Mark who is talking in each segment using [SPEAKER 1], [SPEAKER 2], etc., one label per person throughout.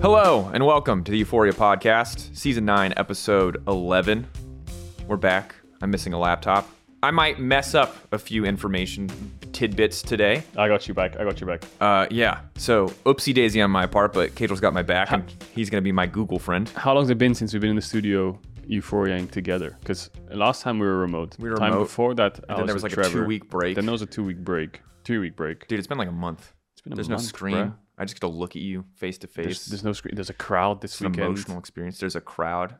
[SPEAKER 1] Hello and welcome to the Euphoria Podcast, Season 9, Episode 11. We're back. I'm missing a laptop. I might mess up a few information tidbits today.
[SPEAKER 2] I got you back. I got you back.
[SPEAKER 1] Uh, yeah, so oopsie daisy on my part, but Cajal's got my back and he's going to be my Google friend.
[SPEAKER 2] How long has it been since we've been in the studio euphoriaing together? Because last time we were remote.
[SPEAKER 1] We were
[SPEAKER 2] time
[SPEAKER 1] remote,
[SPEAKER 2] before that, I
[SPEAKER 1] then there was like
[SPEAKER 2] with
[SPEAKER 1] a
[SPEAKER 2] Trevor.
[SPEAKER 1] two-week break.
[SPEAKER 2] Then there was a two week break. Three week break.
[SPEAKER 1] Dude, it's been like a month.
[SPEAKER 2] It's been a
[SPEAKER 1] There's no
[SPEAKER 2] month,
[SPEAKER 1] screen.
[SPEAKER 2] bruh.
[SPEAKER 1] I just get to look at you face to
[SPEAKER 2] There's,
[SPEAKER 1] face.
[SPEAKER 2] there's no screen. There's a crowd this
[SPEAKER 1] It's an
[SPEAKER 2] weekend.
[SPEAKER 1] emotional experience. There's a crowd.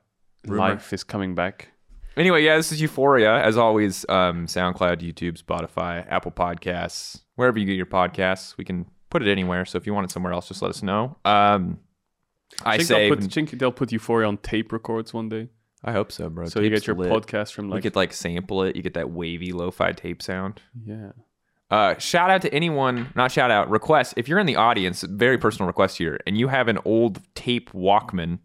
[SPEAKER 1] Rumor.
[SPEAKER 2] Life is coming back.
[SPEAKER 1] Anyway, yeah, this is Euphoria. As always, um, SoundCloud, YouTube, Spotify, Apple Podcasts, wherever you get your podcasts, we can put it anywhere. So if you want it somewhere else, just let us know. Um, I
[SPEAKER 2] think
[SPEAKER 1] say,
[SPEAKER 2] they'll put, think they'll put Euphoria on tape records one day.
[SPEAKER 1] I hope so, bro.
[SPEAKER 2] So you
[SPEAKER 1] Tape's
[SPEAKER 2] get your
[SPEAKER 1] lit.
[SPEAKER 2] podcast from
[SPEAKER 1] You
[SPEAKER 2] like
[SPEAKER 1] could like sample it. You get that wavy lo-fi tape sound.
[SPEAKER 2] yeah.
[SPEAKER 1] Uh, shout out to anyone, not shout out, request. If you're in the audience, very personal request here, and you have an old tape Walkman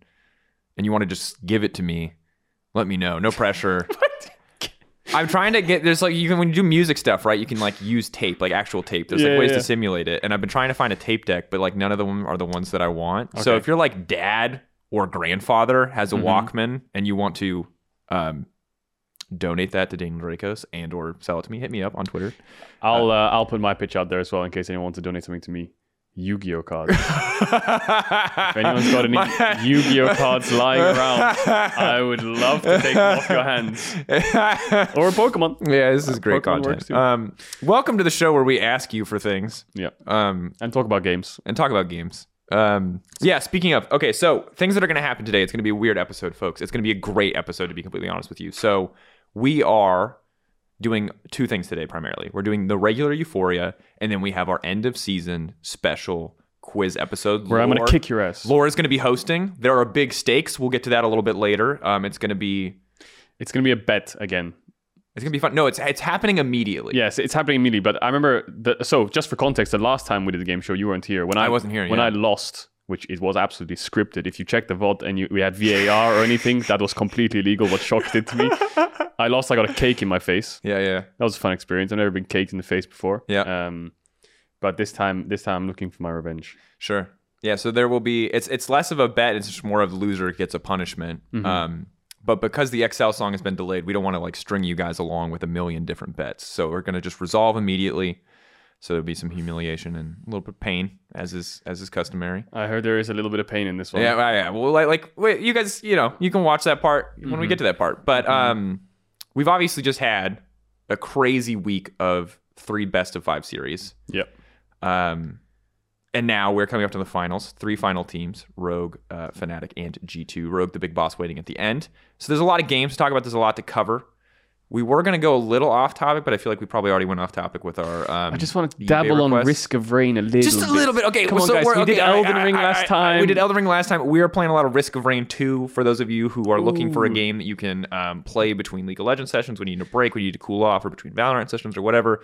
[SPEAKER 1] and you want to just give it to me, let me know. No pressure. I'm trying to get there's like even when you do music stuff, right? You can like use tape, like actual tape. There's
[SPEAKER 2] Yeah,
[SPEAKER 1] like ways
[SPEAKER 2] yeah.
[SPEAKER 1] to simulate it. And I've been trying to find a tape deck, but like none of them are the ones that I want. So
[SPEAKER 2] Okay. Mm-hmm.
[SPEAKER 1] if you're like dad or grandfather has a Walkman and you want to um donate that to Dane Dracos and or sell it to me, hit me up on Twitter.
[SPEAKER 2] I'll uh, I'll put my pitch out there as well in case anyone wants to donate something to me. Yu-Gi-Oh cards. if anyone's got any
[SPEAKER 1] My-
[SPEAKER 2] Yu-Gi-Oh cards lying around, I would love to take them off your hands.
[SPEAKER 1] yeah,
[SPEAKER 2] Or Pokemon.
[SPEAKER 1] this is great
[SPEAKER 2] Pokemon works
[SPEAKER 1] content.
[SPEAKER 2] too.
[SPEAKER 1] Um, welcome to the show where we ask you for things
[SPEAKER 2] Yeah.
[SPEAKER 1] um,
[SPEAKER 2] And talk about games.
[SPEAKER 1] and talk about games. Um, yeah, speaking of, okay, so things that are going to happen today. It's going to be a weird episode, folks. It's going to be a great episode, to be completely honest with you. So we are doing two things today primarily. We're doing the regular Euphoria, and then we have our end of season special quiz episode
[SPEAKER 2] Where I'm going
[SPEAKER 1] Lore-
[SPEAKER 2] to kick your ass.
[SPEAKER 1] Laura's going to be hosting. There are big stakes. We'll get to that a little bit later. Um, it's going to be
[SPEAKER 2] It's going to be a bet again.
[SPEAKER 1] it's going to be fun. No, it's it's happening immediately.
[SPEAKER 2] Yes, it's happening immediately. But I remember, the, so just for context, the last time we did the game show, you weren't here. When I,
[SPEAKER 1] I wasn't here,
[SPEAKER 2] When
[SPEAKER 1] yeah.
[SPEAKER 2] I lost, which it was absolutely scripted. If you check the VOD and you, we had VAR or anything, that was completely illegal. What shocked it to me. I lost, I got a cake in my face.
[SPEAKER 1] yeah, yeah.
[SPEAKER 2] That was a fun experience. I've never been caked in the face before.
[SPEAKER 1] Yeah.
[SPEAKER 2] Um, but this time, this time I'm looking for my revenge.
[SPEAKER 1] Sure. Yeah. So there will be. It's it's less of a bet. It's just more of loser gets a punishment. Um, but because the XL song has been delayed, we don't want to like string you guys along with a million different bets. So we're going to just resolve immediately. So there'll be some humiliation and a little bit of pain, as is as is customary.
[SPEAKER 2] I heard there is a little bit of pain in this one.
[SPEAKER 1] Yeah, yeah, yeah. Well, like, like wait, you guys, you know, you can watch that part when we get to that part. But um, we've obviously just had a crazy week of three best of five series.
[SPEAKER 2] Yeah.
[SPEAKER 1] Um, and now we're coming up to the finals. Three final teams: Rogue, uh, Fnatic, and G2. Rogue, the big boss, waiting at the end. So there's a lot of games to talk about. There's a lot to cover. We were gonna go a little off topic, but I feel like we probably already went off topic with our. Um,
[SPEAKER 2] I just want to
[SPEAKER 1] eBay
[SPEAKER 2] dabble on
[SPEAKER 1] requests.
[SPEAKER 2] Risk of Rain a little
[SPEAKER 1] Just a little bit. Okay,
[SPEAKER 2] Come
[SPEAKER 1] well,
[SPEAKER 2] on,
[SPEAKER 1] so
[SPEAKER 2] guys.
[SPEAKER 1] we're-
[SPEAKER 2] We did
[SPEAKER 1] okay,
[SPEAKER 2] Elden Ring last time.
[SPEAKER 1] We did Elden Ring last time. We were playing a lot of Risk of Rain 2 for those of you who are looking for a game that you can um, play between League of Legends sessions when you need a break, when you need to cool off, or between Valorant sessions or whatever.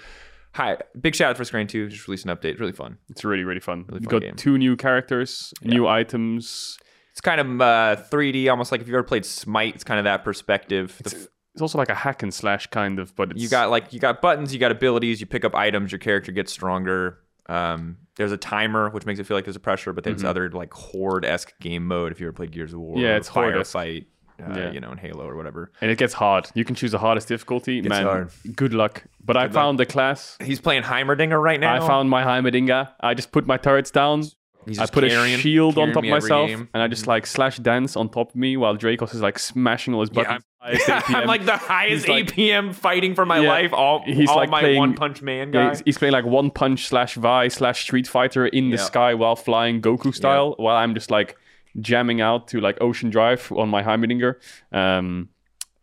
[SPEAKER 1] Hi, big shout out for Risk of Rain 2. Just released an update. It's really fun.
[SPEAKER 2] It's really, really fun. You've
[SPEAKER 1] fun
[SPEAKER 2] got
[SPEAKER 1] game.
[SPEAKER 2] two new characters, new items.
[SPEAKER 1] It's kind of uh, 3D, almost like if you've ever played Smite, it's kind of that perspective. The f-
[SPEAKER 2] It's also like a hack and slash kind of, but it's,
[SPEAKER 1] you got like you got buttons, you got abilities, you pick up items, your character gets stronger. Um, there's a timer, which makes it feel like there's a pressure, but there's other like horde esque game mode if you ever played Gears of War.
[SPEAKER 2] Mm-hmm. Yeah, it's Horde-esque.
[SPEAKER 1] firefight, uh,
[SPEAKER 2] Yeah.
[SPEAKER 1] you know, in Halo or whatever.
[SPEAKER 2] and it gets hard. You can choose the hardest difficulty. Man,
[SPEAKER 1] hard.
[SPEAKER 2] good luck. But I found the class.
[SPEAKER 1] He's playing Heimerdinger right now.
[SPEAKER 2] I found my Heimerdinger. I just put my turrets down.
[SPEAKER 1] He's
[SPEAKER 2] I
[SPEAKER 1] just
[SPEAKER 2] put
[SPEAKER 1] carrying-
[SPEAKER 2] a shield
[SPEAKER 1] carrying
[SPEAKER 2] on top
[SPEAKER 1] me
[SPEAKER 2] of
[SPEAKER 1] every
[SPEAKER 2] myself,
[SPEAKER 1] game. Mm-hmm.
[SPEAKER 2] and I just like slash dance on top of me while Dracos is like smashing all his buttons. Highest
[SPEAKER 1] I'm
[SPEAKER 2] APM.
[SPEAKER 1] like the highest
[SPEAKER 2] He's like-
[SPEAKER 1] APM fighting for my
[SPEAKER 2] Yeah.
[SPEAKER 1] life. All
[SPEAKER 2] He's
[SPEAKER 1] all
[SPEAKER 2] like
[SPEAKER 1] my
[SPEAKER 2] playing-
[SPEAKER 1] One Punch Man
[SPEAKER 2] Yeah,
[SPEAKER 1] guy.
[SPEAKER 2] he's, he's playing like One Punch slash Vi slash Street Fighter in the
[SPEAKER 1] Yeah.
[SPEAKER 2] sky while flying Goku style, while I'm just like jamming out to like Ocean Drive on my Heimerdinger. Um,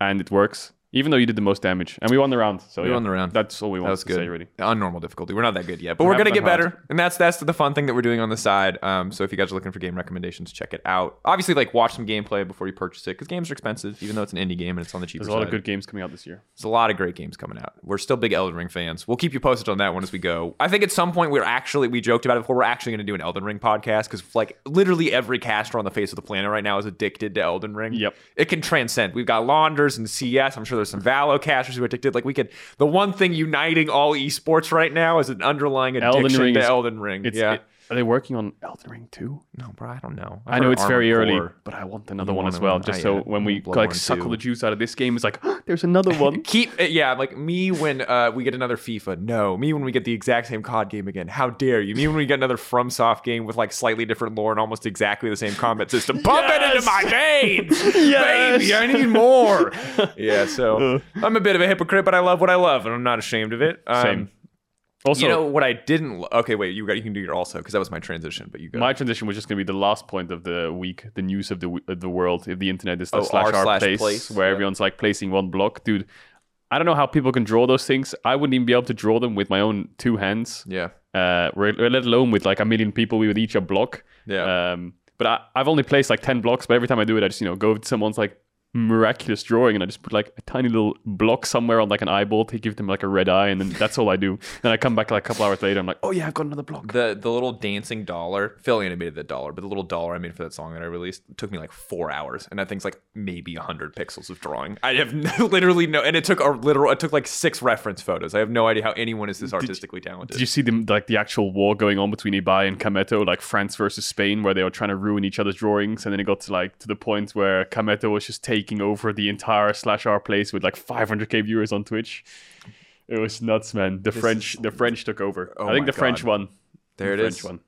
[SPEAKER 2] and it works, even though you did the most damage. And we won the round. So
[SPEAKER 1] We
[SPEAKER 2] yeah,
[SPEAKER 1] won the round.
[SPEAKER 2] That's all we wanted
[SPEAKER 1] That's
[SPEAKER 2] to say, really.
[SPEAKER 1] good. On normal difficulty, we're not that good yet, but we're
[SPEAKER 2] haven't
[SPEAKER 1] gonna get
[SPEAKER 2] been hard.
[SPEAKER 1] better, and that's that's the fun thing that we're doing on the side. Um, so if you guys are looking for game recommendations, check it out. Obviously, like watch some gameplay before you purchase it, because games are expensive, even though it's an indie game and it's on the cheaper
[SPEAKER 2] There's a lot
[SPEAKER 1] side.
[SPEAKER 2] of good games coming out this year.
[SPEAKER 1] There's a lot of great games coming out. We're still big Elden Ring fans. We'll keep you posted on that one as we go. I think at some point we're actually we joked about it before. We're actually gonna do an Elden Ring podcast because like literally every caster on the face of the planet right now is addicted to Elden Ring.
[SPEAKER 2] Yep.
[SPEAKER 1] It can transcend. We've got Launders and CS. I'm sure there's some Valo casters who are addicted. Like we could the one thing uniting all esports right now is an underlying addiction
[SPEAKER 2] Elden Ring
[SPEAKER 1] to
[SPEAKER 2] is-
[SPEAKER 1] Elden Ring.
[SPEAKER 2] It's,
[SPEAKER 1] yeah.
[SPEAKER 2] it- Are they working on Elden Ring too?
[SPEAKER 1] No, bro, I don't know.
[SPEAKER 2] I know it's very early, but I want another
[SPEAKER 1] You
[SPEAKER 2] one
[SPEAKER 1] want
[SPEAKER 2] as well.
[SPEAKER 1] another-
[SPEAKER 2] Just
[SPEAKER 1] ah,
[SPEAKER 2] so
[SPEAKER 1] yeah.
[SPEAKER 2] when we
[SPEAKER 1] Bloodborne
[SPEAKER 2] like suckle
[SPEAKER 1] 2.
[SPEAKER 2] the juice out of this game, it's like there's another one.
[SPEAKER 1] Keep it, yeah, like me when uh, we get another FIFA. No, me when we get the exact same COD game again. How dare you? Me when we get another FromSoft game with like slightly different lore and almost exactly the same combat system. Pump it into my veins,
[SPEAKER 2] Yes! Uh.
[SPEAKER 1] baby. I need more. yeah, so I'm a bit of a hypocrite, but I love what I love, and I'm not ashamed of it. Um,
[SPEAKER 2] Same. Also,
[SPEAKER 1] you know what I didn't. Lo- okay, wait. You got. You can do your also because that was my transition. But you go.
[SPEAKER 2] my transition was just going to be the last point of the week, the news of the w- of the world, if the internet is the
[SPEAKER 1] Oh,
[SPEAKER 2] slash
[SPEAKER 1] r
[SPEAKER 2] our
[SPEAKER 1] slash
[SPEAKER 2] place,
[SPEAKER 1] place,
[SPEAKER 2] where
[SPEAKER 1] yeah.
[SPEAKER 2] everyone's like placing one block, dude. I don't know how people can draw those things. I wouldn't even be able to draw them with my own two hands,
[SPEAKER 1] yeah.
[SPEAKER 2] uh, re- re- let alone with like a million people with each a block.
[SPEAKER 1] Yeah.
[SPEAKER 2] Um, but I, I've only placed like ten blocks. But every time I do it, I just you know go over to someone's like miraculous drawing and I just put like a tiny little block somewhere on like an eyeball to give them like a red eye, and then that's all I do. Then I come back like a couple hours later. I'm like, oh yeah, I've got another block.
[SPEAKER 1] the the little dancing dollar. Phil animated the dollar, but the little dollar I made for that song that I released took me like four hours, and that thing's like maybe hundred pixels of drawing. I have no, literally no, and it took a literal. It took like six reference photos. I have no idea how anyone is this artistically talented.
[SPEAKER 2] Did you see the like the actual war going on between Ibai and Kameto, like France versus Spain, where they were trying to ruin each other's drawings, and then it got to like to the point where Kameto was just taking over the entire slash R place with like 500k viewers on Twitch. It was nuts, man. The French, the French took over.
[SPEAKER 1] Oh
[SPEAKER 2] I think
[SPEAKER 1] my
[SPEAKER 2] the French
[SPEAKER 1] God.
[SPEAKER 2] won.
[SPEAKER 1] there it
[SPEAKER 2] the
[SPEAKER 1] is.
[SPEAKER 2] French won.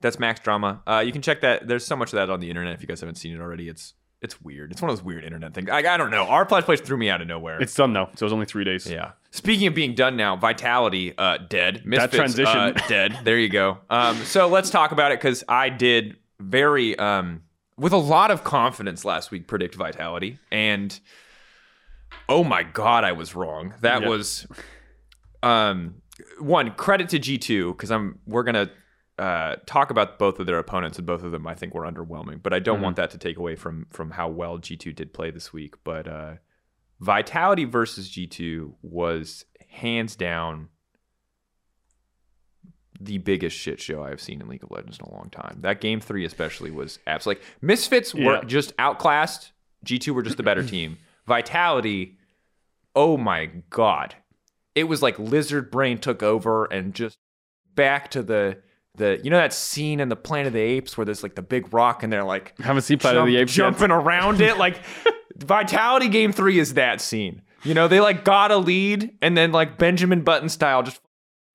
[SPEAKER 1] That's Max Drama. Uh, you can check that. There's so much of that on the internet. If you guys haven't seen it already, it's it's weird. It's one of those weird internet things. I, I don't know. Our Flash Place threw me out of nowhere.
[SPEAKER 2] It's done now, so it was only three days.
[SPEAKER 1] Yeah. Speaking of being done now, Vitality uh, dead. Misfits,
[SPEAKER 2] transition.
[SPEAKER 1] uh, dead. There you go. Um, so let's talk about it because I did very um, with a lot of confidence last week predict Vitality, and oh my god, I was wrong. That
[SPEAKER 2] Yeah.
[SPEAKER 1] was um, one credit to G two because I'm we're gonna. Uh, talk about both of their opponents and both of them I think were underwhelming, but I don't want that to take away from from how well G2 did play this week. But uh, Vitality versus G2 was hands down the biggest shit show I've seen in League of Legends in a long time. That game three especially was abs like Misfits were
[SPEAKER 2] Yeah.
[SPEAKER 1] just outclassed. G2 were just the better team. Vitality, oh my god. It was like lizard brain took over and just back to the the you know that scene in the Planet of the Apes where there's like the big rock and they're like
[SPEAKER 2] Haven't seen Planet of the
[SPEAKER 1] jump-
[SPEAKER 2] Apes yet.
[SPEAKER 1] jumping around it. Like Vitality Game Three is that scene. You know, they like got a lead and then like Benjamin Button style just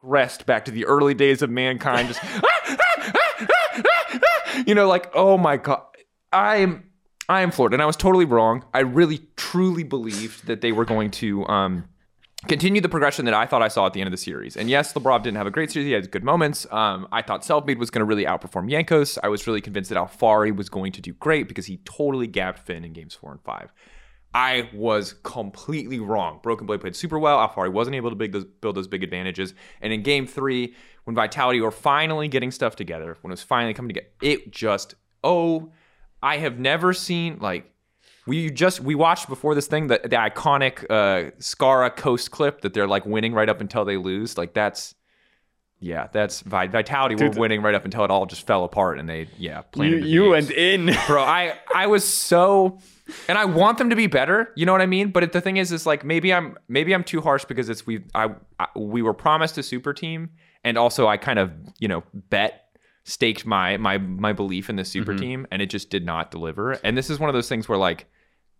[SPEAKER 1] rest back to the early days of mankind. Just "Ah, you know, like oh my god, I'm I am floored, and I was totally wrong. I really truly believed that they were going to. um continue the progression that I thought I saw at the end of the series. And yes, Lebrov didn't have a great series. He had good moments. Um, I thought Selfmade was going to really outperform Yankos. I was really convinced that Alfari was going to do great because he totally gapped Finn in games four and five. I was completely wrong. Broken Blade played super well. Alfari wasn't able to big those, build those big advantages. And in game three, when Vitality were finally getting stuff together, when it was finally coming together, it just, oh, I have never seen, like, we just we watched before this thing the, the iconic uh, Scara coast clip that they're like winning right up until they lose. Like that's yeah, that's Vi- Vitality
[SPEAKER 2] Dude.
[SPEAKER 1] were winning right up until it all just fell apart and they yeah
[SPEAKER 2] You,
[SPEAKER 1] planted.
[SPEAKER 2] you went in.
[SPEAKER 1] bro. I I was so and I want them to be better. You know what I mean? But it, the thing is, is like maybe I'm maybe I'm too harsh because it's we I, I we were promised a super team and also I kind of you know bet staked my my my belief in the super team and it just did not deliver. And this is one of those things where like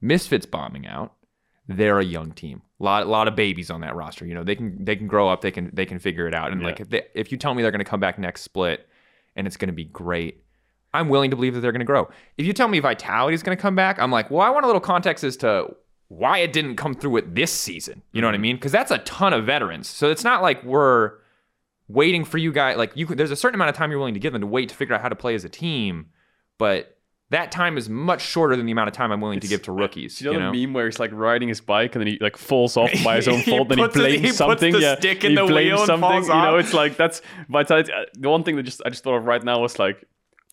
[SPEAKER 1] Misfits bombing out. They're a young team. lot, lot of babies on that roster. You know, they can they can grow up. They can they can figure it out. And
[SPEAKER 2] Yeah.
[SPEAKER 1] like if they, if you tell me they're going to come back next split, and it's going to be great, I'm willing to believe that they're going to grow. If you tell me Vitality is going to come back, I'm like, well, I want a little context as to why it didn't come through with this season. You
[SPEAKER 2] Mm-hmm.
[SPEAKER 1] know what I mean? Because that's a ton of veterans. So it's not like we're waiting for you guys like you could- there's a certain amount of time you're willing to give them to wait to figure out how to play as a team but that time is much shorter than the amount of time i'm willing to give to rookies
[SPEAKER 2] Do you know,
[SPEAKER 1] you know?
[SPEAKER 2] the meme where he's like riding his bike and then he like falls off by his own
[SPEAKER 1] He
[SPEAKER 2] fault and he
[SPEAKER 1] puts it-
[SPEAKER 2] blames
[SPEAKER 1] he puts
[SPEAKER 2] something?
[SPEAKER 1] the
[SPEAKER 2] yeah,
[SPEAKER 1] stick in
[SPEAKER 2] he
[SPEAKER 1] the wheel
[SPEAKER 2] blames
[SPEAKER 1] and
[SPEAKER 2] something.
[SPEAKER 1] falls
[SPEAKER 2] you know,
[SPEAKER 1] off.
[SPEAKER 2] it's like that's vitality. uh, The one thing that just I just thought of right now was like,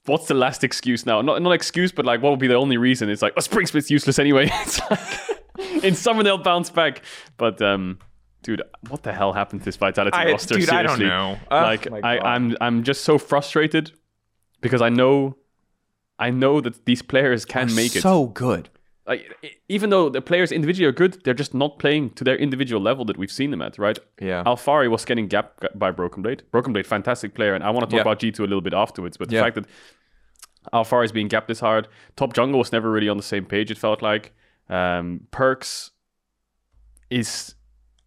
[SPEAKER 2] what's the last excuse now? Not not excuse, but like what would be the only reason? It's like, oh, spring split's useless anyway. it's like in summer they'll bounce back, but um. Dude, what the hell happened to this vitality
[SPEAKER 1] I-
[SPEAKER 2] roster?
[SPEAKER 1] dude, I don't
[SPEAKER 2] Seriously.
[SPEAKER 1] know. Oh,
[SPEAKER 2] Like,
[SPEAKER 1] my
[SPEAKER 2] I,
[SPEAKER 1] God.
[SPEAKER 2] I'm, I'm just so frustrated because I know, I know that these players can make it.
[SPEAKER 1] so good
[SPEAKER 2] Like, e- even though the players individually are good, they're just not playing to their individual level that we've seen them at, right?
[SPEAKER 1] Yeah.
[SPEAKER 2] Alfari was getting gap g- by Broken Blade. Broken Blade, fantastic player, and I want to talk
[SPEAKER 1] Yeah.
[SPEAKER 2] about G2 a little bit afterwards. But
[SPEAKER 1] Yeah.
[SPEAKER 2] the fact that Alfari is being gapped this hard, top jungle was never really on the same page. It felt like um, perks is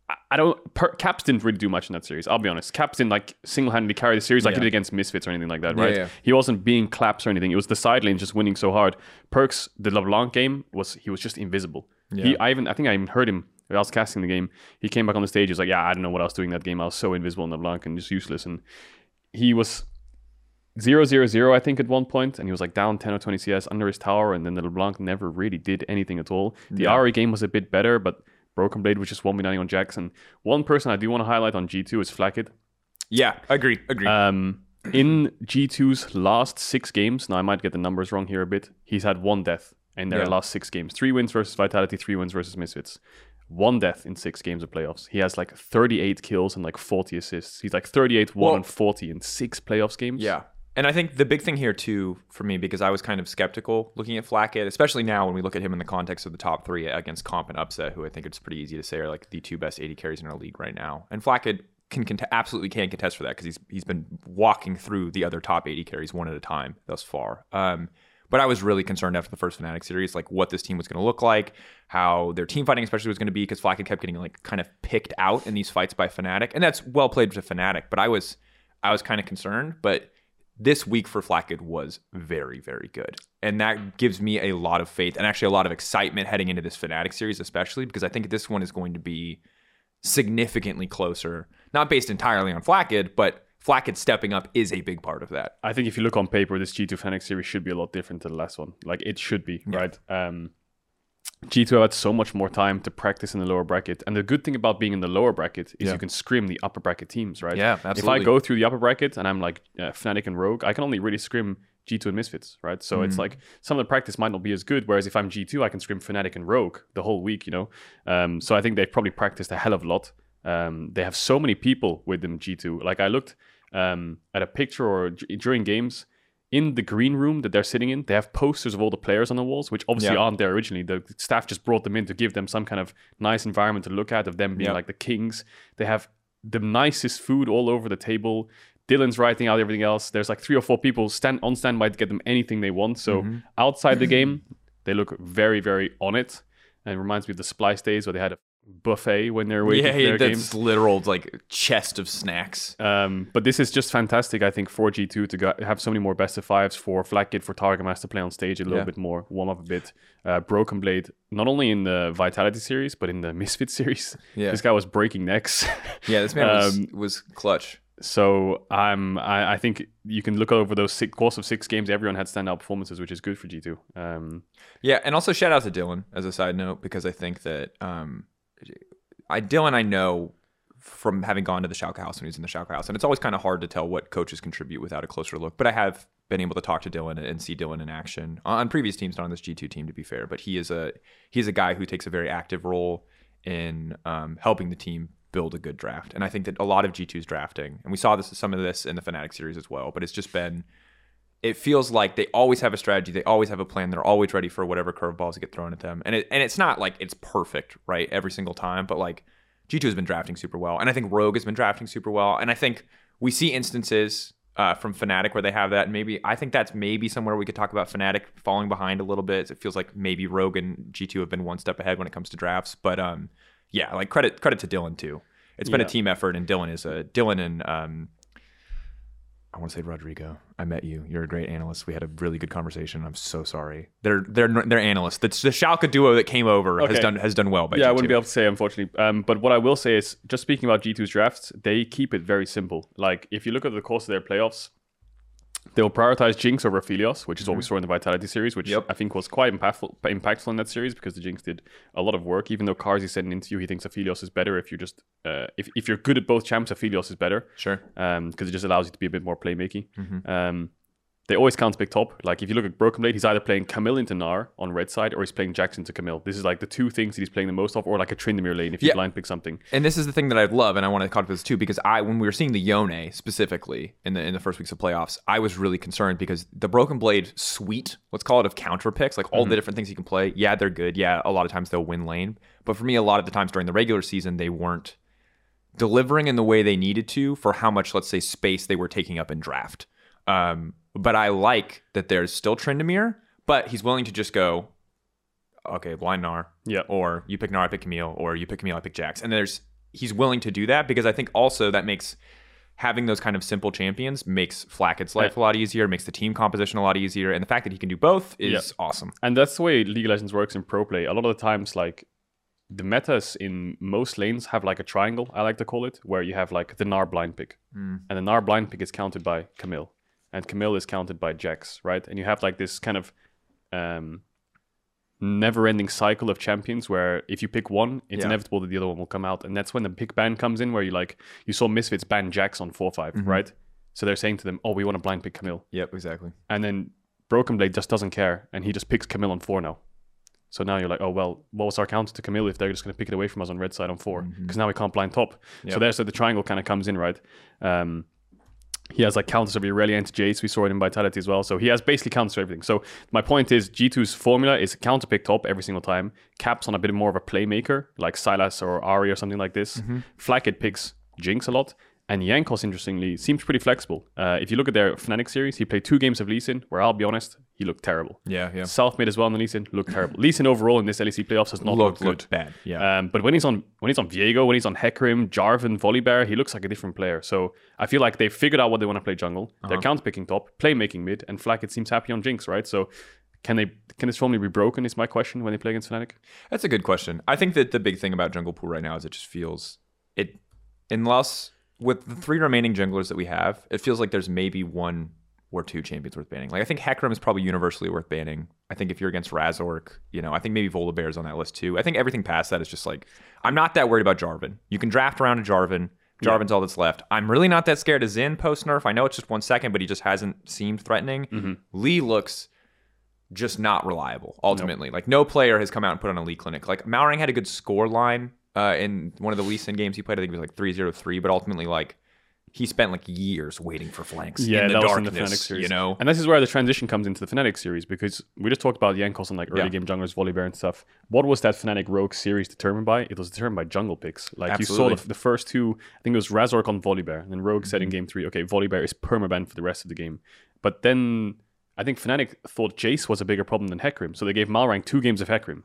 [SPEAKER 2] I- I don't. Per, Caps didn't really do much in that series. I'll be honest. Caps didn't like single-handedly carry the series like he
[SPEAKER 1] Yeah.
[SPEAKER 2] did against Misfits or anything like that,
[SPEAKER 1] Yeah,
[SPEAKER 2] right?
[SPEAKER 1] yeah.
[SPEAKER 2] He wasn't being claps or anything. It was the side lane just winning so hard. Perks the LeBlanc game was he was just invisible. He I even I think I even heard him. when I was casting the game. He came back on the stage. He was like, "Yeah, I don't know what I was doing that game. I was so invisible in LeBlanc and just useless." And he was zero zero zero, I think, at one point, and he was like down ten or twenty CS under his tower, and then the LeBlanc never really did anything at all. The
[SPEAKER 1] Yeah.
[SPEAKER 2] RE game was a bit better, but Broken Blade was just one v nine on Jackson. One person I do want to highlight on G two is Flackett.
[SPEAKER 1] Yeah, agree, agree.
[SPEAKER 2] Um, in G2's last six games, now I might get the numbers wrong here a bit, he's had one death in their
[SPEAKER 1] Yeah.
[SPEAKER 2] last six games. Three wins versus Vitality, three wins versus Misfits. One death in six games of playoffs. He has like 38 kills and like 40 assists. He's like 38, 1
[SPEAKER 1] Well-
[SPEAKER 2] and 40 in six playoffs games.
[SPEAKER 1] yeah. And I think the big thing here too for me, because I was kind of skeptical looking at Flackett, especially now when we look at him in the context of the top three against Comp and Upset, who I think it's pretty easy to say are like the two best 80 carries in our league right now. And Flackett can cont- absolutely can contest for that because he's he's been walking through the other top 80 carries one at a time thus far. Um, But I was really concerned after the first Fnatic series, like what this team was going to look like, how their team fighting especially was going to be, because Flackett kept getting like kind of picked out in these fights by Fnatic, and that's well played to Fnatic. But I was, I was kind of concerned. But this week for Flackett was very, very good, and that gives me a lot of faith and actually a lot of excitement heading into this Fnatic series, especially because I think this one is going to be significantly closer, not based entirely on Flackett, but Flackett stepping up is a big part of that.
[SPEAKER 2] I think if you look on paper, this G2 Fnatic series should be a lot different to the last one. Like it should be, right? Um, G2 have had so much more time to practice in the lower bracket. And the good thing about being in the lower bracket is
[SPEAKER 1] Yeah.
[SPEAKER 2] you can scrim the upper bracket teams, right?
[SPEAKER 1] Yeah,
[SPEAKER 2] If I
[SPEAKER 1] absolutely.
[SPEAKER 2] go through the upper bracket and I'm like uh, Fnatic and Rogue, I can only really scrim G2 and Misfits, right? So
[SPEAKER 1] Mm.
[SPEAKER 2] it's like some of the practice might not be as good. Whereas if I'm G2, I can scrim Fnatic and Rogue the whole week, you know? Um, so I think they've probably practiced a hell of a lot. Um, they have so many people with them, G2. Like I looked um, at a picture or d- during games in the green room that they're sitting in, they have posters of all the players on the walls, which obviously
[SPEAKER 1] Yeah.
[SPEAKER 2] aren't there originally. The staff just brought them in to give them some kind of nice environment to look at of them being
[SPEAKER 1] Yeah.
[SPEAKER 2] like the kings. They have the nicest food all over the table. Dylan's writing out everything else. There's like three or four people stand on standby to get them anything they want. So
[SPEAKER 1] Mm-hmm.
[SPEAKER 2] outside the game, they look very, very on it. And it reminds me of the Splice days where they had a buffet when they were waiting for
[SPEAKER 1] yeah,
[SPEAKER 2] their
[SPEAKER 1] that's
[SPEAKER 2] games.
[SPEAKER 1] literal like chest of snacks.
[SPEAKER 2] Um, but this is just fantastic, I think, for G2 to go, have so many more best of fives for Flatkit, for Target Master to play on stage a little
[SPEAKER 1] Yeah.
[SPEAKER 2] bit more, warm up a bit. Uh, Broken Blade, not only in the Vitality series, but in the Misfit series.
[SPEAKER 1] Yeah.
[SPEAKER 2] This guy was breaking necks.
[SPEAKER 1] Yeah, this man was,
[SPEAKER 2] Um,
[SPEAKER 1] was clutch.
[SPEAKER 2] so I'm, I, I think you can look over those six, course of six games, everyone had standout performances, which is good for G2. Um,
[SPEAKER 1] Yeah, and also shout out to Dylan as a side note because I think that um, I Dylan I know from having gone to the Schalke house when he was in the Schalke house, and it's always kind of hard to tell what coaches contribute without a closer look. But I have been able to talk to Dylan and see Dylan in action on previous teams, not on this G two team to be fair. But he is a he's a guy who takes a very active role in um, helping the team build a good draft, and I think that a lot of G 2s drafting, and we saw this some of this in the Fnatic series as well. But it's just been it feels like they always have a strategy, they always have a plan, they're always ready for whatever curveballs get thrown at them. And it and it's not like it's perfect, right, every single time, but like G2 has been drafting super well, and I think Rogue has been drafting super well, and I think we see instances uh, from Fnatic where they have that. And maybe I think that's maybe somewhere we could talk about Fnatic falling behind a little bit. It feels like maybe Rogue and G2 have been one step ahead when it comes to drafts, but um, yeah, like credit credit to Dylan too. It's been
[SPEAKER 2] Yeah.
[SPEAKER 1] a team effort, and Dylan is a Dylan and um, I want to say Rodrigo. I met you. You're a great analyst. We had a really good conversation. I'm so sorry. They're they're they're analysts. The, the Schalke duo that came over has
[SPEAKER 2] Okay.
[SPEAKER 1] done has done well. By
[SPEAKER 2] yeah, I
[SPEAKER 1] G2.
[SPEAKER 2] wouldn't be able to say unfortunately. Um, but what I will say is, just speaking about G2's drafts, they keep it very simple. Like if you look at the course of their playoffs, they'll prioritize Jinx over Aphelios, which is what we saw in the Vitality series, which
[SPEAKER 1] Yep.
[SPEAKER 2] I think was quite impactful impactful in that series because the Jinx did a lot of work. Even though Karzi said in an interview he thinks Aphelios is better if you just uh, if if you're good at both champs, Aphelios is better
[SPEAKER 1] Sure.
[SPEAKER 2] because it just allows you to be a bit more playmaking. Um, They always count Big Top. Like if you look at Broken Blade, he's either playing Camille into Nar on red side or he's playing Jackson to Camille. This is like the two things that he's playing the most of, or like a Trindamir lane if you
[SPEAKER 1] Yeah.
[SPEAKER 2] blind pick something.
[SPEAKER 1] And this is the thing that I love, and I want to call it this too, because I, when we were seeing the Yone specifically in the in the first weeks of playoffs, I was really concerned because the Broken Blade suite, let's call it, of counter picks, like all the different things you can play. Yeah, they're good. Yeah, a lot of times they'll win lane, but for me, a lot of the times during the regular season, they weren't delivering in the way they needed to for how much, let's say, space they were taking up in draft. Um, but I like that there's still Trendemir, but he's willing to just go, okay, blind Nar,
[SPEAKER 2] Yeah.
[SPEAKER 1] or you pick Nar, I pick Camille, or you pick Camille, I pick Jax. And there's he's willing to do that because I think also that makes having those kind of simple champions makes Flackett's life a lot easier, makes the team composition a lot easier, and the fact that he can do both is
[SPEAKER 2] Yeah.
[SPEAKER 1] awesome.
[SPEAKER 2] And that's the way League of Legends works in pro play. A lot of the times, like the metas in most lanes have like a triangle, I like to call it, where you have like the Gnar blind pick.
[SPEAKER 1] Mm.
[SPEAKER 2] And the Gnar blind pick is counted by Camille. And Camille is counted by Jax, right? And you have like this kind of um, never ending cycle of champions where if you pick one, it's
[SPEAKER 1] Yeah.
[SPEAKER 2] inevitable that the other one will come out. And that's when the pick ban comes in where you like you saw Misfits ban Jax on 4 5, right? So they're saying to them, Oh, we want to blind pick Camille
[SPEAKER 1] Yep, exactly.
[SPEAKER 2] and then Broken Blade just doesn't care, and he just picks Camille on four now. So now you're like, oh well, what was our counter to Camille if they're just going to pick it away from us on red side on four? Because now we can't blind top. So
[SPEAKER 1] Yep.
[SPEAKER 2] there's where the triangle kind of comes in, right? Um, he has like counters of Irelia into Jace. We saw it in Vitality as well. So he has basically counters for everything. So my point is G2's formula is counter pick top every single time. Caps on a bit more of a playmaker like Silas or Ari or something like this.
[SPEAKER 1] Mm-hmm.
[SPEAKER 2] Flackett picks Jinx a lot. And Yankos, interestingly, seems pretty flexible. Uh, if you look at their Fnatic series, he played two games of Lee Sin, where I'll be honest, he looked terrible.
[SPEAKER 1] Yeah, yeah.
[SPEAKER 2] South mid as well, and Lee Sin looked terrible. Lee Sin overall in this LEC playoffs has not
[SPEAKER 1] Looked
[SPEAKER 2] looked good.
[SPEAKER 1] looked bad. Yeah.
[SPEAKER 2] Um, but when he's on when he's on Viego, when he's on Hecarim, Jarvan, Volibear, he looks like a different player. So I feel like they figured out what they want to play jungle. They're counter picking top, playmaking mid, and Flackett seems happy on Jinx, right? So can they can this formula be broken? Is my question when they play against Fnatic?
[SPEAKER 1] That's a good question. I think that the big thing about Jungle Pool right now is it just feels it unless with the three remaining junglers that we have, it feels like there's maybe one or two champions worth banning. Like I think Hecarim is probably universally worth banning. I think if you're against Razork, you know, I think maybe Volibear is on that list too. I think everything past that is just like I'm not that worried about Jarvan. You can draft around to Jarvan. Jarvan's all that's left. I'm really not that scared of Zin post nerf. I know it's just one second, but he just hasn't seemed threatening. Lee looks just not reliable ultimately. Like no player has come out and put on a Lee clinic. Like Mauring had a good score line uh, in one of the Lee Sin games he played. I think it was like 3-0-3, but ultimately like he spent like years waiting for flanks in the darkness, you know.
[SPEAKER 2] And this is where the transition comes into the Fnatic series because we just talked about Yankos and like early
[SPEAKER 1] Yeah.
[SPEAKER 2] game junglers, Volibear and stuff. What was that Fnatic Rogue series determined by? It was determined by jungle picks. Like you
[SPEAKER 1] Absolutely. Mm-hmm.
[SPEAKER 2] saw the, the first two, I think it was Razork on Volibear, and then Rogue said in game three, okay, Volibear is permaban for the rest of the game. But then I think Fnatic thought Jace was a bigger problem than Hecarim, so they gave Malrang two games of Hecarim.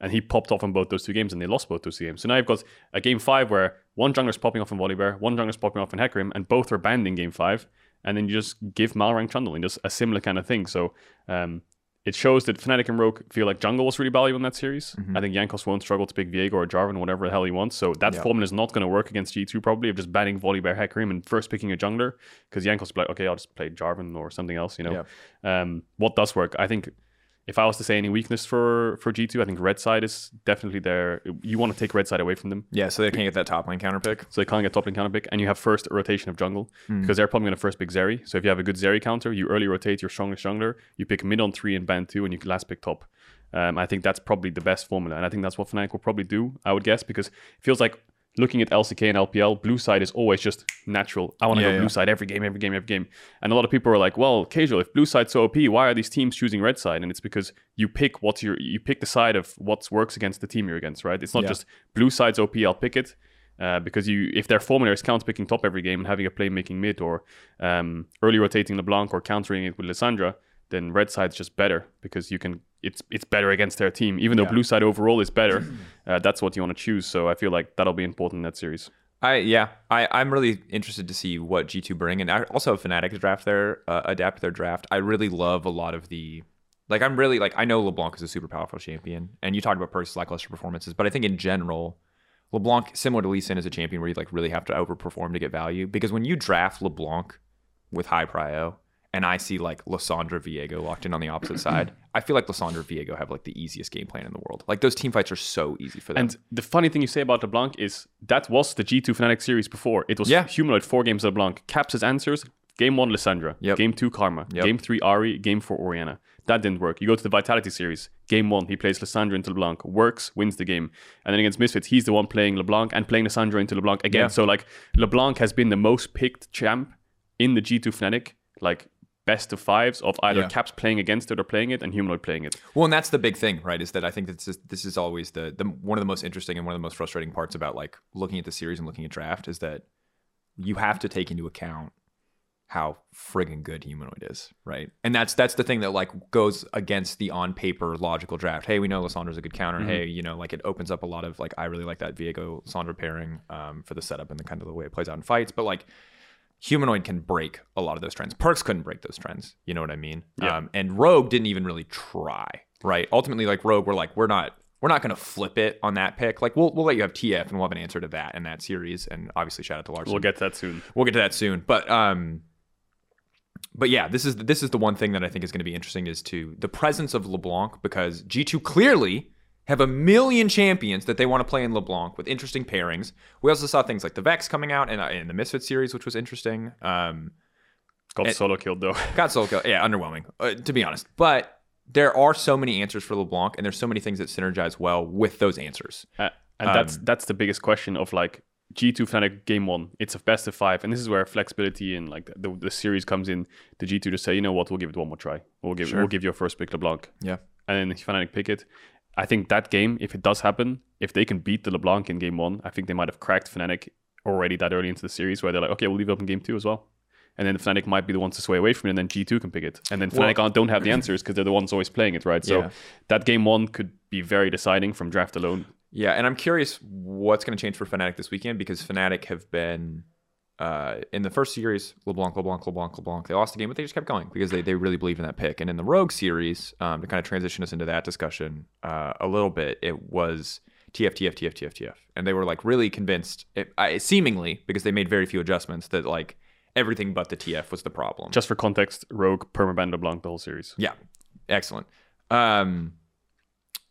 [SPEAKER 2] And he popped off on both those two games, and they lost both those two games. So now you've got a game five where one jungler's popping off in Volibear, one jungler's popping off in Hecarim, and both are banned in game five. And then you just give Malrang Trundle and just a similar kind of thing. So um, it shows that Fnatic and Rogue feel like jungle was really valuable in that series. I think Yankos won't struggle to pick Viego or Jarvan, whatever the hell he wants. So that
[SPEAKER 1] Yeah.
[SPEAKER 2] formula is not going to work against G2 probably of just banning Volibear, Hecarim, and first picking a jungler. Because Yankos will be like, okay, I'll just play Jarvan or something else, you know? Um, what does work? I think if I was to say any weakness for, for G2, I think red side is definitely there. You want to take red side away from them
[SPEAKER 1] Yeah, so they can't get that top lane counter pick.
[SPEAKER 2] so they can't get top lane counter pick, and you have first rotation of jungle
[SPEAKER 1] Hmm.
[SPEAKER 2] because they're probably going to first pick Zeri. So if you have a good Zeri counter, you early rotate your strongest jungler, you pick mid on three and ban two, and you can last pick top. Um, I think that's probably the best formula, and I think that's what Fnatic will probably do. I would guess because it feels like looking at LCK and LPL, blue side is always just natural. I want to
[SPEAKER 1] Yeah,
[SPEAKER 2] go
[SPEAKER 1] yeah.
[SPEAKER 2] blue side every game, every game, every game. And a lot of people are like, well, casual. If blue side's so OP, why are these teams choosing red side? And it's because you pick what's your you pick the side of what works against the team you're against, right? It's not
[SPEAKER 1] Yeah.
[SPEAKER 2] just blue side's OP. I'll pick it. Uh, because you, if their formula is counter picking top every game and having a playmaking mid or um, early rotating LeBlanc or countering it with Lissandra, then red side's just better because you can. It's it's better against their team, even though blue side overall is better. uh, that's what you want to choose. So I feel like that'll be important in that series.
[SPEAKER 1] I yeah, I I'm really interested to see what G2 bring, and I also Fnatic draft their uh, adapt their draft. I really love a lot of the like I'm really like I know LeBlanc is a super powerful champion, and you talked about Percy's lackluster performances, but I think in general. LeBlanc, similar to Lee Sin, is a champion where you like really have to overperform to get value. Because when you draft LeBlanc with high prio, and I see like Lissandra Viego locked in on the opposite side, I feel like Lissandra Viego have like the easiest game plan in the world. Like those team fights are so easy for them.
[SPEAKER 2] And the funny thing you say about LeBlanc is that was the G2 Fnatic series before. It was
[SPEAKER 1] Yeah.
[SPEAKER 2] Humanoid, four games of LeBlanc. Caps his answers, Game one, Lissandra.
[SPEAKER 1] Yep.
[SPEAKER 2] Game two, Karma.
[SPEAKER 1] Yep.
[SPEAKER 2] Game three, Ari. Game four, Oriana. That didn't work. You go to the Vitality series. Game one, he plays Lissandra into LeBlanc. Works, wins the game. And then against Misfits, he's the one playing LeBlanc and playing Lissandra into LeBlanc again.
[SPEAKER 1] Yeah.
[SPEAKER 2] So like LeBlanc has been the most picked champ in the G2 Fnatic, like best of fives of either
[SPEAKER 1] Yeah.
[SPEAKER 2] Caps playing against it or playing it and Humanoid playing it.
[SPEAKER 1] Well, and that's the big thing, right? Is that I think this is this is always the, the one of the most interesting and one of the most frustrating parts about like looking at the series and looking at draft is that you have to take into account how friggin' good humanoid is, right? And that's that's the thing that like goes against the on paper logical draft. Hey, we know Lissandra's a good counter.
[SPEAKER 2] Mm-hmm.
[SPEAKER 1] Hey, you know, like it opens up a lot of like I really like that Viego Lissandra pairing um, for the setup and the kind of the way it plays out in fights. But like humanoid can break a lot of those trends. Perks couldn't break those trends. You know what I mean?
[SPEAKER 2] Yeah.
[SPEAKER 1] Um, and Rogue didn't even really try, right? Ultimately, like Rogue, we're like, we're not, we're not going to flip it on that pick. Like we'll, we'll let you have TF and we'll have an answer to that in that series. And obviously, shout out to Larson.
[SPEAKER 2] We'll get to that soon.
[SPEAKER 1] we'll get to that soon. But um, but yeah, this is this is the one thing that I think is going to be interesting is to the presence of LeBlanc because G two clearly have a million champions that they want to play in LeBlanc with interesting pairings. We also saw things like the Vex coming out and uh, in the Misfit series, which was interesting. Um,
[SPEAKER 2] Got
[SPEAKER 1] And-
[SPEAKER 2] solo killed though.
[SPEAKER 1] God Soul Kill, yeah, underwhelming uh, to be honest. But there are so many answers for LeBlanc, and there's so many things that synergize well with those answers.
[SPEAKER 2] Uh, and that's that's the biggest question of like G2 Fnatic game one. It's a best of five, and this is where flexibility and like the, the series comes in. The G2 to say, you know what, we'll give it one more try. We'll give we'll give your first pick LeBlanc,
[SPEAKER 1] Yeah,
[SPEAKER 2] and then Fnatic pick it. I think that game, if it does happen, if they can beat the LeBlanc in game one, I think they might have cracked Fnatic already that early into the series, where they're like, okay, we'll leave it up in game two as well. And then Fnatic might be the ones to sway away from it, and then G2 can pick it. And then Fnatic aren't don't have the answers because they're the ones always playing it, right? So
[SPEAKER 1] Yeah.
[SPEAKER 2] that game one could be very deciding from draft alone.
[SPEAKER 1] Yeah, and I'm curious what's going to change for Fnatic this weekend because Fnatic have been uh, in the first series LeBlanc, LeBlanc, LeBlanc, LeBlanc. They lost the game, but they just kept going because they, they really believed in that pick. And in the Rogue series, um, to kind of transition us into that discussion uh, a little bit, it was TF, TF, TF, TF, TF. And they were like really convinced, it, I, seemingly, because they made very few adjustments, that like everything but the TF was the problem.
[SPEAKER 2] just for context, Rogue, Permaban, LeBlanc, the whole series.
[SPEAKER 1] Yeah, excellent. Um,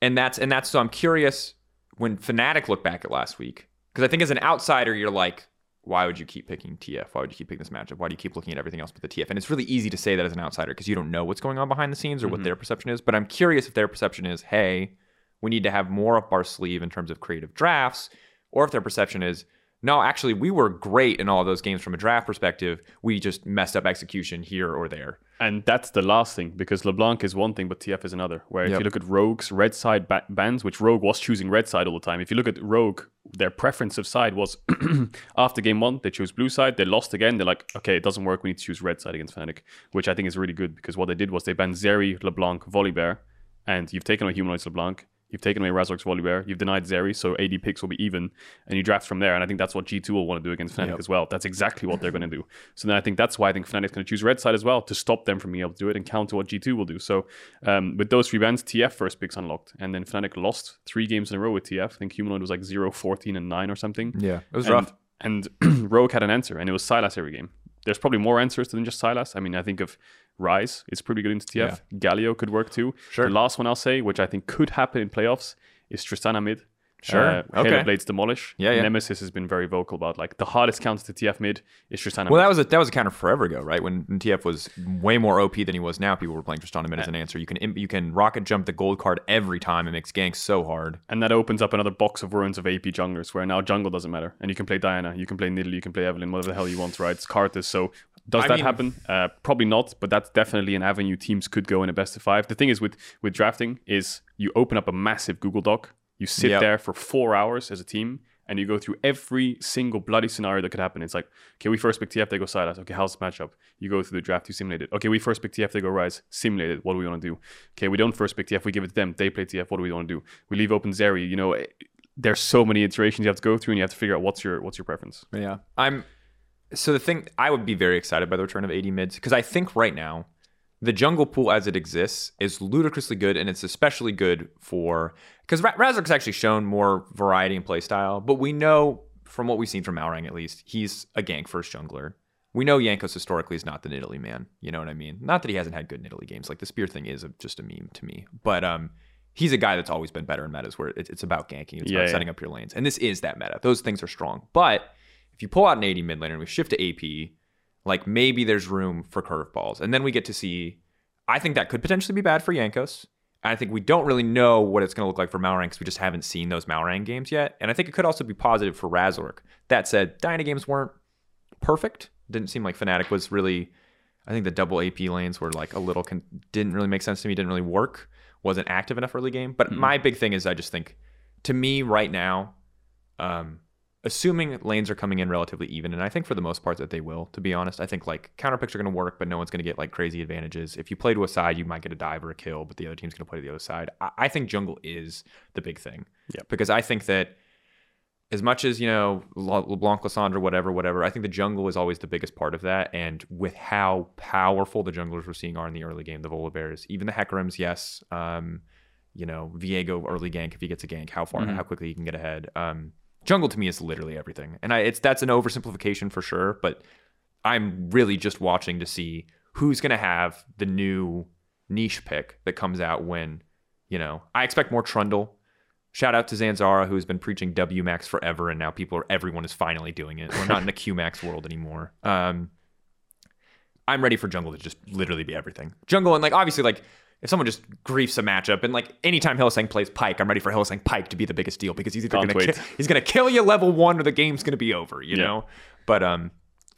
[SPEAKER 1] and that's and that's so I'm curious when Fnatic look back at last week because I think as an outsider you're like, why would you keep picking TF? Why would you keep picking this matchup? Why do you keep looking at everything else but the TF? And it's really easy to say that as an outsider because you don't know what's going on behind the scenes or what their perception is. But I'm curious if their perception is, hey, we need to have more up our sleeve in terms of creative drafts, or if their perception is. No, actually, we were great in all of those games from a draft perspective. We just messed up execution here or there.
[SPEAKER 2] And that's the last thing because LeBlanc is one thing, but TF is another. Where if
[SPEAKER 1] Yep.
[SPEAKER 2] you look at Rogue's red side ba- bans, which Rogue was choosing red side all the time, if you look at Rogue, their preference of side was after game one, they chose blue side, they lost again. They're like, okay, it doesn't work. We need to choose red side against Fnatic, which I think is really good because what they did was they banned Zeri, LeBlanc, Volibear, and you've taken away Humanoids LeBlanc. You've taken away Razor's Volibear, you've denied Zeri, so AD picks will be even, and you draft from there. And I think that's what G2 will want to do against Fnatic
[SPEAKER 1] Yep.
[SPEAKER 2] as well. That's exactly what they're going to do. So then I think that's why I think Fnatic's going to choose red side as well to stop them from being able to do it and counter what G2 will do. So um, with those three bans, TF first picks unlocked, and then Fnatic lost three games in a row with TF. I think Humanoid was like 0, 14, and 9 or something.
[SPEAKER 1] Yeah, it was
[SPEAKER 2] and,
[SPEAKER 1] rough.
[SPEAKER 2] And Rogue had an answer, and it was Silas every game. There's probably more answers than just Silas. I mean, I think of Rise is pretty good into TF. Galio could work too.
[SPEAKER 1] Sure.
[SPEAKER 2] The last one I'll say, which I think could happen in playoffs, is Tristana mid.
[SPEAKER 1] Sure. Okay.
[SPEAKER 2] Halo Blades demolish.
[SPEAKER 1] Yeah, yeah.
[SPEAKER 2] Nemesis has been very vocal about like the hardest counter to TF mid is Tristana.
[SPEAKER 1] Well,
[SPEAKER 2] mid.
[SPEAKER 1] that was a, that was a counter forever ago, right? When when TF was way more OP than he was now, people were playing Tristana Mid as an answer. You can im- you can rocket jump the gold card every time. It makes ganks so hard.
[SPEAKER 2] And that opens up another box of ruins of AP junglers where now jungle doesn't matter. And you can play Diana, you can play Nidalee, you can play Evelyn, whatever the hell you want, right? It's Carthus. So does
[SPEAKER 1] I
[SPEAKER 2] that
[SPEAKER 1] mean-
[SPEAKER 2] happen? Uh, probably not, but that's definitely an avenue teams could go in a best of five. The thing is with, with drafting is you open up a massive Google Doc, you sit
[SPEAKER 1] Yep.
[SPEAKER 2] there for four hours as a team, and you go through every single bloody scenario that could happen. It's like, okay, we first pick TF, they go Silas. Okay, how's the matchup? You go through the draft, you simulate it. Okay, we first pick TF, they go Rise, simulate it. What do we want to do? Okay, we don't first pick TF, we give it to them. They play TF, what do we want to do? We leave open Zeri. You know, eh, there's so many iterations you have to go through, and you have to figure out what's your what's your preference.
[SPEAKER 1] Yeah, I'm. So the thing I would be very excited by the return of AD mids because I think right now the jungle pool as it exists is ludicrously good, and it's especially good for because Ra- Razork's actually shown more variety in playstyle, but we know from what we've seen from Malrang at least, he's a gank first jungler. We know Yankos historically is not the Nidalee man. You know what I mean? Not that he hasn't had good Nidalee games. Like the spear thing is a, just a meme to me, but um, he's a guy that's always been better in metas where it, it's about ganking, it's
[SPEAKER 2] Yeah,
[SPEAKER 1] about
[SPEAKER 2] yeah.
[SPEAKER 1] setting up your lanes, and this is that meta. Those things are strong, but if you pull out an AD mid laner and we shift to AP, Like maybe there's room for curveballs. And then we get to see I think that could potentially be bad for Yankos. And I think we don't really know what it's going to look like for Malrang because we just haven't seen those Malrang games yet. And I think it could also be positive for Razork. That said, Dyna games weren't perfect. Didn't seem like Fnatic was really. I think the double AP lanes were like a little con- didn't really make sense to me. Didn't really work. Wasn't active enough early game. But my big thing is I just think, to me right now, um, assuming lanes are coming in relatively even, and I think for the most part that they will, to be honest. I think like counter picks are going to work, but no one's going to get like crazy advantages. If you play to a side, you might get a dive or a kill, but the other team's going to play to the other side. I, I think jungle is the big thing.
[SPEAKER 2] Yeah.
[SPEAKER 1] Because I think that as much as, you know, Le- LeBlanc, Lissandra, whatever, whatever, I think the jungle is always the biggest part of that. And with how powerful the junglers we're seeing are in the early game, the Vola Bears, even the Hecarims, yes. Um, you know, Viego early gank if he gets a gank, how far,
[SPEAKER 2] Mhm.
[SPEAKER 1] how quickly he can get ahead. Um, jungle to me is literally everything, and I it's that's an oversimplification for sure, but I'm really just watching to see who's gonna have the new niche pick that comes out when, you know, I expect more Trundle. Shout out to Zanzara who has been preaching W Max forever, and now people are everyone is finally doing it. We're not in a Q Max world anymore. Um, I'm ready for jungle to just literally be everything. Jungle and like obviously like if someone just griefs a matchup and like anytime Hillsang plays Pike, I'm ready for Hillsang Pike to be the biggest deal because he's either
[SPEAKER 2] Can't
[SPEAKER 1] gonna
[SPEAKER 2] wait.
[SPEAKER 1] ki- he's gonna kill you level one or the game's gonna be over, you
[SPEAKER 2] Yeah.
[SPEAKER 1] know. But um,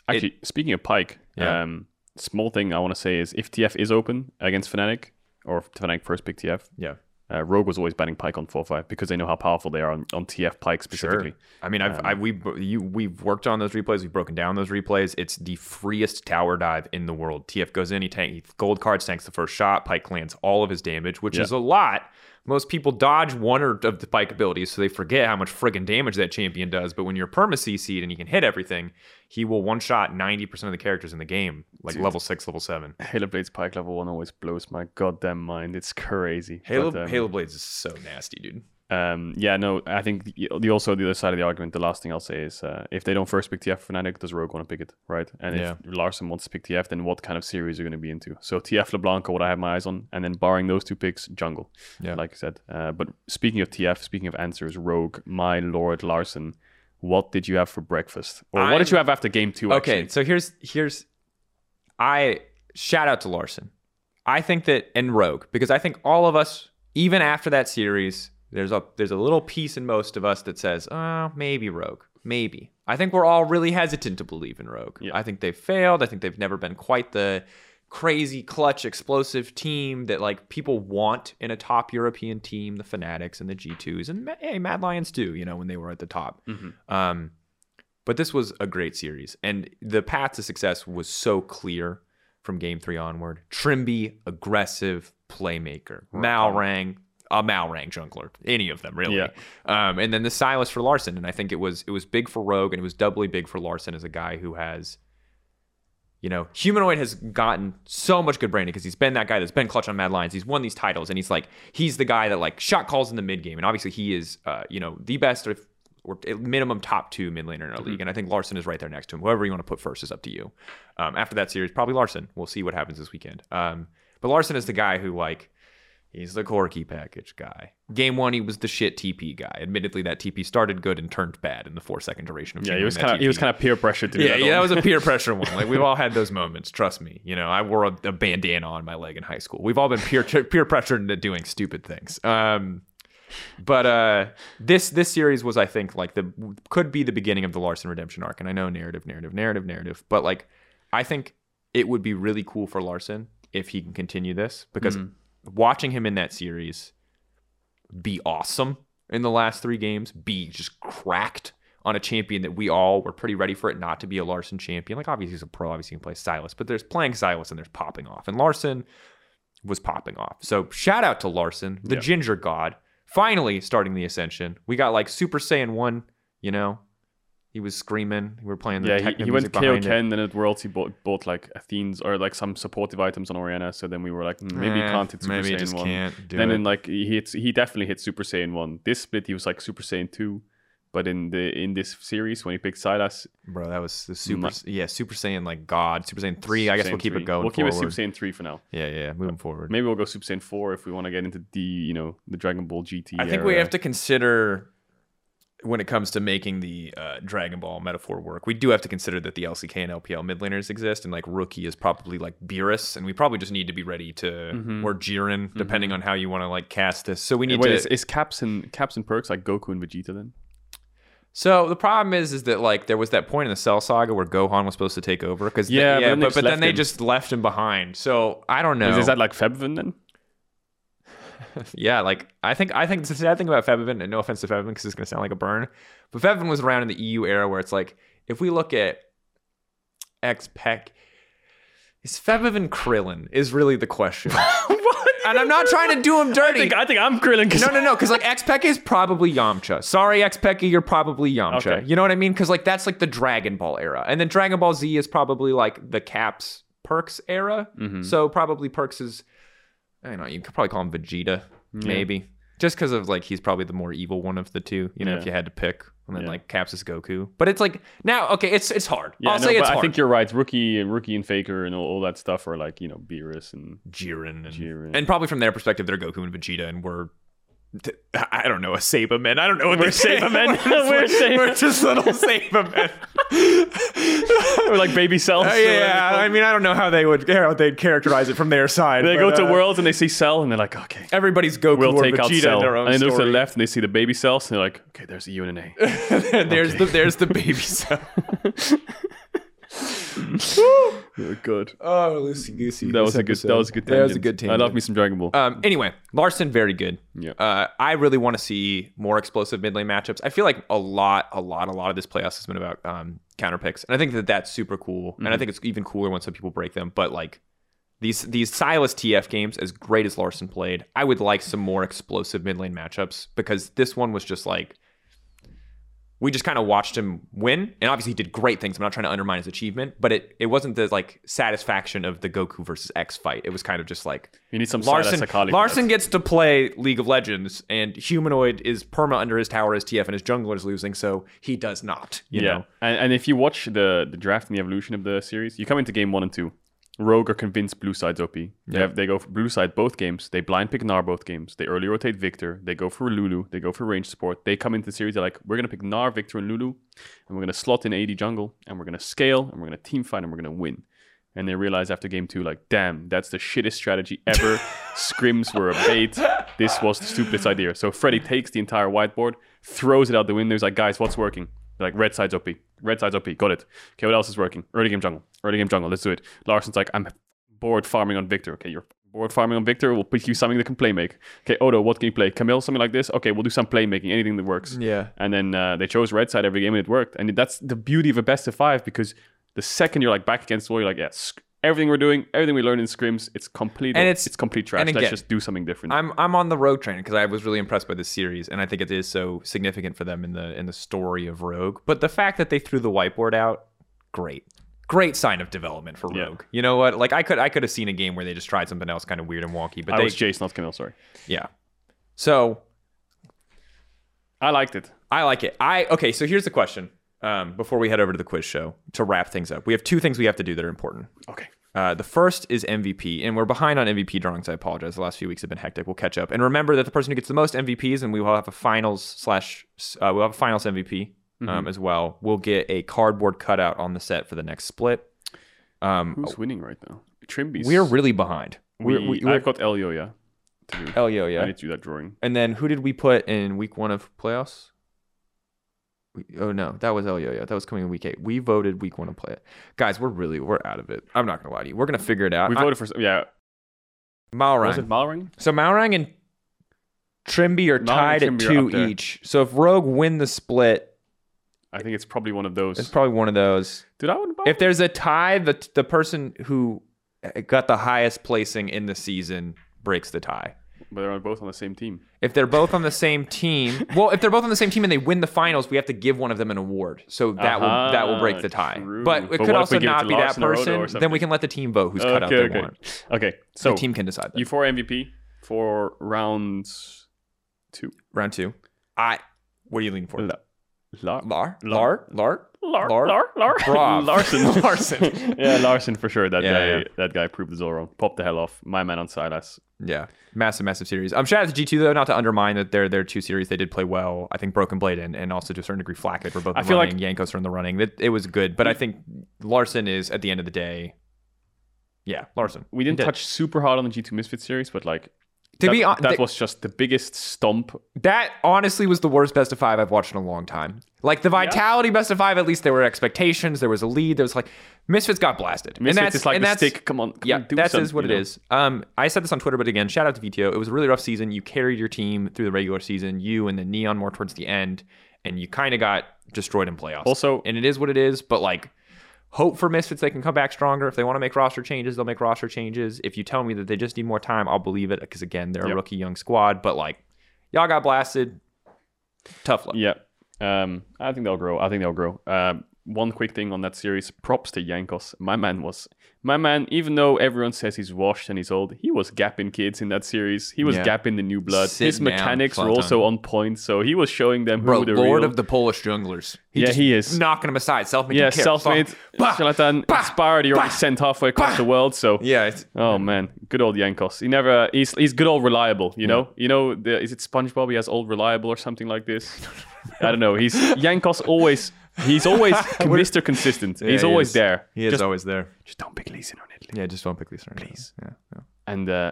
[SPEAKER 2] Actually, speaking of Pike,
[SPEAKER 1] Yeah.
[SPEAKER 2] um, small thing I want to say is if TF is open against Fnatic, or if Fnatic first pick TF,
[SPEAKER 1] yeah,
[SPEAKER 2] uh, Rogue was always banning Pike on 4-5 because they know how powerful they are on, on TF Pike specifically.
[SPEAKER 1] I mean, I've I, we you we've worked on those replays. We've broken down those replays. It's the freest tower dive in the world. TF goes in, he tank, he gold cards, tanks the first shot. Pike lands all of his damage, which
[SPEAKER 2] Yeah.
[SPEAKER 1] is a lot. Most people dodge one or of the Pike abilities, so they forget how much friggin' damage that champion does. But when you're perma CC'd and you can hit everything, he will one shot 90% of the characters in the game, like
[SPEAKER 2] Dude.
[SPEAKER 1] level six, level seven.
[SPEAKER 2] Halo Blade's Pike level 1 always blows my goddamn mind. It's crazy.
[SPEAKER 1] Halo,
[SPEAKER 2] But, um,
[SPEAKER 1] Halo Blades is so nasty, dude.
[SPEAKER 2] Um, yeah, no, I think the, the also the other side of the argument. The last thing I'll say is, uh, if they don't first pick TF Fnatic, does Rogue want to pick it, right? And
[SPEAKER 1] Yeah.
[SPEAKER 2] if Larson wants to pick TF, then what kind of series are you going to be into? So TF LeBlanc are what I have my eyes on, and then barring those two picks, jungle.
[SPEAKER 1] Yeah.
[SPEAKER 2] like I said. Uh, but speaking of TF, speaking of answers, Rogue, my lord Larson, what did you have for breakfast, or what did
[SPEAKER 1] I'm-
[SPEAKER 2] you have after game two?
[SPEAKER 1] Okay,
[SPEAKER 2] actually?
[SPEAKER 1] so here's here's I shout out to Larson. I think that and Rogue because I think all of us, even after that series, there's a there's a little piece in most of us that says, "Oh, maybe Rogue, maybe." I think we're all really hesitant to believe in Rogue.
[SPEAKER 2] Yeah.
[SPEAKER 1] I think they've failed. I think they've never been quite the crazy clutch explosive team that like people want in a top European team, the Fanatics and the G2s and hey, Mad Lions too, you know, when they were at the top.
[SPEAKER 2] Mm-hmm.
[SPEAKER 1] Um, but this was a great series, and the path to success was so clear from game three onward. Trimby, aggressive playmaker. Malrang, a Malrang jungler. Any of them, really.
[SPEAKER 2] Yeah.
[SPEAKER 1] Um, and then the Silas for Larson. And I think it was it was big for Rogue, and it was doubly big for Larson as a guy who has you know, Humanoid has gotten so much good branding because he's been that guy that's been clutch on Mad Lions. He's won these titles, and he's like, he's the guy that like shot calls in the mid game, and obviously he is, uh, you know, the best or, or at minimum top two mid laner in our
[SPEAKER 2] Mm-hmm.
[SPEAKER 1] league. And I think Larson is right there next to him. Whoever you want to put first is up to you. Um, after that series, probably Larson. We'll see what happens this weekend. Um, but Larson is the guy who like He's the Corky package guy. Game one, he was the shit TP guy. Admittedly, that TP started good and turned bad in the four second duration of
[SPEAKER 2] yeah,
[SPEAKER 1] game
[SPEAKER 2] he was
[SPEAKER 1] when that
[SPEAKER 2] kind of he was
[SPEAKER 1] TP
[SPEAKER 2] kind of peer pressured to do
[SPEAKER 1] yeah,
[SPEAKER 2] that.
[SPEAKER 1] yeah, that
[SPEAKER 2] one.
[SPEAKER 1] was a peer pressure one. Like we've all had those moments. Trust me. You know, I wore a, a bandana on my leg in high school. We've all been peer peer pressured into doing stupid things. Um, but uh, this this series was, I think, like the could be the beginning of the Larson redemption arc. And I know narrative, narrative, narrative, narrative. But like, I think it would be really cool for Larson if he can continue this because watching him in that series be awesome in the last three games, be just cracked on a champion that we all were pretty ready for it not to be a Larson champion. Like obviously he's a pro, obviously he can play Silas, but there's playing Silas and there's popping off. And Larson was popping off. So shout out to Larson, the
[SPEAKER 2] Yeah.
[SPEAKER 1] ginger god, finally starting the ascension. We got like Super Saiyan 1, you know. He was screaming. We were playing the
[SPEAKER 2] Yeah, he,
[SPEAKER 1] techno
[SPEAKER 2] he
[SPEAKER 1] music
[SPEAKER 2] went KO
[SPEAKER 1] behind it.
[SPEAKER 2] Ken, then at Worlds he bought, bought like Athenes or like some supportive items on Oriana. So then we were like, mm, maybe
[SPEAKER 1] Eh,
[SPEAKER 2] he can't hit Super
[SPEAKER 1] maybe he
[SPEAKER 2] Saiyan
[SPEAKER 1] just
[SPEAKER 2] one.
[SPEAKER 1] can't do
[SPEAKER 2] then
[SPEAKER 1] it.
[SPEAKER 2] in like he hits, he definitely hit Super Saiyan one. This split he was like Super Saiyan two, but in the in this series when he picked Silas,
[SPEAKER 1] Bro, that was the super
[SPEAKER 2] My-
[SPEAKER 1] yeah, Super Saiyan like God, Super Saiyan 3. I guess
[SPEAKER 2] Saiyan
[SPEAKER 1] we'll keep
[SPEAKER 2] three.
[SPEAKER 1] it going
[SPEAKER 2] We'll keep
[SPEAKER 1] forward.
[SPEAKER 2] it Super Saiyan three for now.
[SPEAKER 1] yeah, yeah, moving forward.
[SPEAKER 2] Maybe we'll go Super Saiyan four if we want to get into the you know the Dragon Ball GT.
[SPEAKER 1] I think we
[SPEAKER 2] era.
[SPEAKER 1] have to consider when it comes to making the uh, Dragon Ball metaphor work, we do have to consider that the LCK and LPL mid laners exist, and like Rookie is probably like Beerus, and we probably just need to be ready to
[SPEAKER 2] Mm-hmm.
[SPEAKER 1] or Jiren, depending on how you want to like cast this. So we need
[SPEAKER 2] Wait,
[SPEAKER 1] to.
[SPEAKER 2] is, is caps and caps and perks like Goku and Vegeta then?
[SPEAKER 1] so the problem is, is that like there was that point in the Cell Saga where Gohan was supposed to take over because
[SPEAKER 2] Yeah, but
[SPEAKER 1] yeah,
[SPEAKER 2] then they
[SPEAKER 1] but,
[SPEAKER 2] just
[SPEAKER 1] but then
[SPEAKER 2] left
[SPEAKER 1] they
[SPEAKER 2] him.
[SPEAKER 1] just left him behind. So I don't know.
[SPEAKER 2] Is, is that like Febvin then?
[SPEAKER 1] Yeah, like I think I think the sad thing about Febvin, and no offense to Febvin, because it's gonna sound like a burn, but Febvin was around in the EU era where it's like if we look at X Peck, is Febvin Krillin is really the question,
[SPEAKER 2] what?
[SPEAKER 1] and I'm not trying to do him
[SPEAKER 2] I
[SPEAKER 1] dirty.
[SPEAKER 2] think, I think I'm grilling.
[SPEAKER 1] No, no, no, because like X Peck is probably Yamcha. Sorry, X Peck, you're probably Yamcha.
[SPEAKER 2] Okay.
[SPEAKER 1] You know what I mean? Because like that's like the Dragon Ball era, and then Dragon Ball Z is probably like the Caps Perks era.
[SPEAKER 2] Mm-hmm.
[SPEAKER 1] So probably Perks is, I don't know. You could probably call him Vegeta, maybe, just because of like he's probably the more evil one of the two. You know, if
[SPEAKER 2] Yeah.
[SPEAKER 1] you had to pick, and then
[SPEAKER 2] Yeah.
[SPEAKER 1] like Caps is Goku. But it's like now, okay, it's it's hard.
[SPEAKER 2] Yeah,
[SPEAKER 1] I'll
[SPEAKER 2] no,
[SPEAKER 1] say
[SPEAKER 2] but
[SPEAKER 1] it's hard.
[SPEAKER 2] I think you're right. Rookie, rookie, and Faker, and all, all that stuff are like you know Beerus and
[SPEAKER 1] Jiren and,
[SPEAKER 2] Jiren.
[SPEAKER 1] and probably from their perspective, they're Goku and Vegeta, and we're th- I don't know a Sabamen. I don't know what we're
[SPEAKER 2] Sabermen.
[SPEAKER 1] we're,
[SPEAKER 2] We're
[SPEAKER 1] just-
[SPEAKER 2] Saber-
[SPEAKER 1] we're just little Sabamen.
[SPEAKER 2] or like baby cells. or
[SPEAKER 1] Uh, yeah,
[SPEAKER 2] whatever.
[SPEAKER 1] I mean, I don't know how they would how they'd characterize it from their side.
[SPEAKER 2] they
[SPEAKER 1] but,
[SPEAKER 2] go to
[SPEAKER 1] uh,
[SPEAKER 2] worlds and they see cell and they're like, okay,
[SPEAKER 1] Everybody's Goku
[SPEAKER 2] we'll
[SPEAKER 1] or
[SPEAKER 2] take out
[SPEAKER 1] Vegeta in
[SPEAKER 2] cell.
[SPEAKER 1] their own
[SPEAKER 2] And they look to the
[SPEAKER 1] story.
[SPEAKER 2] left and they see the baby cells and they're like, okay, there's a U and an A.
[SPEAKER 1] there's the there's the baby cell.
[SPEAKER 2] They're good.
[SPEAKER 1] oh, Lucy Goosey.
[SPEAKER 2] That was a good. That was a good.
[SPEAKER 1] That was a
[SPEAKER 2] tangent.
[SPEAKER 1] good team.
[SPEAKER 2] I love me some Dragon Ball.
[SPEAKER 1] Um, anyway, Larson very good.
[SPEAKER 2] Yeah.
[SPEAKER 1] Uh, I really want to see more explosive mid lane matchups. I feel like a lot, a lot, a lot of this playoffs has been about um, counter picks, and I think that that's super cool. And I think it's even cooler when some people break them. But like these these Silas TF games, as great as Larson played, I would like some more explosive mid lane matchups because this one was just like we just kind of watched him win, and obviously he did great things. I'm not trying to undermine his achievement, but it it wasn't the like satisfaction of the Goku versus X fight. It was kind of just like
[SPEAKER 2] you need some
[SPEAKER 1] Larson,
[SPEAKER 2] Silas Akali for
[SPEAKER 1] Larson
[SPEAKER 2] that.
[SPEAKER 1] gets to play League of Legends, and Humanoid is perma under his tower as TF, and his jungler is losing, so he does not. You
[SPEAKER 2] yeah,
[SPEAKER 1] know,
[SPEAKER 2] and, and if you watch the the draft and the evolution of the series, you come into game one and two. Rogue are convinced blue side's OP. They, have, they go for blue side both games. They blind pick Nar both games. They early rotate Victor. They go for Lulu. They go for range support. They come into the series. They're like, we're gonna pick Nar, Victor, and Lulu, and we're gonna slot in AD jungle, and we're gonna scale, and we're gonna team fight, and we're gonna win. And they realize after game two, like, damn, that's the shittest strategy ever. Scrims were a bait. This was the stupidest idea. So Freddy takes the entire whiteboard, throws it out the window. He's like, guys, what's working? They're like, red side's OP. Red side's OP. Got it. Okay, what else is working? Early game jungle. Early game jungle. Let's do it. Larson's like, I'm bored farming on Victor. Okay, you're bored farming on Victor. We'll pick you something that can play make. Okay, Odo, what can you play? Camille, something like this. Okay, we'll do some playmaking. Anything that works.
[SPEAKER 1] yeah.
[SPEAKER 2] And then uh, they chose red side every game, and it worked. And that's the beauty of a best of five because the second you're like back against the wall, you're like, yeah, sc- everything we're doing, everything we learned in scrims, it's complete.
[SPEAKER 1] And it's-
[SPEAKER 2] it's, complete trash.
[SPEAKER 1] and
[SPEAKER 2] Let's
[SPEAKER 1] again-
[SPEAKER 2] just do something different.
[SPEAKER 1] I'm I'm on the Rogue train because I was really impressed by this series, and I think it is so significant for them in the in the story of Rogue. But the fact that they threw the whiteboard out, great, great sign of development for
[SPEAKER 2] Yeah.
[SPEAKER 1] Rogue. You know what? Like I could I could have seen a game where they just tried something else kind of weird and wonky, but
[SPEAKER 2] I
[SPEAKER 1] they
[SPEAKER 2] was Jace, not Camille. Sorry.
[SPEAKER 1] yeah. So
[SPEAKER 2] I liked it.
[SPEAKER 1] I like it. I okay. So here's the question. Um, before we head over to the quiz show to wrap things up, we have two things we have to do that are important.
[SPEAKER 2] Okay.
[SPEAKER 1] Uh, the first is MVP, and we're behind on MVP drawings. I apologize. The last few weeks have been hectic. We'll catch up. And remember that the person who gets the most MVPs, and we will have a finals slash uh, we'll have a finals MVP um, as well. We'll get a cardboard cutout on the set for the next split. Um,
[SPEAKER 2] Who's winning right now? Trimby's.
[SPEAKER 1] we're really behind.
[SPEAKER 2] we,
[SPEAKER 1] We're, we,
[SPEAKER 2] I've
[SPEAKER 1] we're
[SPEAKER 2] got Elio, yeah. To do.
[SPEAKER 1] Elio,
[SPEAKER 2] I
[SPEAKER 1] yeah.
[SPEAKER 2] need to do that drawing.
[SPEAKER 1] And then who did we put in week one of playoffs? We, oh no, that was El Yo-Yo. That was coming in week eight. We voted week one of play. Guys, we're really we're out of it. I'm not gonna lie to you. We're gonna figure it out.
[SPEAKER 2] We
[SPEAKER 1] I-
[SPEAKER 2] voted for for yeah.
[SPEAKER 1] Malrang.
[SPEAKER 2] Was it Malrang?
[SPEAKER 1] So Malrang and Trimby are
[SPEAKER 2] Malrang and
[SPEAKER 1] tied at
[SPEAKER 2] Trimby are
[SPEAKER 1] two
[SPEAKER 2] up there.
[SPEAKER 1] each. So if Rogue win the split,
[SPEAKER 2] I think it's probably one of
[SPEAKER 1] it's
[SPEAKER 2] those.
[SPEAKER 1] probably one of those.
[SPEAKER 2] Did I win?
[SPEAKER 1] If there's a tie, the the person who got the highest placing in the season breaks the tie.
[SPEAKER 2] But they're both on the same team.
[SPEAKER 1] If they're both on the same team, well, if they're both on the same team and they win the finals, we have to give one of them an award. So that will that will break the tie.
[SPEAKER 2] Ah, true.
[SPEAKER 1] But it
[SPEAKER 2] But what
[SPEAKER 1] could
[SPEAKER 2] if
[SPEAKER 1] also
[SPEAKER 2] we give it
[SPEAKER 1] not
[SPEAKER 2] to
[SPEAKER 1] be that
[SPEAKER 2] Larson or Odo or
[SPEAKER 1] person. Then
[SPEAKER 2] something?
[SPEAKER 1] we can let the team vote who's cut out
[SPEAKER 2] Okay,
[SPEAKER 1] they
[SPEAKER 2] okay.
[SPEAKER 1] want.
[SPEAKER 2] Okay. So
[SPEAKER 1] the team can decide that.
[SPEAKER 2] you four MVP for round two.
[SPEAKER 1] Round two. I. What are you leaning for?
[SPEAKER 2] La- La-
[SPEAKER 1] Lar.
[SPEAKER 2] Lar.
[SPEAKER 1] Lar. Lar.
[SPEAKER 2] Lar-
[SPEAKER 1] Lar-
[SPEAKER 2] Lar- Lar-
[SPEAKER 1] Brav.
[SPEAKER 2] Larson.
[SPEAKER 3] Larson.
[SPEAKER 2] yeah, Larson for sure. That
[SPEAKER 1] Yeah,
[SPEAKER 2] guy,
[SPEAKER 1] yeah.
[SPEAKER 2] that guy proved us all wrong. Pop the hell off, my man on Silas.
[SPEAKER 1] Yeah, massive, massive series. Um, shout out to G two though, not to undermine that they're their two series. They did play well. I think Broken Blade and, and also to a certain degree Flacco were both
[SPEAKER 2] I
[SPEAKER 1] in
[SPEAKER 2] feel
[SPEAKER 1] running. Yankos are in the running. That it was good, but I think Larson is at the end of the day. Yeah, Larson.
[SPEAKER 2] We didn't
[SPEAKER 1] He did.
[SPEAKER 2] touch super hard on the G2 Misfit series, but like
[SPEAKER 1] To
[SPEAKER 2] that,
[SPEAKER 1] be honest,
[SPEAKER 2] that was just the biggest stomp.
[SPEAKER 1] That honestly was the worst best of five I've watched in a long time. Like the Vitality best of five, at least there were expectations. There was a lead. There was like Misfits got blasted.
[SPEAKER 2] Misfits
[SPEAKER 1] and that's
[SPEAKER 2] is like
[SPEAKER 1] and
[SPEAKER 2] the
[SPEAKER 1] that's,
[SPEAKER 2] stick. Come on, come
[SPEAKER 1] Yeah,
[SPEAKER 2] on, do
[SPEAKER 1] that
[SPEAKER 2] some,
[SPEAKER 1] is what
[SPEAKER 2] you
[SPEAKER 1] it
[SPEAKER 2] know.
[SPEAKER 1] is. Um, I said this on Twitter, but again, shout out to VTO. It was a really rough season. You carried your team through the regular season. You and then Neon more towards the end, and you kind of got destroyed in playoffs.
[SPEAKER 2] Also-
[SPEAKER 1] and it is what it is. But like, hope for Misfits they can come back stronger. If they want to make roster changes, they'll make roster changes. If you tell me that they just need more time, I'll believe it because again, they're a
[SPEAKER 2] Yep.
[SPEAKER 1] rookie young squad. But like, y'all got blasted. Tough luck.
[SPEAKER 2] Yeah, um, I think they'll grow. I think they'll grow. Um, one quick thing on that series: props to Yankos. My man was my man. Even though everyone says he's washed and he's old, he was gapping kids in that series. He was
[SPEAKER 1] Yeah.
[SPEAKER 2] gapping the new blood.
[SPEAKER 1] Sit
[SPEAKER 2] His
[SPEAKER 1] down,
[SPEAKER 2] mechanics were
[SPEAKER 1] Zlatan.
[SPEAKER 2] also on point, so he was showing them who
[SPEAKER 1] Bro,
[SPEAKER 2] the
[SPEAKER 1] Lord
[SPEAKER 2] real.
[SPEAKER 1] of the Polish junglers.
[SPEAKER 2] Yeah,
[SPEAKER 1] just
[SPEAKER 2] he is.
[SPEAKER 1] knocking them aside. Self-made.
[SPEAKER 2] yeah,
[SPEAKER 1] kick,
[SPEAKER 2] self-made.
[SPEAKER 1] bah,
[SPEAKER 2] Charlatan
[SPEAKER 1] bah,
[SPEAKER 2] inspired. He already
[SPEAKER 1] bah,
[SPEAKER 2] sent halfway across
[SPEAKER 1] bah.
[SPEAKER 2] the world. So
[SPEAKER 1] Yeah, it's,
[SPEAKER 2] Oh man, good old Yankos. He never he's he's good old reliable. You know, you know, the, is it SpongeBob? He has old reliable or something like this. I don't know. He's Yankos always. He's always Mr. Consistent. he's
[SPEAKER 1] he
[SPEAKER 2] always
[SPEAKER 1] is.
[SPEAKER 2] there.
[SPEAKER 1] he is
[SPEAKER 2] just,
[SPEAKER 1] always there.
[SPEAKER 2] just don't pick Leeson on Italy.
[SPEAKER 1] Yeah, just don't pick Leeson. Please. Yeah,
[SPEAKER 2] And uh,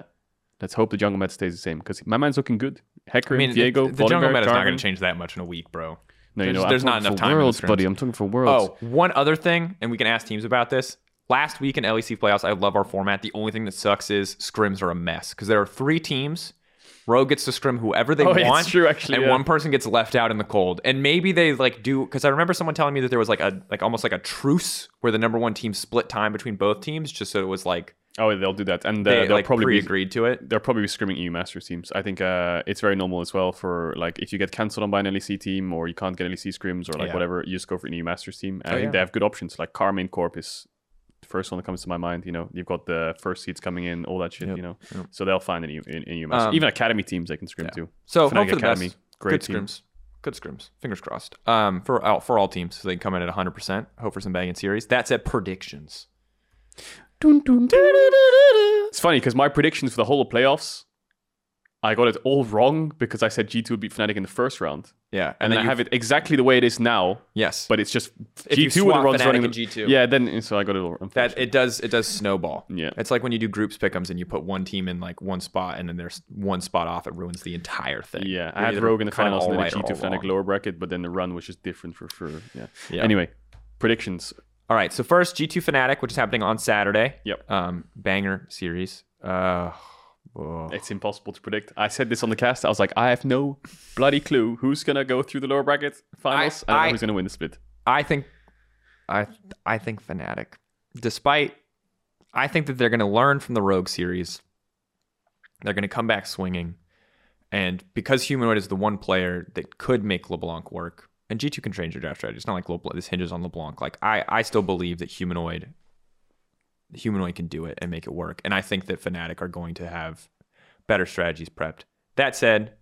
[SPEAKER 2] let's hope the jungle med stays the same because my man's looking good. Hecker,
[SPEAKER 1] I mean,
[SPEAKER 2] Diego,
[SPEAKER 1] the, the jungle
[SPEAKER 2] Vollenberg,
[SPEAKER 1] meta is not going
[SPEAKER 2] Jarvan.
[SPEAKER 1] to change that much in a week, bro.
[SPEAKER 2] No, you
[SPEAKER 1] There's-
[SPEAKER 2] know, I'm
[SPEAKER 1] there's not
[SPEAKER 2] talking
[SPEAKER 1] enough
[SPEAKER 2] for
[SPEAKER 1] time in the
[SPEAKER 2] Worlds,
[SPEAKER 1] scrims.
[SPEAKER 2] buddy. I'm talking for worlds.
[SPEAKER 1] Oh, one other thing, and we can ask teams about this. Last week in LEC playoffs, I love our format. The only thing that sucks is scrims are a mess because there are three teams. Rogue gets to scrim whoever they
[SPEAKER 2] Oh, yeah,
[SPEAKER 1] want,
[SPEAKER 2] it's true, actually,
[SPEAKER 1] and
[SPEAKER 2] yeah.
[SPEAKER 1] one person gets left out in the cold. And maybe they like do because I remember someone telling me that there was like a like almost like a truce where the number one team split time between both teams, just so it was like
[SPEAKER 2] Oh, they'll do that, and uh,
[SPEAKER 1] they
[SPEAKER 2] they'll
[SPEAKER 1] like
[SPEAKER 2] probably be
[SPEAKER 1] pre-agreed to it.
[SPEAKER 2] they're probably scrimming EU Masters teams. I think uh, it's very normal as well for like if you get cancelled on by an LEC team or you can't get LEC scrims or like
[SPEAKER 1] Yeah.
[SPEAKER 2] whatever, you just go for an EU Masters team. And
[SPEAKER 1] Oh,
[SPEAKER 2] I think
[SPEAKER 1] yeah.
[SPEAKER 2] they have good options. Like Carmine Corp is the first one that comes to my mind. You know, you've got the first seeds coming in, all that shit. You know, so they'll find an EU, an EU Masters.
[SPEAKER 1] Um,
[SPEAKER 2] Even academy teams they can scrim too.
[SPEAKER 1] So
[SPEAKER 2] Fnatic
[SPEAKER 1] hope for the
[SPEAKER 2] Academy,
[SPEAKER 1] best.
[SPEAKER 2] great
[SPEAKER 1] Good
[SPEAKER 2] team.
[SPEAKER 1] scrims. Good scrims. Fingers crossed. Um, for all, for all teams, so they can come in at 100. percent Hope for some banging series. That's at predictions.
[SPEAKER 2] It's funny because my predictions for the whole of playoffs, I got it all wrong because I said G2 would beat Fnatic in the first round,
[SPEAKER 1] Yeah,
[SPEAKER 2] and, then I
[SPEAKER 1] you-
[SPEAKER 2] have it exactly the way it is now.
[SPEAKER 1] Yes, but
[SPEAKER 2] But it's just
[SPEAKER 1] If you
[SPEAKER 2] G two were the
[SPEAKER 1] swap
[SPEAKER 2] ones
[SPEAKER 1] Fnatic
[SPEAKER 2] running
[SPEAKER 1] and
[SPEAKER 2] the-
[SPEAKER 1] G2.
[SPEAKER 2] Yeah, then so I got it all.
[SPEAKER 1] that
[SPEAKER 2] unfortunately.
[SPEAKER 1] it does it does snowball.
[SPEAKER 2] Yeah.
[SPEAKER 1] it's like when you do groups pickums and you put one team in like one spot and then there's one spot off. It ruins the entire thing.
[SPEAKER 2] Yeah, I
[SPEAKER 1] You're
[SPEAKER 2] had
[SPEAKER 1] either
[SPEAKER 2] Rogue in the
[SPEAKER 1] kind of
[SPEAKER 2] finals
[SPEAKER 1] all
[SPEAKER 2] and then a
[SPEAKER 1] right or
[SPEAKER 2] G2
[SPEAKER 1] all
[SPEAKER 2] Fnatic
[SPEAKER 1] wrong.
[SPEAKER 2] lower bracket, but then the run was just different for sure. Yeah.
[SPEAKER 1] Yeah.
[SPEAKER 2] Anyway, predictions.
[SPEAKER 1] All right, so first G2 Fnatic, which is happening on Saturday.
[SPEAKER 2] Yep.
[SPEAKER 1] Um, banger series. Uh, oh.
[SPEAKER 2] It's impossible to predict. I said this on the cast. I was like, I have no bloody clue who's gonna go through the lower bracket finals.
[SPEAKER 1] I-
[SPEAKER 2] I, don't
[SPEAKER 1] I-
[SPEAKER 2] know who's gonna win the split.
[SPEAKER 1] I think I I think Fnatic, despite I think that they're going to learn from the Rogue series. They're going to come back swinging, and because Humanoid is the one player that could make LeBlanc work, and G two can change your draft strategy. It's not like LeBlanc, this hinges on LeBlanc. Like I I still believe that Humanoid Humanoid can do it and make it work, and I think that Fnatic are going to have better strategies prepped. That said,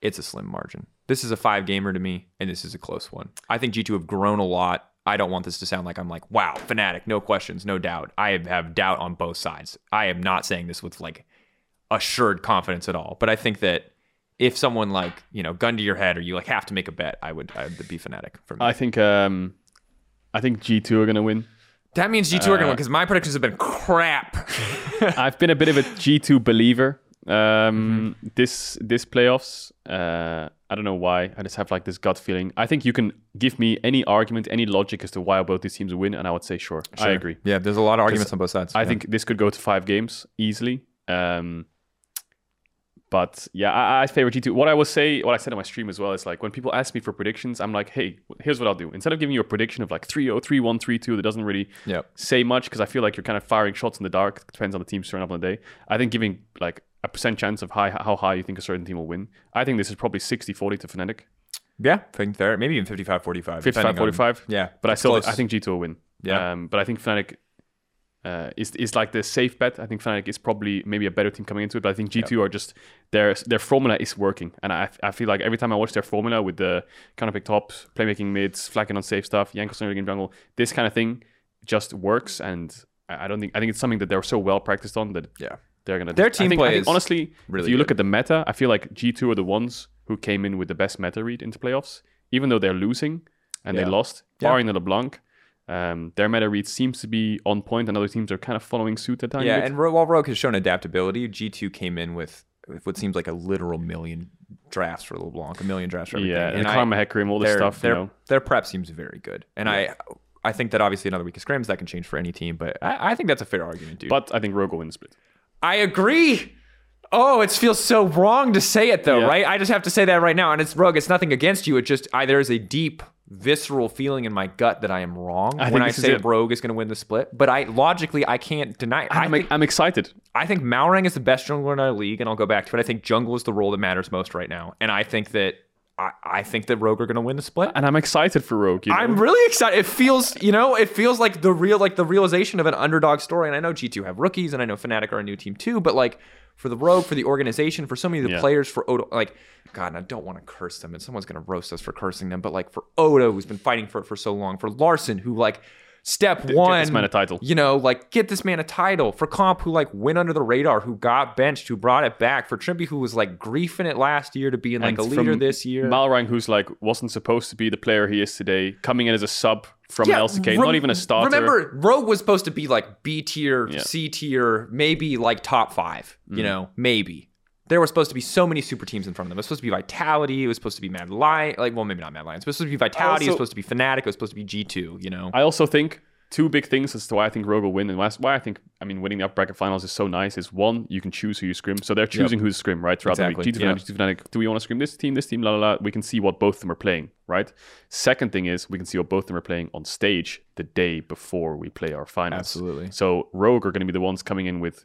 [SPEAKER 1] it's a slim margin. This is a five gamer to me, and this is a close one. I think G2 have grown a lot. I don't want this to sound like I'm like, wow, fanatic, no questions, no doubt. I have- have doubt on both sides. I am not saying this with like assured confidence at all, but I think that if someone like you know gun to your head or you like have to make a bet, I would I would be fanatic for me.
[SPEAKER 2] I think. Um, I think G two are gonna win.
[SPEAKER 1] that means G2 are gonna win because my predictions have been crap.
[SPEAKER 2] I've been a bit of a G two believer. Um, this this playoffs. Uh, I don't know why. I just have like this gut feeling. I think you can give me any argument, any logic as to why both these teams win, and I would say sure. I agree.
[SPEAKER 1] Yeah, there's a lot of arguments on both sides.
[SPEAKER 2] I think this could go to five games easily. Um, but yeah, I, I favor G two. What I will say, what I said on my stream as well, is like when people ask me for predictions, I'm like, hey, here's what I'll do. Instead of giving you a prediction of like oh, 3-0, 3-1, 3-2 that doesn't really
[SPEAKER 1] yeah.
[SPEAKER 2] say much because I feel like you're kind of firing shots in the dark. Depends on the team showing up on the day. I think giving like a percent chance of high, how high you think a certain team will win. I think this is probably 60 40 to Fnatic,
[SPEAKER 1] Yeah, I think there maybe even 55 45.
[SPEAKER 2] 55
[SPEAKER 1] depending on-
[SPEAKER 2] 45.
[SPEAKER 1] Yeah.
[SPEAKER 2] But I
[SPEAKER 1] it's
[SPEAKER 2] still
[SPEAKER 1] close.
[SPEAKER 2] I think G2 will win.
[SPEAKER 1] Yeah.
[SPEAKER 2] Um, but I think Fnatic uh, is is like the safe bet. I think Fnatic is probably maybe a better team coming into it, but I think G two are just their their formula is working, and I I feel like every time I watch their formula with the kind of pick tops, playmaking mids, flanking on safe stuff, Yankos on in jungle, this kind of thing just works, and I I don't think I think it's something that they're so well practiced on that
[SPEAKER 1] Yeah.
[SPEAKER 2] they're gonna.
[SPEAKER 1] Their
[SPEAKER 2] I
[SPEAKER 1] team
[SPEAKER 2] think- I
[SPEAKER 1] play
[SPEAKER 2] think
[SPEAKER 1] is
[SPEAKER 2] honestly,
[SPEAKER 1] really
[SPEAKER 2] if you look at the meta, I feel like G two are the ones who came in with the best meta read into playoffs, even though they're losing and
[SPEAKER 1] Yeah.
[SPEAKER 2] they lost.
[SPEAKER 1] Yeah.
[SPEAKER 2] Barring the LeBlanc, um, their meta read seems to be on point, and other teams are kind of following suit at times.
[SPEAKER 1] Yeah, and Ro- while Rogue has shown adaptability, G2 came in with, with what seems like a literal million drafts for LeBlanc, a million drafts for everything.
[SPEAKER 2] yeah, and
[SPEAKER 1] And
[SPEAKER 2] the
[SPEAKER 1] I-
[SPEAKER 2] Karma Hecarim, all this
[SPEAKER 1] their,
[SPEAKER 2] stuff.
[SPEAKER 1] Their,
[SPEAKER 2] You know,
[SPEAKER 1] their prep seems very good, and I I think that obviously another week of scrims that can change for any team, but I, I think that's a fair argument, dude.
[SPEAKER 2] but I think Rogue will win the split.
[SPEAKER 1] I agree. Oh, it feels so wrong to say it though,
[SPEAKER 2] Yeah.
[SPEAKER 1] right? I just have to say that right now, and it's Rogue. It's nothing against you. It just I, there is a deep visceral feeling in my gut that I am wrong
[SPEAKER 2] I
[SPEAKER 1] when
[SPEAKER 2] think
[SPEAKER 1] I
[SPEAKER 2] this is
[SPEAKER 1] say
[SPEAKER 2] it.
[SPEAKER 1] Rogue is going to win the split. But I logically I can't deny it. I
[SPEAKER 2] I'm,
[SPEAKER 1] think,
[SPEAKER 2] I'm excited.
[SPEAKER 1] I think Malrang is the best jungler in our league, and I'll go back to it. I think jungle is the role that matters most right now, and I think that I, I think that Rogue are going to win the split.
[SPEAKER 2] And I'm excited for Rogue. You know?
[SPEAKER 1] I'm really excited. It feels, you know, it feels like the real, like the realization of an underdog story. And I know G2 have rookies, and I know Fnatic are a new team too. But like for the Rogue, for the organization, for so many of the
[SPEAKER 2] Yeah.
[SPEAKER 1] players, for Odo, like God, and I don't want to curse them, and someone's gonna roast us for cursing them. But like for Odo, who's been fighting for it for so long, for Larson, who like step one,
[SPEAKER 2] man a title.
[SPEAKER 1] You know, like get this man a title. For Comp, who like went under the radar, who got benched, who brought it back. For Trimby, who was like griefing it last year to being like
[SPEAKER 2] And
[SPEAKER 1] a leader
[SPEAKER 2] from
[SPEAKER 1] this year.
[SPEAKER 2] Malrang, who's like wasn't supposed to be the player he is today, coming in as a sub from
[SPEAKER 1] Yeah,
[SPEAKER 2] an LCK,
[SPEAKER 1] rem-
[SPEAKER 2] not even a starter.
[SPEAKER 1] Remember, Rogue was supposed to be like B tier,
[SPEAKER 2] Yeah. Mm-hmm.
[SPEAKER 1] C tier, maybe like top five. You know, maybe there were supposed to be so many super teams in front of them. It was supposed to be Vitality. It was supposed to be Mad Lion. Like, well, maybe not Mad Lion. It was supposed to be Vitality. it was
[SPEAKER 2] Also-
[SPEAKER 1] supposed to be Fnatic. It was supposed to be G two. You know,
[SPEAKER 2] I also think two big things as to why I think Rogue will win and why, why I think I mean winning the up bracket finals is so nice is one you can choose who you scrim. So they're choosing who to scrim right throughout
[SPEAKER 1] Exactly,
[SPEAKER 2] the week. G2 Fnatic, G2 Fnatic, do we want to scrim this team, this team, la la la. We can see what both of them are playing, right? Second thing is we can see what both of them are playing on stage the day before we play our finals.
[SPEAKER 1] Absolutely.
[SPEAKER 2] So Rogue are going to be the ones coming in with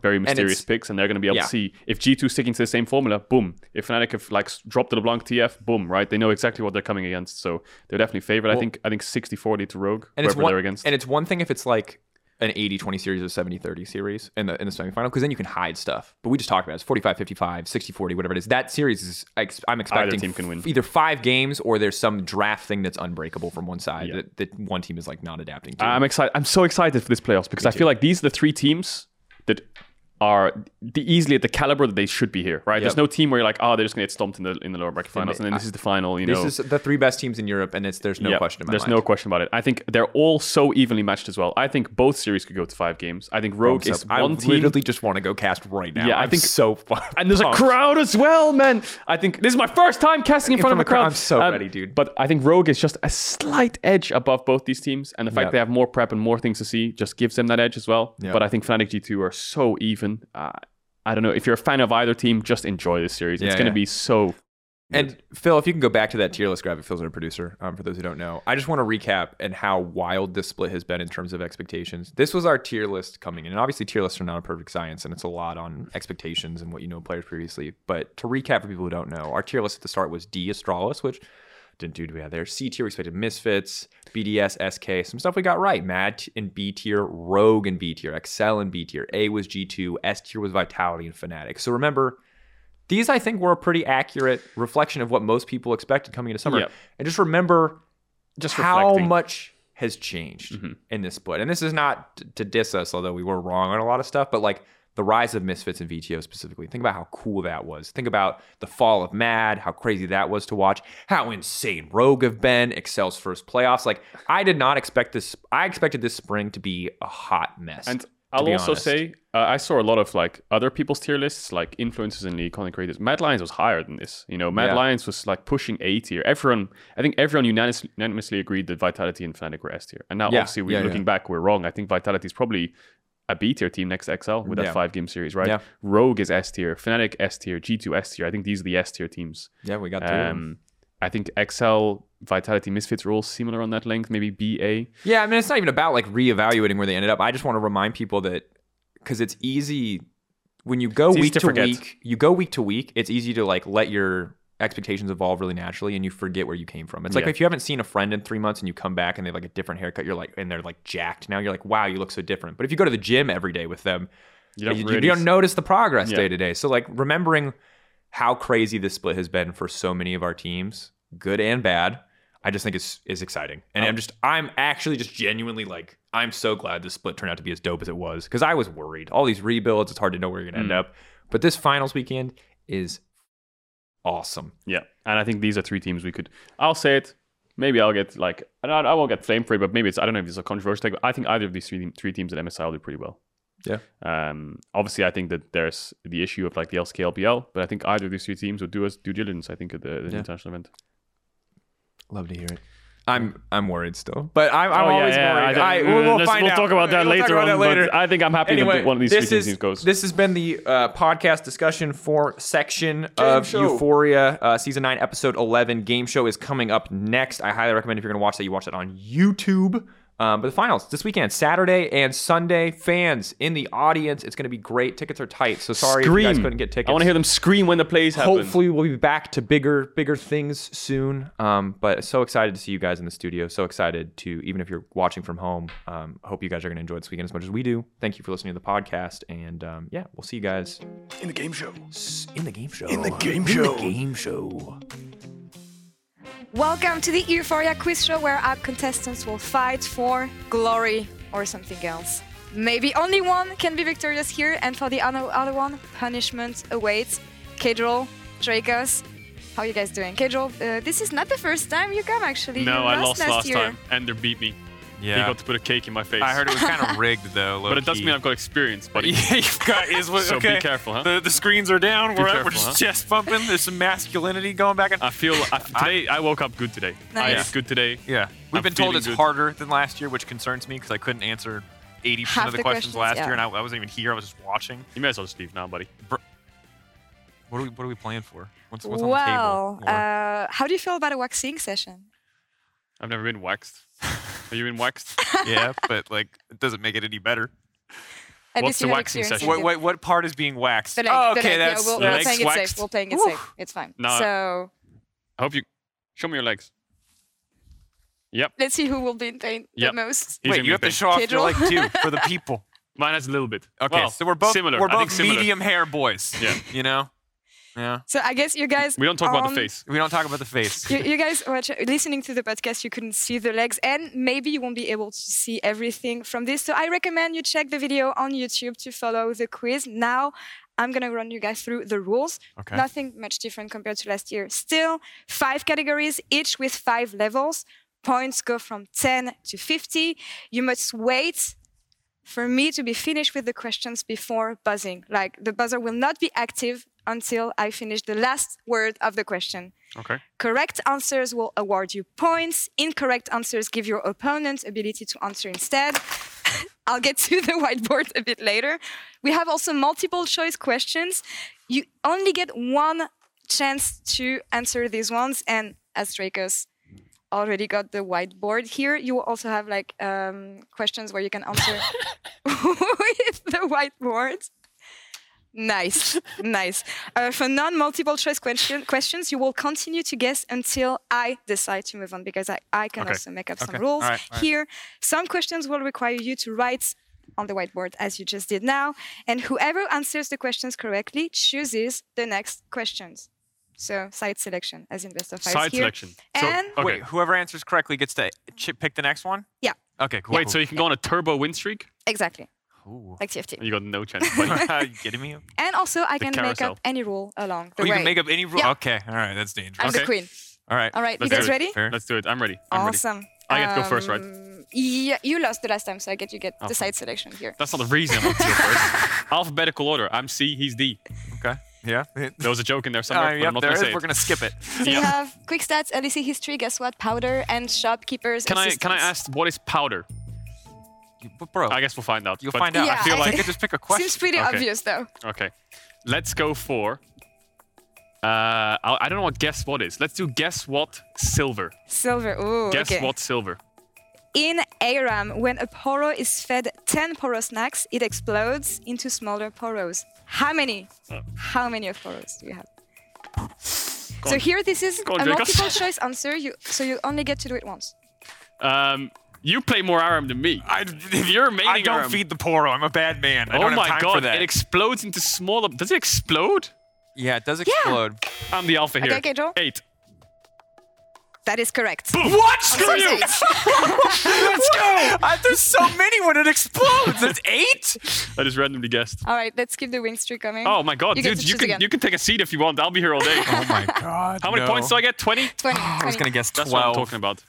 [SPEAKER 2] very mysterious
[SPEAKER 1] it's-
[SPEAKER 2] picks, and they're going to be able
[SPEAKER 1] Yeah.
[SPEAKER 2] to see if G2 is sticking to the same formula, boom. If Fnatic have like s- dropped the LeBlanc TF, boom, right? They know exactly what they're coming against, so they're definitely favored. I think I think 60-40 to Rogue,
[SPEAKER 1] and it's
[SPEAKER 2] whoever
[SPEAKER 1] one
[SPEAKER 2] they're against.
[SPEAKER 1] and it's one thing if it's like an 80-20 series or 70-30 series in the in the semifinal because then you can hide stuff but we just talked about it. it's 45-55 60-40 whatever it is that series is I ex- i'm expecting
[SPEAKER 2] team can win.
[SPEAKER 1] f- either five games or there's some draft thing that's unbreakable from one side
[SPEAKER 2] Yeah.
[SPEAKER 1] that, that one team is like not adapting to
[SPEAKER 2] I'm excited. I'm so excited for this playoffs because I feel like these are the three teams that are the, easily at the caliber that they should be here, right?
[SPEAKER 1] Yep.
[SPEAKER 2] There's no team where you're like, oh, they're just going to get stomped in the in the lower bracket finals, and then this is the final. You
[SPEAKER 1] this
[SPEAKER 2] know,
[SPEAKER 1] is the three best teams in europe and it's there's no
[SPEAKER 2] Yeah,
[SPEAKER 1] question about
[SPEAKER 2] There's no question about it. I think they're all so evenly matched as well. I think both series could go to five games. I think Rogue is
[SPEAKER 1] i
[SPEAKER 2] one team.
[SPEAKER 1] literally just want to go cast right now
[SPEAKER 2] Yeah, I
[SPEAKER 1] I'm
[SPEAKER 2] think-
[SPEAKER 1] so fun
[SPEAKER 2] and there's a crowd as well, man. I think this is my first time casting in front
[SPEAKER 1] front
[SPEAKER 2] of a
[SPEAKER 1] of a crowd.
[SPEAKER 2] crowd. Um,
[SPEAKER 1] I'm so ready, dude.
[SPEAKER 2] But I think Rogue is just a slight edge above both these teams, and the fact
[SPEAKER 1] Yeah.
[SPEAKER 2] they have more prep and more things to see just gives them that edge as well.
[SPEAKER 1] Yeah.
[SPEAKER 2] But I think Fnatic G2 are so even. Uh, I don't know if you're a fan of either team, just enjoy this series. it's
[SPEAKER 1] Yeah,
[SPEAKER 2] going to
[SPEAKER 1] yeah.
[SPEAKER 2] be so.
[SPEAKER 1] And Phil, if you can go back to that tier list graphic, Phil's our producer. Um, for those who don't know, I just want to recap and how wild this split has been in terms of expectations. This was our tier list coming in, and obviously tier lists are not a perfect science, and it's a lot on expectations and what you know of players previously. But to recap for people who don't know, our tier list at the start was D Astralis, which didn't do to be out there. C tier, we expected Misfits, BDS, SK, some stuff we got right. Mad t- in B tier, Rogue in B tier, Excel in B tier, A was G2, S tier was Vitality and Fnatic. So remember, these I think were a pretty accurate reflection of what most people expected coming into summer.
[SPEAKER 2] Yep.
[SPEAKER 1] And just remember
[SPEAKER 2] Just
[SPEAKER 1] how
[SPEAKER 2] reflecting. Mm-hmm.
[SPEAKER 1] much has changed in this split. And this is not t- to diss us, although we were wrong on a lot of stuff, but like the rise of Misfits and VTO specifically. Think about how cool that was. Think about the fall of Mad, how crazy that was to watch, how insane Rogue have been, Excel's first playoffs. Like, I did not expect this. I expected this spring to be a hot mess.
[SPEAKER 2] And
[SPEAKER 1] to
[SPEAKER 2] I'll
[SPEAKER 1] be
[SPEAKER 2] also
[SPEAKER 1] honest.
[SPEAKER 2] say uh, I saw a lot of like other people's tier lists, like influencers and league content creators. Mad Lions was higher than this. You know, Mad
[SPEAKER 1] Yeah.
[SPEAKER 2] Lions was like pushing A tier. Everyone, I think everyone unanimous- unanimously agreed that Vitality and Fnatic were S tier. And now
[SPEAKER 1] Yeah,
[SPEAKER 2] obviously we're
[SPEAKER 1] yeah,
[SPEAKER 2] looking back, we're wrong. I think Vitality is probably a B tier team next to XL with that
[SPEAKER 1] Yeah.
[SPEAKER 2] five game series, right?
[SPEAKER 1] Yeah.
[SPEAKER 2] Rogue is S tier, Fnatic S tier, G2 S tier. I think these are the S tier teams.
[SPEAKER 1] yeah, we got through. them.
[SPEAKER 2] Um, I think XL, Vitality, Misfits are all similar on that length, maybe BA.
[SPEAKER 1] Yeah, I mean, it's not even about like reevaluating where they ended up. I just want to remind people that because it's easy when you go
[SPEAKER 2] easy
[SPEAKER 1] week
[SPEAKER 2] to
[SPEAKER 1] to
[SPEAKER 2] forget.
[SPEAKER 1] week, you go week to week. It's easy to like let your expectations evolve really naturally and you forget where you came from. It's like
[SPEAKER 2] Yeah.
[SPEAKER 1] if you haven't seen a friend in three months and you come back and they have like a different haircut, you're like, and they're like jacked now. You're like, wow, you look so different. But if you go to the gym every day with them,
[SPEAKER 2] You don't
[SPEAKER 1] you, you
[SPEAKER 2] really
[SPEAKER 1] don't
[SPEAKER 2] s-
[SPEAKER 1] notice the progress
[SPEAKER 2] Yeah.
[SPEAKER 1] day to day. So like remembering how crazy this split has been for so many of our teams, good and bad, I just think is is exciting. And I'm just I'm actually just genuinely like I'm so glad this split turned out to be as dope as it was because I was worried. All these rebuilds, it's hard to know where you're gonna end
[SPEAKER 2] Mm.
[SPEAKER 1] up. But this finals weekend is awesome.
[SPEAKER 2] Yeah, and I think these are three teams we could. I'll say it. Maybe I'll get like I, I won't get flamed for it, but maybe it's I don't know if it's a controversial take. But I think either of these three three teams at MSI will do pretty well.
[SPEAKER 1] Yeah.
[SPEAKER 2] Um. Obviously, I think that there's the issue of like the LCKLPL, but I think either of these three teams will do us due diligence. I think at the, the
[SPEAKER 1] Yeah.
[SPEAKER 2] international event.
[SPEAKER 1] Love to hear it. I'm I'm worried still, but I'm, I'm
[SPEAKER 2] Oh, yeah,
[SPEAKER 1] always
[SPEAKER 2] yeah, I
[SPEAKER 1] worried.
[SPEAKER 2] think-
[SPEAKER 1] I- we'll, we'll
[SPEAKER 2] let's-
[SPEAKER 1] find
[SPEAKER 2] we'll
[SPEAKER 1] out.
[SPEAKER 2] talk about that
[SPEAKER 1] We'll
[SPEAKER 2] later.
[SPEAKER 1] talk about that
[SPEAKER 2] on, but
[SPEAKER 1] later.
[SPEAKER 2] I think I'm happy
[SPEAKER 1] anyway,
[SPEAKER 2] that one of these three
[SPEAKER 1] this
[SPEAKER 2] teams
[SPEAKER 1] is,
[SPEAKER 2] goes.
[SPEAKER 1] This has been the uh, podcast discussion for section of
[SPEAKER 2] show.
[SPEAKER 1] Euphoria uh, season nine, episode eleven. Game show is coming up next. I highly recommend if you're going to watch that, you watch that on YouTube. Um, but the finals this weekend, Saturday and Sunday. Fans in the audience, it's going to be great. Tickets are tight, so sorry
[SPEAKER 2] scream.
[SPEAKER 1] if you guys couldn't get tickets.
[SPEAKER 2] I want to hear them scream when the plays happen.
[SPEAKER 1] Hopefully, we'll be back to bigger, bigger things soon. Um, but so excited to see you guys in the studio. So excited to, even if you're watching from home, um, hope you guys are going to enjoy this weekend as much as we do. Thank you for listening to the podcast. And um, yeah, we'll see you guys
[SPEAKER 3] in the game show.
[SPEAKER 1] s- in the game show.
[SPEAKER 3] In the game
[SPEAKER 1] In
[SPEAKER 3] show.
[SPEAKER 1] the game show.
[SPEAKER 4] Welcome to the Euphoria quiz show where our contestants will fight for glory or something else. Maybe only one can be victorious here, and for the other other one, punishment awaits. Kedrol, Dracos, how you guys doing? Kedrol, uh, this is not the first time you come actually.
[SPEAKER 2] No,
[SPEAKER 4] you
[SPEAKER 2] I lost
[SPEAKER 4] last,
[SPEAKER 2] last
[SPEAKER 4] year.
[SPEAKER 2] time. Ender beat me. He
[SPEAKER 5] Yeah.
[SPEAKER 2] got to put a cake in my face.
[SPEAKER 5] I heard it was kind of rigged though.
[SPEAKER 2] but it does
[SPEAKER 5] low-key.
[SPEAKER 2] mean I've got experience, buddy.
[SPEAKER 5] You've got is what,
[SPEAKER 2] So be
[SPEAKER 5] okay.
[SPEAKER 2] careful, huh?
[SPEAKER 5] The, the screens are down. We're,
[SPEAKER 2] careful,
[SPEAKER 5] we're just
[SPEAKER 2] huh? Uh,
[SPEAKER 5] chest bumping. There's some masculinity going back and
[SPEAKER 2] I feel I, today I woke up good today. I
[SPEAKER 4] Nice.
[SPEAKER 2] ate good today.
[SPEAKER 5] yeah. We've
[SPEAKER 2] I'm
[SPEAKER 5] been told
[SPEAKER 2] feeling
[SPEAKER 5] it's
[SPEAKER 2] good.
[SPEAKER 5] harder than last year, which concerns me because I couldn't answer 80%
[SPEAKER 4] Half
[SPEAKER 5] of the,
[SPEAKER 4] the
[SPEAKER 5] questions,
[SPEAKER 4] questions,
[SPEAKER 5] last
[SPEAKER 4] yeah.
[SPEAKER 5] year, and I, I wasn't even here. I was just watching.
[SPEAKER 2] You may as well just leave now, buddy.
[SPEAKER 5] What are we What are we playing for? What's, what's on
[SPEAKER 4] Well,
[SPEAKER 5] the table? Laura?
[SPEAKER 4] uh, how do you feel about a waxing session?
[SPEAKER 2] I've never been waxed. Have you been waxed?
[SPEAKER 5] yeah, but like it doesn't make it any better.
[SPEAKER 4] At
[SPEAKER 2] What's
[SPEAKER 4] least you
[SPEAKER 2] the
[SPEAKER 4] have
[SPEAKER 2] waxing
[SPEAKER 4] experience
[SPEAKER 2] session?
[SPEAKER 4] with
[SPEAKER 5] What
[SPEAKER 4] it.
[SPEAKER 5] What, what part is being waxed?
[SPEAKER 4] The leg,
[SPEAKER 5] oh,
[SPEAKER 4] the
[SPEAKER 5] okay,
[SPEAKER 4] leg, yeah,
[SPEAKER 5] that's
[SPEAKER 4] we'll,
[SPEAKER 2] the
[SPEAKER 4] we're
[SPEAKER 2] legs
[SPEAKER 4] playing it
[SPEAKER 2] waxed.
[SPEAKER 4] safe. We're playing it
[SPEAKER 2] Woo.
[SPEAKER 4] safe. It's fine.
[SPEAKER 2] No.
[SPEAKER 4] So
[SPEAKER 2] I hope you show me your legs.
[SPEAKER 4] let's see who will be in pain
[SPEAKER 2] Yep.
[SPEAKER 4] the most.
[SPEAKER 2] He's
[SPEAKER 5] wait.
[SPEAKER 2] gonna
[SPEAKER 5] You
[SPEAKER 2] be
[SPEAKER 5] have to
[SPEAKER 2] big.
[SPEAKER 5] show off your
[SPEAKER 4] Pedro?
[SPEAKER 5] leg too for the people.
[SPEAKER 2] Mine has a little bit.
[SPEAKER 5] Okay,
[SPEAKER 2] Well,
[SPEAKER 5] so we're both
[SPEAKER 2] similar.
[SPEAKER 5] We're
[SPEAKER 2] I think
[SPEAKER 5] both
[SPEAKER 2] similar.
[SPEAKER 5] medium hair boys.
[SPEAKER 2] Yeah.
[SPEAKER 5] you know. Yeah.
[SPEAKER 4] So I guess you guys. um,
[SPEAKER 2] We don't talk about
[SPEAKER 4] on-
[SPEAKER 2] the face.
[SPEAKER 5] We don't talk about the face.
[SPEAKER 4] You, you guys watch, listening to the podcast, you couldn't see the legs, and maybe you won't be able to see everything from this. So I recommend you check the video on YouTube to follow the quiz. Now I'm gonna run you guys through the rules.
[SPEAKER 5] Okay.
[SPEAKER 4] Nothing much different compared to last year. Still, five categories, each with five levels. Points go from 10 to 50. You must wait for me to be finished with the questions before buzzing. Like the buzzer will not be active until I finish the last word of the question.
[SPEAKER 2] Okay.
[SPEAKER 4] Correct answers will award you points. Incorrect answers give your opponent ability to answer instead. I'll get to the whiteboard a bit later. We have also multiple choice questions. You only get one chance to answer these ones, and as Dracos already got the whiteboard here, you will also have like um, questions where you can answer with the whiteboard. Nice, nice. Uh, for non-multiple choice question, questions, you will continue to guess until I decide to move on because I, I can
[SPEAKER 2] Okay.
[SPEAKER 4] also make up some
[SPEAKER 5] Okay.
[SPEAKER 4] rules
[SPEAKER 5] All right, all right.
[SPEAKER 4] here. Some questions will require you to write on the whiteboard as you just did now, and whoever answers the questions correctly chooses the next questions. So side selection, as in best of five
[SPEAKER 2] Side
[SPEAKER 4] here.
[SPEAKER 2] selection.
[SPEAKER 4] And-
[SPEAKER 2] so, okay.
[SPEAKER 5] Wait, whoever answers correctly gets to chi- pick the next one?
[SPEAKER 4] Yeah.
[SPEAKER 5] Okay, cool.
[SPEAKER 2] Wait, so you can go on a turbo win streak?
[SPEAKER 4] Exactly,
[SPEAKER 5] cool.
[SPEAKER 4] like TFT.
[SPEAKER 2] You got no chance. buddy.
[SPEAKER 5] Are you kidding me?
[SPEAKER 4] And also, I
[SPEAKER 2] The
[SPEAKER 4] can make
[SPEAKER 2] carousel.
[SPEAKER 4] up any rule along the
[SPEAKER 5] Oh, you
[SPEAKER 4] way.
[SPEAKER 5] can make up any rule?
[SPEAKER 4] Yeah.
[SPEAKER 5] Okay, all right, that's dangerous.
[SPEAKER 4] I'm
[SPEAKER 2] Okay.
[SPEAKER 4] the queen.
[SPEAKER 5] All right.
[SPEAKER 4] All right, you
[SPEAKER 2] Let's
[SPEAKER 4] guys
[SPEAKER 2] do it.
[SPEAKER 4] ready?
[SPEAKER 5] Fair.
[SPEAKER 2] Let's do it. I'm ready. I'm ready.
[SPEAKER 4] Awesome.
[SPEAKER 2] I get to go first, right?
[SPEAKER 4] Um, Yeah, you lost the last time, so I get you get the
[SPEAKER 2] Awesome.
[SPEAKER 4] side selection here.
[SPEAKER 2] That's not the reason I want to go first. Alphabetical order. I'm C, he's D.
[SPEAKER 5] Okay. Yeah.
[SPEAKER 2] There was a joke in there
[SPEAKER 5] Uh,
[SPEAKER 2] somewhere, but
[SPEAKER 5] yep,
[SPEAKER 2] I'm not
[SPEAKER 5] there
[SPEAKER 2] going to
[SPEAKER 5] is.
[SPEAKER 2] say
[SPEAKER 5] We're
[SPEAKER 2] it.
[SPEAKER 5] going to skip it.
[SPEAKER 4] So you
[SPEAKER 2] Yeah.
[SPEAKER 4] have quick stats, LEC history, guess what, powder, and shopkeepers.
[SPEAKER 2] Can I, can I
[SPEAKER 4] assistants.
[SPEAKER 2] ask what is powder?
[SPEAKER 5] But bro,
[SPEAKER 2] I guess we'll find out.
[SPEAKER 5] you'll
[SPEAKER 2] but-
[SPEAKER 5] find out.
[SPEAKER 4] Yeah,
[SPEAKER 5] I feel
[SPEAKER 4] I
[SPEAKER 5] like I
[SPEAKER 4] think-
[SPEAKER 5] could just pick a question.
[SPEAKER 4] Seems pretty
[SPEAKER 2] Okay.
[SPEAKER 4] obvious though.
[SPEAKER 2] Okay. Let's go for. Uh, I I don't know what guess what is. Let's do guess what silver.
[SPEAKER 4] Silver. Ooh.
[SPEAKER 2] Guess
[SPEAKER 4] okay.
[SPEAKER 2] what silver.
[SPEAKER 4] In Aram, when a poro is fed 10 poro snacks, it explodes into smaller poros. How many? How many of poros do you have?
[SPEAKER 2] Oh. Go
[SPEAKER 4] So
[SPEAKER 2] on.
[SPEAKER 4] here, this is
[SPEAKER 2] Go on,
[SPEAKER 4] a
[SPEAKER 2] Jacobs.
[SPEAKER 4] multiple choice answer. You so you only get to do it once.
[SPEAKER 2] Um, you play more Aram than me.
[SPEAKER 5] I,
[SPEAKER 2] You're maining
[SPEAKER 5] I don't
[SPEAKER 2] Aram.
[SPEAKER 5] feed the poor. I'm a bad man. I
[SPEAKER 2] oh
[SPEAKER 5] don't
[SPEAKER 2] my
[SPEAKER 5] have time
[SPEAKER 2] god!
[SPEAKER 5] for that.
[SPEAKER 2] It explodes into smaller. Does it explode?
[SPEAKER 5] yeah, it does explode.
[SPEAKER 2] I'm the alpha here.
[SPEAKER 4] Okay, okay, Joel.
[SPEAKER 2] Eight.
[SPEAKER 4] That is correct.
[SPEAKER 5] What? Screw
[SPEAKER 4] Sorry,
[SPEAKER 5] you!
[SPEAKER 4] sorry.
[SPEAKER 5] Let's go! I, there's so many when it explodes. There's eight?
[SPEAKER 2] I just randomly guessed.
[SPEAKER 4] All right, let's keep the win streak coming.
[SPEAKER 2] Oh my god,
[SPEAKER 4] You get
[SPEAKER 2] dude!
[SPEAKER 4] to
[SPEAKER 2] You
[SPEAKER 4] choose
[SPEAKER 2] can
[SPEAKER 4] again.
[SPEAKER 2] you can take a seat if you want. I'll be here all day.
[SPEAKER 5] Oh my god.
[SPEAKER 2] How many points do I get? Twenty.
[SPEAKER 4] 20,
[SPEAKER 5] I was
[SPEAKER 4] 20.
[SPEAKER 5] gonna guess
[SPEAKER 2] That's
[SPEAKER 5] twelve.
[SPEAKER 2] what I'm talking about.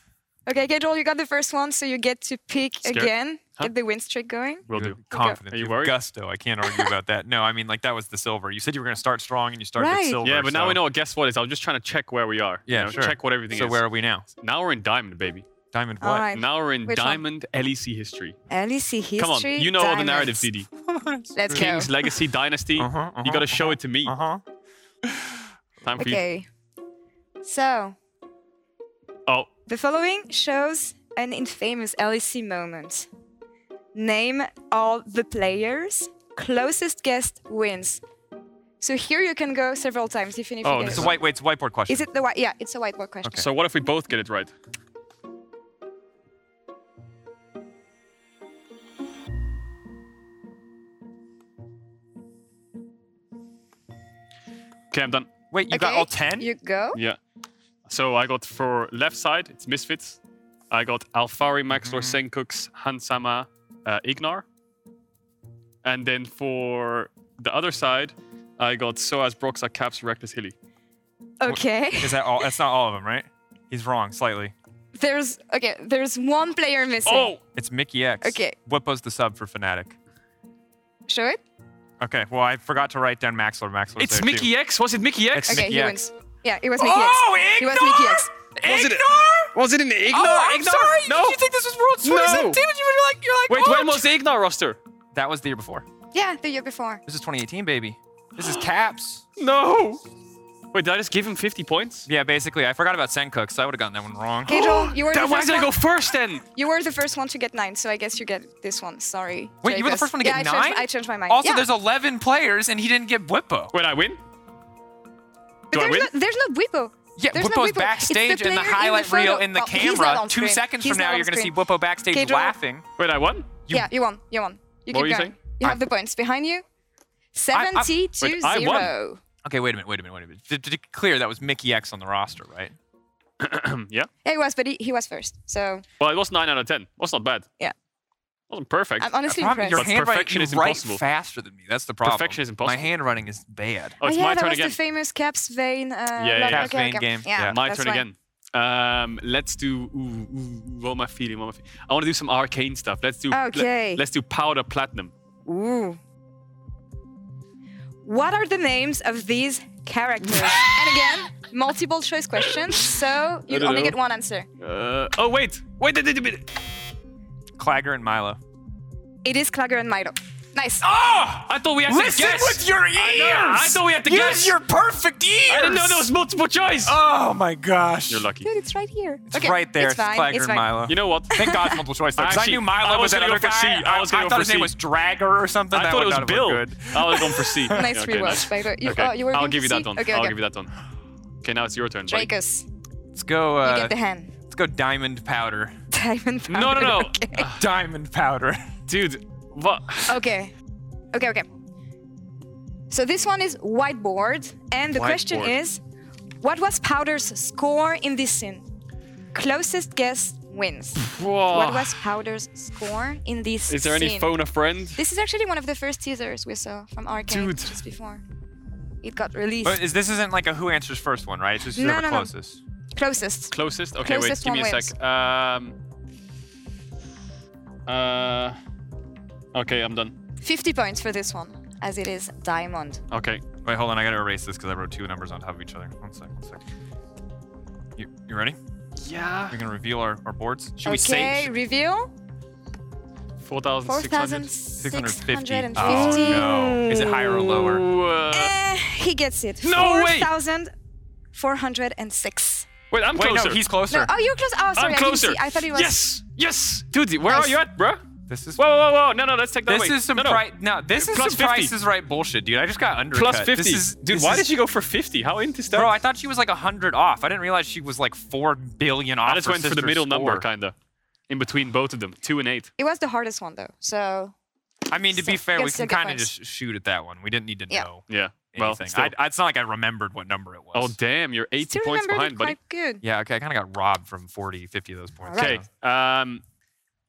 [SPEAKER 4] Okay, okay, Joel, you got the first one, so you get to pick
[SPEAKER 2] Scared?
[SPEAKER 4] again.
[SPEAKER 2] Huh?
[SPEAKER 4] Get the win streak going.
[SPEAKER 2] Will do.
[SPEAKER 5] Good Confidence.
[SPEAKER 2] Are you
[SPEAKER 5] Good
[SPEAKER 2] worried?
[SPEAKER 5] Gusto. I can't argue about that. No, I mean like that was the silver. You said you were gonna start strong and you started
[SPEAKER 4] Right.
[SPEAKER 5] with silver.
[SPEAKER 2] Yeah, but now
[SPEAKER 5] so-
[SPEAKER 2] we know what guess what is. I was just trying to check where we are. you
[SPEAKER 5] Yeah,
[SPEAKER 2] know,
[SPEAKER 5] sure.
[SPEAKER 2] Check what everything
[SPEAKER 5] So
[SPEAKER 2] is.
[SPEAKER 5] where are we now?
[SPEAKER 2] now we're in diamond, baby.
[SPEAKER 5] Diamond
[SPEAKER 4] All
[SPEAKER 5] what?
[SPEAKER 4] right.
[SPEAKER 2] Now we're in
[SPEAKER 4] Which one?
[SPEAKER 2] diamond LEC history.
[SPEAKER 4] Alice history. Oh.
[SPEAKER 2] Come on, you know all the narrative,
[SPEAKER 4] diamonds.
[SPEAKER 2] DD.
[SPEAKER 4] Let's go.
[SPEAKER 2] Kings, Legacy, Dynasty.
[SPEAKER 5] Uh-huh, uh-huh,
[SPEAKER 2] you got to show it to me.
[SPEAKER 5] Uh-huh.
[SPEAKER 2] Time for
[SPEAKER 4] Okay. So
[SPEAKER 2] you. Oh,
[SPEAKER 4] the following shows an infamous Alice moment. Name all the players. Closest guest wins. So here you can go several times, even if
[SPEAKER 2] Oh,
[SPEAKER 4] you get
[SPEAKER 5] It's
[SPEAKER 4] it
[SPEAKER 5] a
[SPEAKER 4] wrong.
[SPEAKER 5] white wait, it's a whiteboard question.
[SPEAKER 4] Is it the white? Yeah, it's a whiteboard question.
[SPEAKER 5] Okay.
[SPEAKER 2] so what if we both get it right? Okay, I'm done.
[SPEAKER 5] wait, you got
[SPEAKER 4] Okay,
[SPEAKER 5] all ten?
[SPEAKER 4] You go.
[SPEAKER 2] Yeah. So I got for left side, it's Misfits. I got Alfari, Maxlor, Senkux, Hansama, uh, Ignar. And then for the other side, I got Soaz, Broxa, Caps, Reckless, Hilly.
[SPEAKER 4] Okay.
[SPEAKER 5] Is that all that's not all of them, right? He's wrong slightly.
[SPEAKER 4] There's okay. There's one player missing.
[SPEAKER 2] Oh!
[SPEAKER 5] It's Mickey X.
[SPEAKER 4] Okay.
[SPEAKER 5] Whippo's the sub for Fnatic.
[SPEAKER 4] Show it.
[SPEAKER 5] Okay, well I forgot to write down Maxler. Maxler's
[SPEAKER 2] It's
[SPEAKER 5] there,
[SPEAKER 2] Mickey X? Was it Mickey X?
[SPEAKER 5] It's
[SPEAKER 4] Okay,
[SPEAKER 5] Mickey
[SPEAKER 4] he
[SPEAKER 5] X.
[SPEAKER 4] wins. Yeah, it was
[SPEAKER 5] Too.
[SPEAKER 4] Mickey
[SPEAKER 5] oh,
[SPEAKER 4] X.
[SPEAKER 5] Ignar!
[SPEAKER 4] It was Mickey X.
[SPEAKER 2] Was it-
[SPEAKER 5] Ignar!
[SPEAKER 2] Was it in the Ignar?
[SPEAKER 5] Oh, I'm
[SPEAKER 2] Ignar?
[SPEAKER 5] sorry.
[SPEAKER 2] No!
[SPEAKER 5] Did you think this was World 2017?
[SPEAKER 2] No.
[SPEAKER 5] You were like, you're like,
[SPEAKER 2] Wait,
[SPEAKER 5] oh,
[SPEAKER 2] when was the Ignar roster?
[SPEAKER 1] That was the year before.
[SPEAKER 4] Yeah, the year before.
[SPEAKER 1] This is 2018, baby. This is caps.
[SPEAKER 2] No! Wait, did I just give him 50 points?
[SPEAKER 1] Yeah, basically, I forgot about Senkook, so I would have gotten that one wrong.
[SPEAKER 4] Okay, Joel, you were the
[SPEAKER 2] Then why
[SPEAKER 4] first
[SPEAKER 2] did I
[SPEAKER 4] one.
[SPEAKER 2] go first then?
[SPEAKER 4] You were the first one to get nine, so I guess you get this one. Sorry.
[SPEAKER 1] Wait, you were the
[SPEAKER 4] Jacobs.
[SPEAKER 1] first one to get
[SPEAKER 4] yeah, I
[SPEAKER 1] nine?
[SPEAKER 4] changed, I changed my mind.
[SPEAKER 1] Also,
[SPEAKER 4] yeah.
[SPEAKER 1] there's 11 players, and he didn't get Whippo.
[SPEAKER 2] Wait, I win?
[SPEAKER 4] But
[SPEAKER 2] do I
[SPEAKER 4] there's
[SPEAKER 2] win?
[SPEAKER 4] No, there's no Whippo.
[SPEAKER 1] Yeah,
[SPEAKER 4] there's no
[SPEAKER 1] Whippo's
[SPEAKER 4] Whippo. It's the
[SPEAKER 1] backstage in the
[SPEAKER 4] player
[SPEAKER 1] highlight
[SPEAKER 4] photo.
[SPEAKER 1] reel in the
[SPEAKER 4] Well, he's not
[SPEAKER 1] camera.
[SPEAKER 4] on
[SPEAKER 1] Two
[SPEAKER 4] screen.
[SPEAKER 1] seconds
[SPEAKER 4] He's
[SPEAKER 1] from now,
[SPEAKER 4] not on
[SPEAKER 1] you're going to see
[SPEAKER 4] screen.
[SPEAKER 1] Whippo backstage
[SPEAKER 4] Okay, Joel.
[SPEAKER 1] laughing.
[SPEAKER 2] Wait, I won?
[SPEAKER 4] yeah, you won. You won. You
[SPEAKER 2] What
[SPEAKER 4] keep
[SPEAKER 2] were you
[SPEAKER 4] going.
[SPEAKER 2] saying?
[SPEAKER 4] You have the points behind you.
[SPEAKER 1] I- I-
[SPEAKER 4] 70 to
[SPEAKER 2] wait, I won.
[SPEAKER 4] 0.
[SPEAKER 1] Okay, wait a minute, wait a minute, wait a minute. To, to be clear, that was Mickey X on the roster, right?
[SPEAKER 2] yeah.
[SPEAKER 4] Yeah, It was, but he, he was first. So
[SPEAKER 2] Well, it was 9 out of 10. That's not bad.
[SPEAKER 4] Yeah.
[SPEAKER 2] Wasn't perfect.
[SPEAKER 4] I'm honestly
[SPEAKER 1] Problem,
[SPEAKER 4] impressed.
[SPEAKER 1] your
[SPEAKER 2] But
[SPEAKER 1] handwriting
[SPEAKER 2] perfection
[SPEAKER 1] you
[SPEAKER 2] is
[SPEAKER 1] write
[SPEAKER 2] impossible.
[SPEAKER 1] faster than me. That's the problem.
[SPEAKER 2] Perfection is
[SPEAKER 1] My
[SPEAKER 2] impossible.
[SPEAKER 1] handwriting is bad.
[SPEAKER 2] oh, it's
[SPEAKER 4] oh, yeah,
[SPEAKER 2] my
[SPEAKER 4] that
[SPEAKER 2] turn
[SPEAKER 4] was
[SPEAKER 2] again.
[SPEAKER 4] the famous Caps Vein. Uh,
[SPEAKER 2] yeah,
[SPEAKER 4] blah,
[SPEAKER 2] yeah.
[SPEAKER 1] Caps
[SPEAKER 4] okay,
[SPEAKER 1] Vein
[SPEAKER 4] okay.
[SPEAKER 1] game.
[SPEAKER 4] Yeah,
[SPEAKER 1] Yeah.
[SPEAKER 2] my
[SPEAKER 4] that's
[SPEAKER 2] turn
[SPEAKER 4] why.
[SPEAKER 2] again. Um, let's do. Ooh, ooh, what am I feeling? What am I feeling? I want to do some arcane stuff. Let's do.
[SPEAKER 4] Okay.
[SPEAKER 2] Let, us do powder platinum.
[SPEAKER 4] Ooh. What are the names of these characters? and again, multiple choice questions, so you
[SPEAKER 2] don't
[SPEAKER 4] only
[SPEAKER 2] know.
[SPEAKER 4] get one answer.
[SPEAKER 2] Uh, oh wait, wait, wait, wait, wait.
[SPEAKER 5] Clagger and Milo.
[SPEAKER 4] It is Klager and Milo. Nice. Ah!
[SPEAKER 5] Oh!
[SPEAKER 2] I thought we had
[SPEAKER 5] Listen
[SPEAKER 2] to guess.
[SPEAKER 5] with your ears!
[SPEAKER 2] I, know, I thought we had to
[SPEAKER 5] Use
[SPEAKER 2] guess.
[SPEAKER 5] your perfect ears!
[SPEAKER 2] I didn't know there was multiple choice.
[SPEAKER 5] Oh my gosh.
[SPEAKER 2] You're lucky.
[SPEAKER 4] Dude, it's right here.
[SPEAKER 1] It's right there.
[SPEAKER 4] It's fine.
[SPEAKER 1] Flagger
[SPEAKER 4] it's
[SPEAKER 1] and
[SPEAKER 4] fine.
[SPEAKER 1] Milo.
[SPEAKER 2] You know what?
[SPEAKER 1] Thank God it's multiple choice. though, 'cause I
[SPEAKER 2] Actually,
[SPEAKER 1] knew Milo
[SPEAKER 2] I
[SPEAKER 1] was,
[SPEAKER 2] was
[SPEAKER 1] that
[SPEAKER 2] gonna go
[SPEAKER 1] other
[SPEAKER 2] for
[SPEAKER 1] guy.
[SPEAKER 2] C. I was gonna
[SPEAKER 1] I
[SPEAKER 2] go
[SPEAKER 1] thought
[SPEAKER 2] for
[SPEAKER 1] his name
[SPEAKER 2] C.
[SPEAKER 1] was Dragger or something.
[SPEAKER 2] I
[SPEAKER 1] That
[SPEAKER 2] thought
[SPEAKER 1] would
[SPEAKER 2] it was
[SPEAKER 1] not have
[SPEAKER 2] Bill.
[SPEAKER 1] looked good.
[SPEAKER 2] I was going for C.
[SPEAKER 4] Nice
[SPEAKER 2] okay,
[SPEAKER 4] rewatch,
[SPEAKER 2] nice.
[SPEAKER 4] by the way. You,
[SPEAKER 2] okay.
[SPEAKER 4] oh, you were
[SPEAKER 2] I'll
[SPEAKER 4] going
[SPEAKER 2] give
[SPEAKER 4] for
[SPEAKER 2] you
[SPEAKER 4] C?
[SPEAKER 2] that one.
[SPEAKER 4] Okay,
[SPEAKER 2] I'll
[SPEAKER 4] okay.
[SPEAKER 2] give you that one. Okay, now it's your turn. buddy.
[SPEAKER 4] Jacobs,
[SPEAKER 1] Let's go.
[SPEAKER 4] you
[SPEAKER 1] Uh,
[SPEAKER 4] get the hand.
[SPEAKER 1] let's go. Diamond powder.
[SPEAKER 4] Diamond powder.
[SPEAKER 2] No, no, no.
[SPEAKER 4] Okay.
[SPEAKER 1] Diamond powder.
[SPEAKER 2] Dude, what?
[SPEAKER 4] okay. Okay, okay. So this one is whiteboard, and the question
[SPEAKER 2] Whiteboard.
[SPEAKER 4] is, what was Powder's score in this scene? Closest guess wins. What was Powder's score in this?
[SPEAKER 2] Oh. Is there any
[SPEAKER 4] scene?
[SPEAKER 2] phone a friend?
[SPEAKER 4] This is actually one of the first teasers we saw from Arcane
[SPEAKER 2] Dude.
[SPEAKER 4] just before. It got released.
[SPEAKER 5] But is, this isn't like a who answers first one, right? It's just
[SPEAKER 4] No,
[SPEAKER 5] whoever
[SPEAKER 4] no, no.
[SPEAKER 5] closest.
[SPEAKER 4] Closest.
[SPEAKER 2] Closest? Okay,
[SPEAKER 4] Closest
[SPEAKER 2] wait, give me
[SPEAKER 4] one
[SPEAKER 2] a sec. Um, uh, okay, I'm done.
[SPEAKER 4] 50 points for this one, as it is diamond.
[SPEAKER 2] Okay.
[SPEAKER 5] Wait, hold on. I gotta erase this because I wrote two numbers on top of each other. One sec, one sec. You, you ready?
[SPEAKER 2] Yeah.
[SPEAKER 5] We're gonna reveal our, our boards. Should we
[SPEAKER 4] okay,
[SPEAKER 5] say?
[SPEAKER 4] reveal
[SPEAKER 2] 4,600.
[SPEAKER 4] 4,650.
[SPEAKER 5] Oh no. Is it higher or lower?
[SPEAKER 2] Ooh, uh,
[SPEAKER 4] Eh, he gets it.
[SPEAKER 2] No way!
[SPEAKER 4] 4,406.
[SPEAKER 2] Wait, I'm
[SPEAKER 5] Wait,
[SPEAKER 2] closer.
[SPEAKER 5] no, he's
[SPEAKER 4] No, uh,
[SPEAKER 5] closer.
[SPEAKER 4] oh, you're close. Oh, sorry.
[SPEAKER 2] I'm
[SPEAKER 4] I, didn't
[SPEAKER 2] closer.
[SPEAKER 4] see. I thought it was.
[SPEAKER 2] Yes, yes. Dude, where
[SPEAKER 4] Nice.
[SPEAKER 2] are you at, bruh?
[SPEAKER 1] This is
[SPEAKER 2] Whoa, whoa, whoa! No, no, let's take that
[SPEAKER 1] this
[SPEAKER 2] away.
[SPEAKER 1] is some
[SPEAKER 2] no, no.
[SPEAKER 1] pri- no. This is
[SPEAKER 2] Plus
[SPEAKER 1] some
[SPEAKER 2] 50.
[SPEAKER 1] Price is Right bullshit, dude. I just got undercut.
[SPEAKER 2] Plus fifty,
[SPEAKER 1] This is,
[SPEAKER 2] dude.
[SPEAKER 1] this
[SPEAKER 2] why
[SPEAKER 1] is-
[SPEAKER 2] did you go for fifty? How into stuff?
[SPEAKER 1] Bro, I thought she was like hundred off. I didn't realize she was like four billion off.
[SPEAKER 2] I just
[SPEAKER 1] her
[SPEAKER 2] went for the
[SPEAKER 1] sister's
[SPEAKER 2] middle number,
[SPEAKER 1] score.
[SPEAKER 2] kinda, in between both of them, two and eight.
[SPEAKER 4] It was the hardest one though. So
[SPEAKER 1] I mean, to
[SPEAKER 4] So,
[SPEAKER 1] be fair, we
[SPEAKER 4] guess
[SPEAKER 1] can
[SPEAKER 4] the
[SPEAKER 1] kind of
[SPEAKER 4] difference.
[SPEAKER 1] just shoot at that one. We didn't need to
[SPEAKER 4] Yeah.
[SPEAKER 1] know
[SPEAKER 2] Yeah. Well,
[SPEAKER 1] anything.
[SPEAKER 2] still.
[SPEAKER 1] I, I- it's not like I remembered what number it was.
[SPEAKER 2] oh damn, you're eighty
[SPEAKER 4] still
[SPEAKER 2] points
[SPEAKER 4] remembered
[SPEAKER 2] behind, buddy.
[SPEAKER 4] it quite good.
[SPEAKER 1] yeah. Okay, I kind of got robbed from 40, 50 of those points.
[SPEAKER 4] Alright.
[SPEAKER 1] you
[SPEAKER 2] Okay.
[SPEAKER 1] know?
[SPEAKER 2] Um.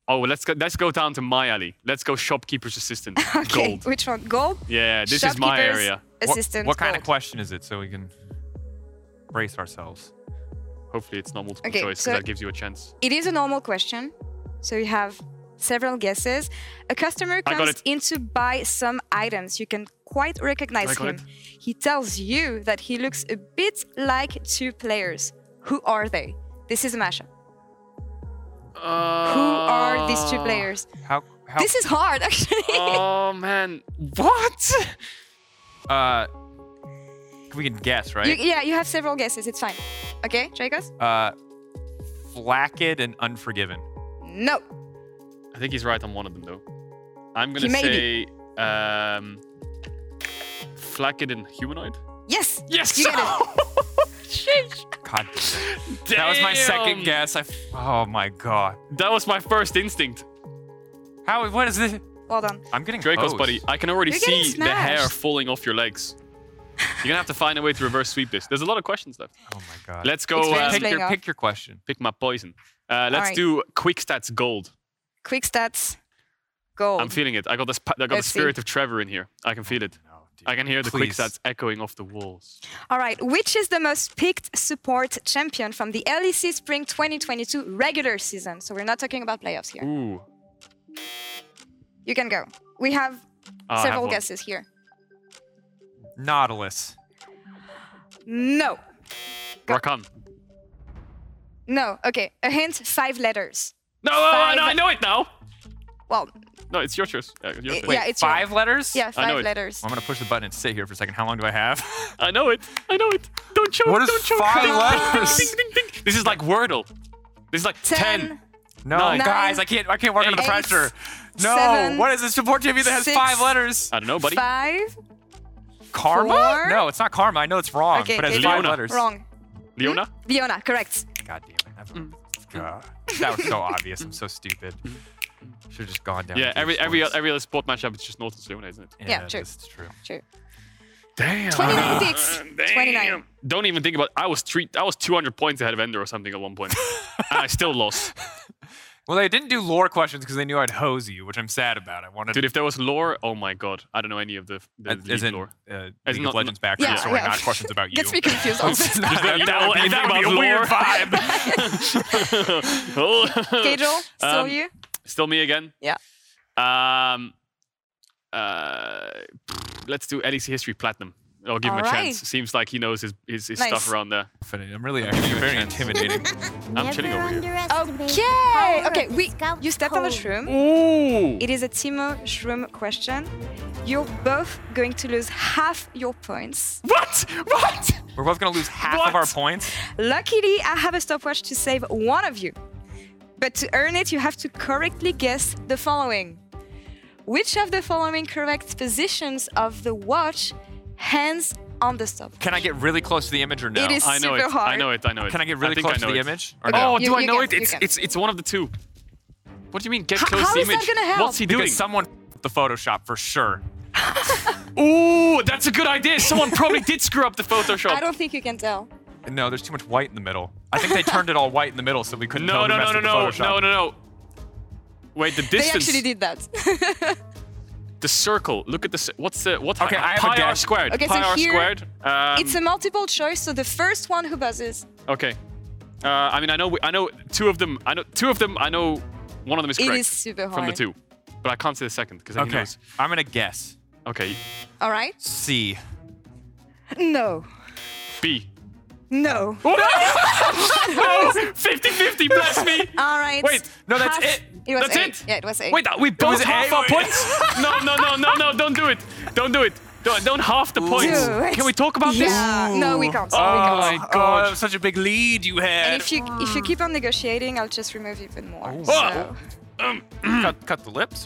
[SPEAKER 2] Oh, let's go. Let's go down to my alley. Let's go shopkeeper's assistant.
[SPEAKER 4] Okay.
[SPEAKER 2] Gold.
[SPEAKER 4] Which one? Gold.
[SPEAKER 2] Yeah, this is my
[SPEAKER 4] Shopkeepers,
[SPEAKER 2] area.
[SPEAKER 1] What-
[SPEAKER 4] Assistant.
[SPEAKER 1] What, kind of
[SPEAKER 4] gold.
[SPEAKER 1] question is it so we can brace ourselves?
[SPEAKER 2] Hopefully, it's not multiple
[SPEAKER 4] Okay,
[SPEAKER 2] choice. 'cause
[SPEAKER 4] so-
[SPEAKER 2] that gives you a chance.
[SPEAKER 4] It is a normal question. So you have several guesses. A customer
[SPEAKER 2] I got
[SPEAKER 4] comes
[SPEAKER 2] it.
[SPEAKER 4] in to buy some items. You can quite recognize
[SPEAKER 2] I got
[SPEAKER 4] him.
[SPEAKER 2] it.
[SPEAKER 4] He tells you that he looks a bit like two players. Who are they? This is a mashup. Who are these two
[SPEAKER 2] Uh,
[SPEAKER 4] players?
[SPEAKER 1] How? how
[SPEAKER 4] This is hard, actually.
[SPEAKER 2] Oh man, what?
[SPEAKER 1] uh, we can guess, right?
[SPEAKER 4] You- yeah, you have several guesses. It's fine. Okay, Jacobs?
[SPEAKER 1] uh, Flacked and Unforgiven.
[SPEAKER 4] No.
[SPEAKER 2] I think he's right on one of them though. I'm gonna
[SPEAKER 4] He may
[SPEAKER 2] say um, Flaccid and humanoid.
[SPEAKER 4] Yes.
[SPEAKER 2] Yes.
[SPEAKER 4] You get
[SPEAKER 1] God, that was my second
[SPEAKER 2] Damn.
[SPEAKER 1] guess. I f- oh my god.
[SPEAKER 2] That was my first instinct.
[SPEAKER 1] How? What is this?
[SPEAKER 4] Well done.
[SPEAKER 1] I'm getting
[SPEAKER 2] Draco's
[SPEAKER 1] hosed.
[SPEAKER 2] buddy, I can already
[SPEAKER 4] You're getting
[SPEAKER 2] see the hair
[SPEAKER 4] smashed.
[SPEAKER 2] falling off your legs. You're gonna have to find a way to reverse sweep this. There's a lot of questions left.
[SPEAKER 1] Oh my god.
[SPEAKER 2] Let's go
[SPEAKER 4] Experience
[SPEAKER 2] uh,
[SPEAKER 1] pick
[SPEAKER 4] playing
[SPEAKER 1] your
[SPEAKER 4] off.
[SPEAKER 1] pick your question.
[SPEAKER 2] pick my poison. Uh, let's
[SPEAKER 4] right.
[SPEAKER 2] do quick stats gold.
[SPEAKER 4] Quick stats. Gold.
[SPEAKER 2] I'm feeling it. I got the sp- I got
[SPEAKER 4] Let's
[SPEAKER 2] the
[SPEAKER 4] see.
[SPEAKER 2] spirit of Trevor in here. I can feel it. I can hear the quick
[SPEAKER 1] Oh, Please.
[SPEAKER 2] stats echoing off the walls.
[SPEAKER 4] All right. Which is the most picked support champion from the LEC Spring 2022 regular season? So we're not talking about playoffs here.
[SPEAKER 2] Ooh.
[SPEAKER 4] You can go. We have
[SPEAKER 2] Ah, I have
[SPEAKER 4] several
[SPEAKER 2] one.
[SPEAKER 4] guesses here.
[SPEAKER 1] Nautilus.
[SPEAKER 4] No.
[SPEAKER 2] Rakan.
[SPEAKER 4] No. Okay. A hint, five letters.
[SPEAKER 2] No, no, no,
[SPEAKER 4] Five-
[SPEAKER 2] no, I know it now.
[SPEAKER 4] Well,
[SPEAKER 2] No, it's your choice. Uh, your
[SPEAKER 4] Y-
[SPEAKER 2] choice.
[SPEAKER 4] Wait, yeah, it's your-
[SPEAKER 1] five letters.
[SPEAKER 4] yeah,
[SPEAKER 2] I know
[SPEAKER 4] five
[SPEAKER 2] it.
[SPEAKER 4] letters.
[SPEAKER 1] I'm gonna push the button and sit here for a second. How long do I have?
[SPEAKER 2] I know it. I know it. Don't choke.
[SPEAKER 1] What is
[SPEAKER 2] don't choke.
[SPEAKER 1] five
[SPEAKER 2] Ding, ding,
[SPEAKER 1] letters?
[SPEAKER 2] Ding, ding, ding, ding. This is like Wordle. This is like ten.
[SPEAKER 4] Ten.
[SPEAKER 1] No,
[SPEAKER 2] Nine.
[SPEAKER 1] guys, I can't. I can't work under the
[SPEAKER 4] Eight.
[SPEAKER 1] pressure. No.
[SPEAKER 4] Seven.
[SPEAKER 1] what is this support champion that has
[SPEAKER 4] Six.
[SPEAKER 1] five letters?
[SPEAKER 2] I don't know, buddy.
[SPEAKER 4] Five.
[SPEAKER 1] karma?
[SPEAKER 4] four.
[SPEAKER 1] No, it's not karma. I know it's wrong,
[SPEAKER 4] Okay,
[SPEAKER 1] but it has
[SPEAKER 4] okay.
[SPEAKER 1] five
[SPEAKER 2] Leona.
[SPEAKER 1] letters.
[SPEAKER 4] Wrong.
[SPEAKER 2] Leona.
[SPEAKER 4] Leona, correct.
[SPEAKER 1] God damn it. That's-
[SPEAKER 2] Mm.
[SPEAKER 1] God. That was so obvious. I'm so stupid. Should have just gone down.
[SPEAKER 2] Yeah.
[SPEAKER 1] to
[SPEAKER 2] Every
[SPEAKER 1] these
[SPEAKER 2] every
[SPEAKER 1] points.
[SPEAKER 2] every other sport matchup is just Nautilus Leona, isn't it?
[SPEAKER 4] Yeah, true.
[SPEAKER 1] It's true.
[SPEAKER 4] True.
[SPEAKER 2] Damn. Ah,
[SPEAKER 4] 26. 29.
[SPEAKER 2] Don't even think about. I was three. I was 200 points ahead of Ender or something at one point, and I still lost.
[SPEAKER 1] Well, they didn't do lore questions because they knew I'd hose you, which I'm sad about. I wanted
[SPEAKER 2] Dude, if there was lore, oh my god, I don't know any of the, the
[SPEAKER 1] As- as
[SPEAKER 2] league
[SPEAKER 1] in,
[SPEAKER 2] lore.
[SPEAKER 1] uh,
[SPEAKER 2] As
[SPEAKER 1] League
[SPEAKER 2] in
[SPEAKER 1] of
[SPEAKER 2] not-
[SPEAKER 1] Legends
[SPEAKER 4] Yeah,
[SPEAKER 1] background story,
[SPEAKER 4] yeah.
[SPEAKER 1] not questions about you.
[SPEAKER 4] Gets me confused. also.
[SPEAKER 1] Not-
[SPEAKER 2] That- that would be- that would be a weird
[SPEAKER 1] vibe.
[SPEAKER 2] oh.
[SPEAKER 4] Pedro, still
[SPEAKER 2] Um,
[SPEAKER 4] you?
[SPEAKER 2] Still me again?
[SPEAKER 4] Yeah.
[SPEAKER 2] Um, uh, let's do LEC history platinum. I'll give him a
[SPEAKER 4] All right.
[SPEAKER 2] chance. Seems like he knows his his, his
[SPEAKER 4] Nice.
[SPEAKER 2] stuff around there.
[SPEAKER 1] I'm really actually very intimidating.
[SPEAKER 2] I'm chilling over here.
[SPEAKER 4] Okay. Okay. We. You stepped on the
[SPEAKER 3] shrimp.
[SPEAKER 4] shroom.
[SPEAKER 2] Ooh.
[SPEAKER 4] It is a Timo Shroom question. You're both going to lose half your points.
[SPEAKER 2] What? What?
[SPEAKER 1] We're both gonna lose half
[SPEAKER 2] What?
[SPEAKER 1] of our points.
[SPEAKER 4] Luckily, I have a stopwatch to save one of you. But to earn it, you have to correctly guess the following Which of the following correct positions of the watch hands on the stop?
[SPEAKER 1] Can I get really close to the image or no? Uh,
[SPEAKER 4] It is-
[SPEAKER 2] I know
[SPEAKER 4] super
[SPEAKER 2] it. I
[SPEAKER 4] hard.
[SPEAKER 2] know it. I know it.
[SPEAKER 1] Can I get
[SPEAKER 2] I
[SPEAKER 1] really
[SPEAKER 2] think
[SPEAKER 1] close
[SPEAKER 2] I
[SPEAKER 1] to
[SPEAKER 2] know
[SPEAKER 1] the
[SPEAKER 2] it.
[SPEAKER 1] image or no?
[SPEAKER 2] Oh,
[SPEAKER 4] You-
[SPEAKER 2] do I
[SPEAKER 4] you
[SPEAKER 2] know
[SPEAKER 4] can-
[SPEAKER 2] it?
[SPEAKER 4] you
[SPEAKER 2] It's
[SPEAKER 4] can.
[SPEAKER 2] it's it's one of the two. What do you mean? Get
[SPEAKER 4] H-
[SPEAKER 2] close
[SPEAKER 4] how
[SPEAKER 2] to the
[SPEAKER 4] is that
[SPEAKER 2] image.
[SPEAKER 4] gonna help?
[SPEAKER 2] What's he doing?
[SPEAKER 1] because someone f- the Photoshop for sure.
[SPEAKER 2] Ooh, that's a good idea. Someone probably did screw up the Photoshop.
[SPEAKER 4] I don't think you can tell.
[SPEAKER 1] No, there's too much white in the middle. I think they turned it all white in the middle, so we couldn't.
[SPEAKER 2] no,
[SPEAKER 1] tell
[SPEAKER 2] no,
[SPEAKER 1] who
[SPEAKER 2] no,
[SPEAKER 1] messed
[SPEAKER 2] no,
[SPEAKER 1] with
[SPEAKER 2] no,
[SPEAKER 1] the Photoshop.
[SPEAKER 2] no, no, no. Wait, the
[SPEAKER 4] They
[SPEAKER 2] distance.
[SPEAKER 4] actually did that.
[SPEAKER 2] The circle. Look at the. ci- What's the? What's
[SPEAKER 1] Okay, I have a
[SPEAKER 2] pi r
[SPEAKER 1] guess.
[SPEAKER 2] squared?
[SPEAKER 4] Okay,
[SPEAKER 2] pi
[SPEAKER 4] so
[SPEAKER 2] r
[SPEAKER 4] here-
[SPEAKER 2] squared. Um,
[SPEAKER 4] it's a multiple choice, so the first one who buzzes.
[SPEAKER 2] okay. Uh, I mean, I know. we- I know two of them. I know two of them. I know one of them is
[SPEAKER 4] It
[SPEAKER 2] correct
[SPEAKER 4] is super
[SPEAKER 2] from the
[SPEAKER 4] hard.
[SPEAKER 2] two, but I can't say the second because he
[SPEAKER 1] Okay,
[SPEAKER 2] knows.
[SPEAKER 1] I'm gonna guess
[SPEAKER 2] Okay,
[SPEAKER 4] All right?
[SPEAKER 1] C.
[SPEAKER 4] No.
[SPEAKER 2] B.
[SPEAKER 4] No.
[SPEAKER 2] Oh, no! no! 50-50, bless me.
[SPEAKER 4] All right.
[SPEAKER 2] Wait,
[SPEAKER 1] no, that's
[SPEAKER 4] Half-
[SPEAKER 1] it.
[SPEAKER 4] It was
[SPEAKER 2] That's
[SPEAKER 4] eight.
[SPEAKER 2] it?
[SPEAKER 4] Yeah, it was eight.
[SPEAKER 2] Wait, we both
[SPEAKER 1] was
[SPEAKER 2] half
[SPEAKER 1] A-
[SPEAKER 2] our points? No, no, no, no, no! Don't do it! Don't do it! Don't, don't half the points.
[SPEAKER 4] Dude.
[SPEAKER 2] Can we talk about this?
[SPEAKER 4] Yeah. No, we can't.
[SPEAKER 2] Oh
[SPEAKER 4] we can't.
[SPEAKER 2] my god!
[SPEAKER 1] that was such a big lead you had.
[SPEAKER 4] And if you if you keep on negotiating, I'll just remove even more.
[SPEAKER 2] Oh.
[SPEAKER 4] So.
[SPEAKER 1] Um, cut, cut the lips.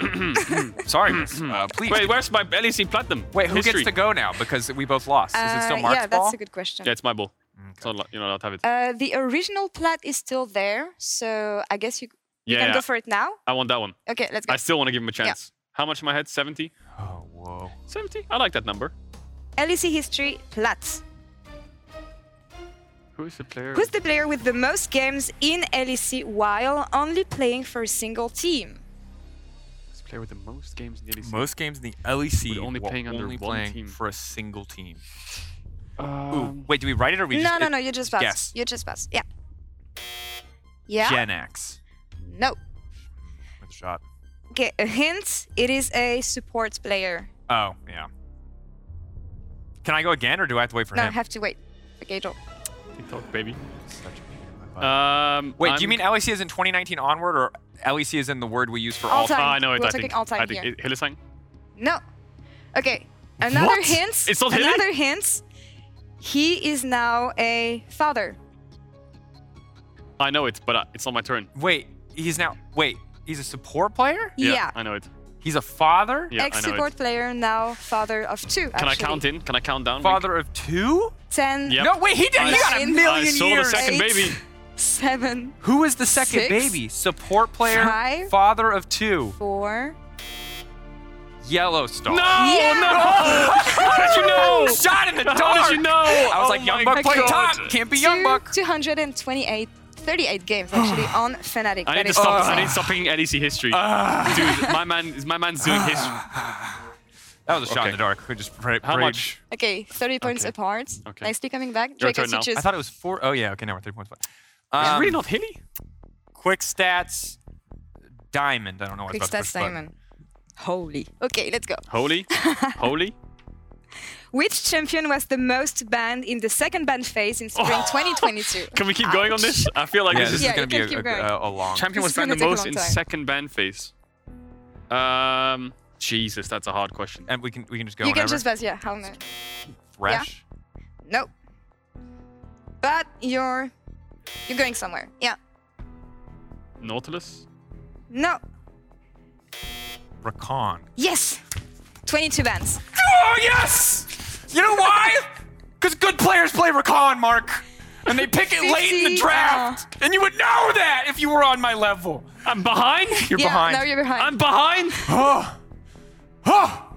[SPEAKER 1] Sorry, miss. Uh, please.
[SPEAKER 2] Wait, where's my LEC Platinum?
[SPEAKER 1] Wait, who
[SPEAKER 2] History.
[SPEAKER 1] gets to go now? Because we both lost. Is it
[SPEAKER 4] Uh,
[SPEAKER 1] still Mark's
[SPEAKER 4] yeah,
[SPEAKER 1] ball?
[SPEAKER 4] that's a good question.
[SPEAKER 2] Yeah, it's my ball. It's not, allo- you're not allowed to have it.
[SPEAKER 4] Uh, the original plat is still there, so I guess you
[SPEAKER 2] yeah,
[SPEAKER 4] can
[SPEAKER 2] yeah,
[SPEAKER 4] go for it now.
[SPEAKER 2] I want that one.
[SPEAKER 4] Okay, let's go.
[SPEAKER 2] I still want to give him a chance. How much in my head? 70?
[SPEAKER 1] Oh, whoa.
[SPEAKER 2] 70? I like that number.
[SPEAKER 4] LEC E history plat.
[SPEAKER 2] Who's the player?
[SPEAKER 4] Who's the player with the most games in LEC while only playing for a single team?
[SPEAKER 2] Who's the player with the most games in the E LEC?
[SPEAKER 1] Most games in the LEC
[SPEAKER 2] We're only
[SPEAKER 1] were
[SPEAKER 2] playing under
[SPEAKER 1] only
[SPEAKER 2] one
[SPEAKER 1] playing
[SPEAKER 2] team.
[SPEAKER 1] for a single team. Ooh,
[SPEAKER 2] Um,
[SPEAKER 1] wait, do we write it or we
[SPEAKER 4] no,
[SPEAKER 1] just
[SPEAKER 4] no, no. You just pass.
[SPEAKER 1] guess.
[SPEAKER 4] You just pass. Yeah. Yeah.
[SPEAKER 1] Gen X
[SPEAKER 4] No.
[SPEAKER 1] with a shot.
[SPEAKER 4] Okay. A hint. It is a support player.
[SPEAKER 1] Oh, yeah. Can I go again or do I have to wait for
[SPEAKER 4] no, I
[SPEAKER 1] him?
[SPEAKER 4] have to wait. Okay, don't.
[SPEAKER 2] TikTok, baby.
[SPEAKER 1] Such a pain in my butt.
[SPEAKER 2] Um,
[SPEAKER 1] wait,
[SPEAKER 2] I'm-
[SPEAKER 1] do you mean LEC is in 2019 onward or LEC is in the word we use for
[SPEAKER 4] All
[SPEAKER 1] all
[SPEAKER 2] Ah,
[SPEAKER 4] time.
[SPEAKER 2] I know it.
[SPEAKER 4] We're
[SPEAKER 2] I think,
[SPEAKER 4] talking all time
[SPEAKER 2] I think
[SPEAKER 4] here.
[SPEAKER 2] it- Hillesang?
[SPEAKER 4] No. Okay. Another
[SPEAKER 2] What?
[SPEAKER 4] hint.
[SPEAKER 2] It's not Hilly?
[SPEAKER 4] another hint. He is now a father.
[SPEAKER 2] I know it, but uh, it's not my turn.
[SPEAKER 1] Wait, he's now. Wait, he's a support player?
[SPEAKER 4] Yeah.
[SPEAKER 2] I know it.
[SPEAKER 1] He's a father?
[SPEAKER 2] Yeah,
[SPEAKER 4] Ex
[SPEAKER 2] I know it.
[SPEAKER 4] support player, now father of two.
[SPEAKER 2] Can I count in? Can I count down?
[SPEAKER 1] Father of two?
[SPEAKER 4] Ten,
[SPEAKER 2] Yep.
[SPEAKER 1] No, wait, he did.
[SPEAKER 4] I
[SPEAKER 1] He got a
[SPEAKER 4] s-
[SPEAKER 1] million
[SPEAKER 2] I saw the
[SPEAKER 1] years.
[SPEAKER 2] second
[SPEAKER 4] Eight.
[SPEAKER 2] baby.
[SPEAKER 4] seven,
[SPEAKER 1] Who is the second
[SPEAKER 4] Six.
[SPEAKER 1] baby? Support player,
[SPEAKER 4] Five.
[SPEAKER 1] father of two,
[SPEAKER 4] four.
[SPEAKER 1] yellow star.
[SPEAKER 2] No,
[SPEAKER 4] Yeah.
[SPEAKER 2] no.
[SPEAKER 1] Oh,
[SPEAKER 2] How did you know?
[SPEAKER 1] Shot in the dark.
[SPEAKER 2] How did you know?
[SPEAKER 1] I was
[SPEAKER 2] Oh
[SPEAKER 1] like, Young
[SPEAKER 2] my
[SPEAKER 1] Buck played
[SPEAKER 2] God.
[SPEAKER 1] top. Can't be Young Buck.
[SPEAKER 4] 228, 38 games actually on Fnatic.
[SPEAKER 2] I
[SPEAKER 4] That
[SPEAKER 2] need to
[SPEAKER 4] is
[SPEAKER 2] stop.
[SPEAKER 4] insane.
[SPEAKER 2] I need to stop picking LEC history. Dude, my man, my man's doing history.
[SPEAKER 1] That was a shot
[SPEAKER 2] Okay.
[SPEAKER 1] in the dark. We just pra-
[SPEAKER 2] How
[SPEAKER 1] prayed.
[SPEAKER 2] much?
[SPEAKER 4] Okay, 30 points
[SPEAKER 2] Okay.
[SPEAKER 4] apart.
[SPEAKER 2] Okay.
[SPEAKER 4] Nicely coming back.
[SPEAKER 2] Your
[SPEAKER 4] Draco
[SPEAKER 2] turn now.
[SPEAKER 4] switches.
[SPEAKER 1] I thought it was four. Oh yeah. Okay, now we're three points. back.
[SPEAKER 2] It's
[SPEAKER 1] Um,
[SPEAKER 2] really not Hilly.
[SPEAKER 1] quick stats. Diamond. I don't know what
[SPEAKER 4] Quick
[SPEAKER 1] it's about to
[SPEAKER 4] stats,
[SPEAKER 1] push button.
[SPEAKER 4] Simon. Holy. Okay, let's go.
[SPEAKER 2] Holy, holy.
[SPEAKER 4] Which champion was the most banned in the second ban phase in spring 2022?
[SPEAKER 2] Can we keep going on this? I feel like
[SPEAKER 1] Yeah,
[SPEAKER 2] this
[SPEAKER 1] this
[SPEAKER 2] is
[SPEAKER 4] Yeah,
[SPEAKER 1] is
[SPEAKER 4] you
[SPEAKER 1] gonna be
[SPEAKER 4] can
[SPEAKER 1] a,
[SPEAKER 4] keep
[SPEAKER 1] a,
[SPEAKER 4] going.
[SPEAKER 1] a, a long.
[SPEAKER 2] champion
[SPEAKER 4] This
[SPEAKER 2] was
[SPEAKER 4] is
[SPEAKER 2] banned
[SPEAKER 4] gonna
[SPEAKER 2] the
[SPEAKER 4] take a
[SPEAKER 2] most
[SPEAKER 4] long
[SPEAKER 2] in
[SPEAKER 4] time.
[SPEAKER 2] second ban phase. Um, Jesus, that's a hard question.
[SPEAKER 1] And we can we can just go.
[SPEAKER 4] you can
[SPEAKER 1] whenever.
[SPEAKER 4] just pass, yeah. How many?
[SPEAKER 1] Thresh.
[SPEAKER 4] Nope. But you're you're going somewhere. Yeah.
[SPEAKER 2] Nautilus.
[SPEAKER 4] No.
[SPEAKER 1] Rakan.
[SPEAKER 4] Yes. 22 bans.
[SPEAKER 1] Oh yes! You know why? Because good players play Rakan, Mark. And they pick it late in the
[SPEAKER 4] 50,
[SPEAKER 1] draft.
[SPEAKER 4] Uh-huh.
[SPEAKER 1] And you would know that if you were on my level.
[SPEAKER 2] I'm behind.
[SPEAKER 1] You're
[SPEAKER 4] yeah,
[SPEAKER 1] behind.
[SPEAKER 4] now you're behind.
[SPEAKER 2] I'm behind.
[SPEAKER 1] Oh. Oh.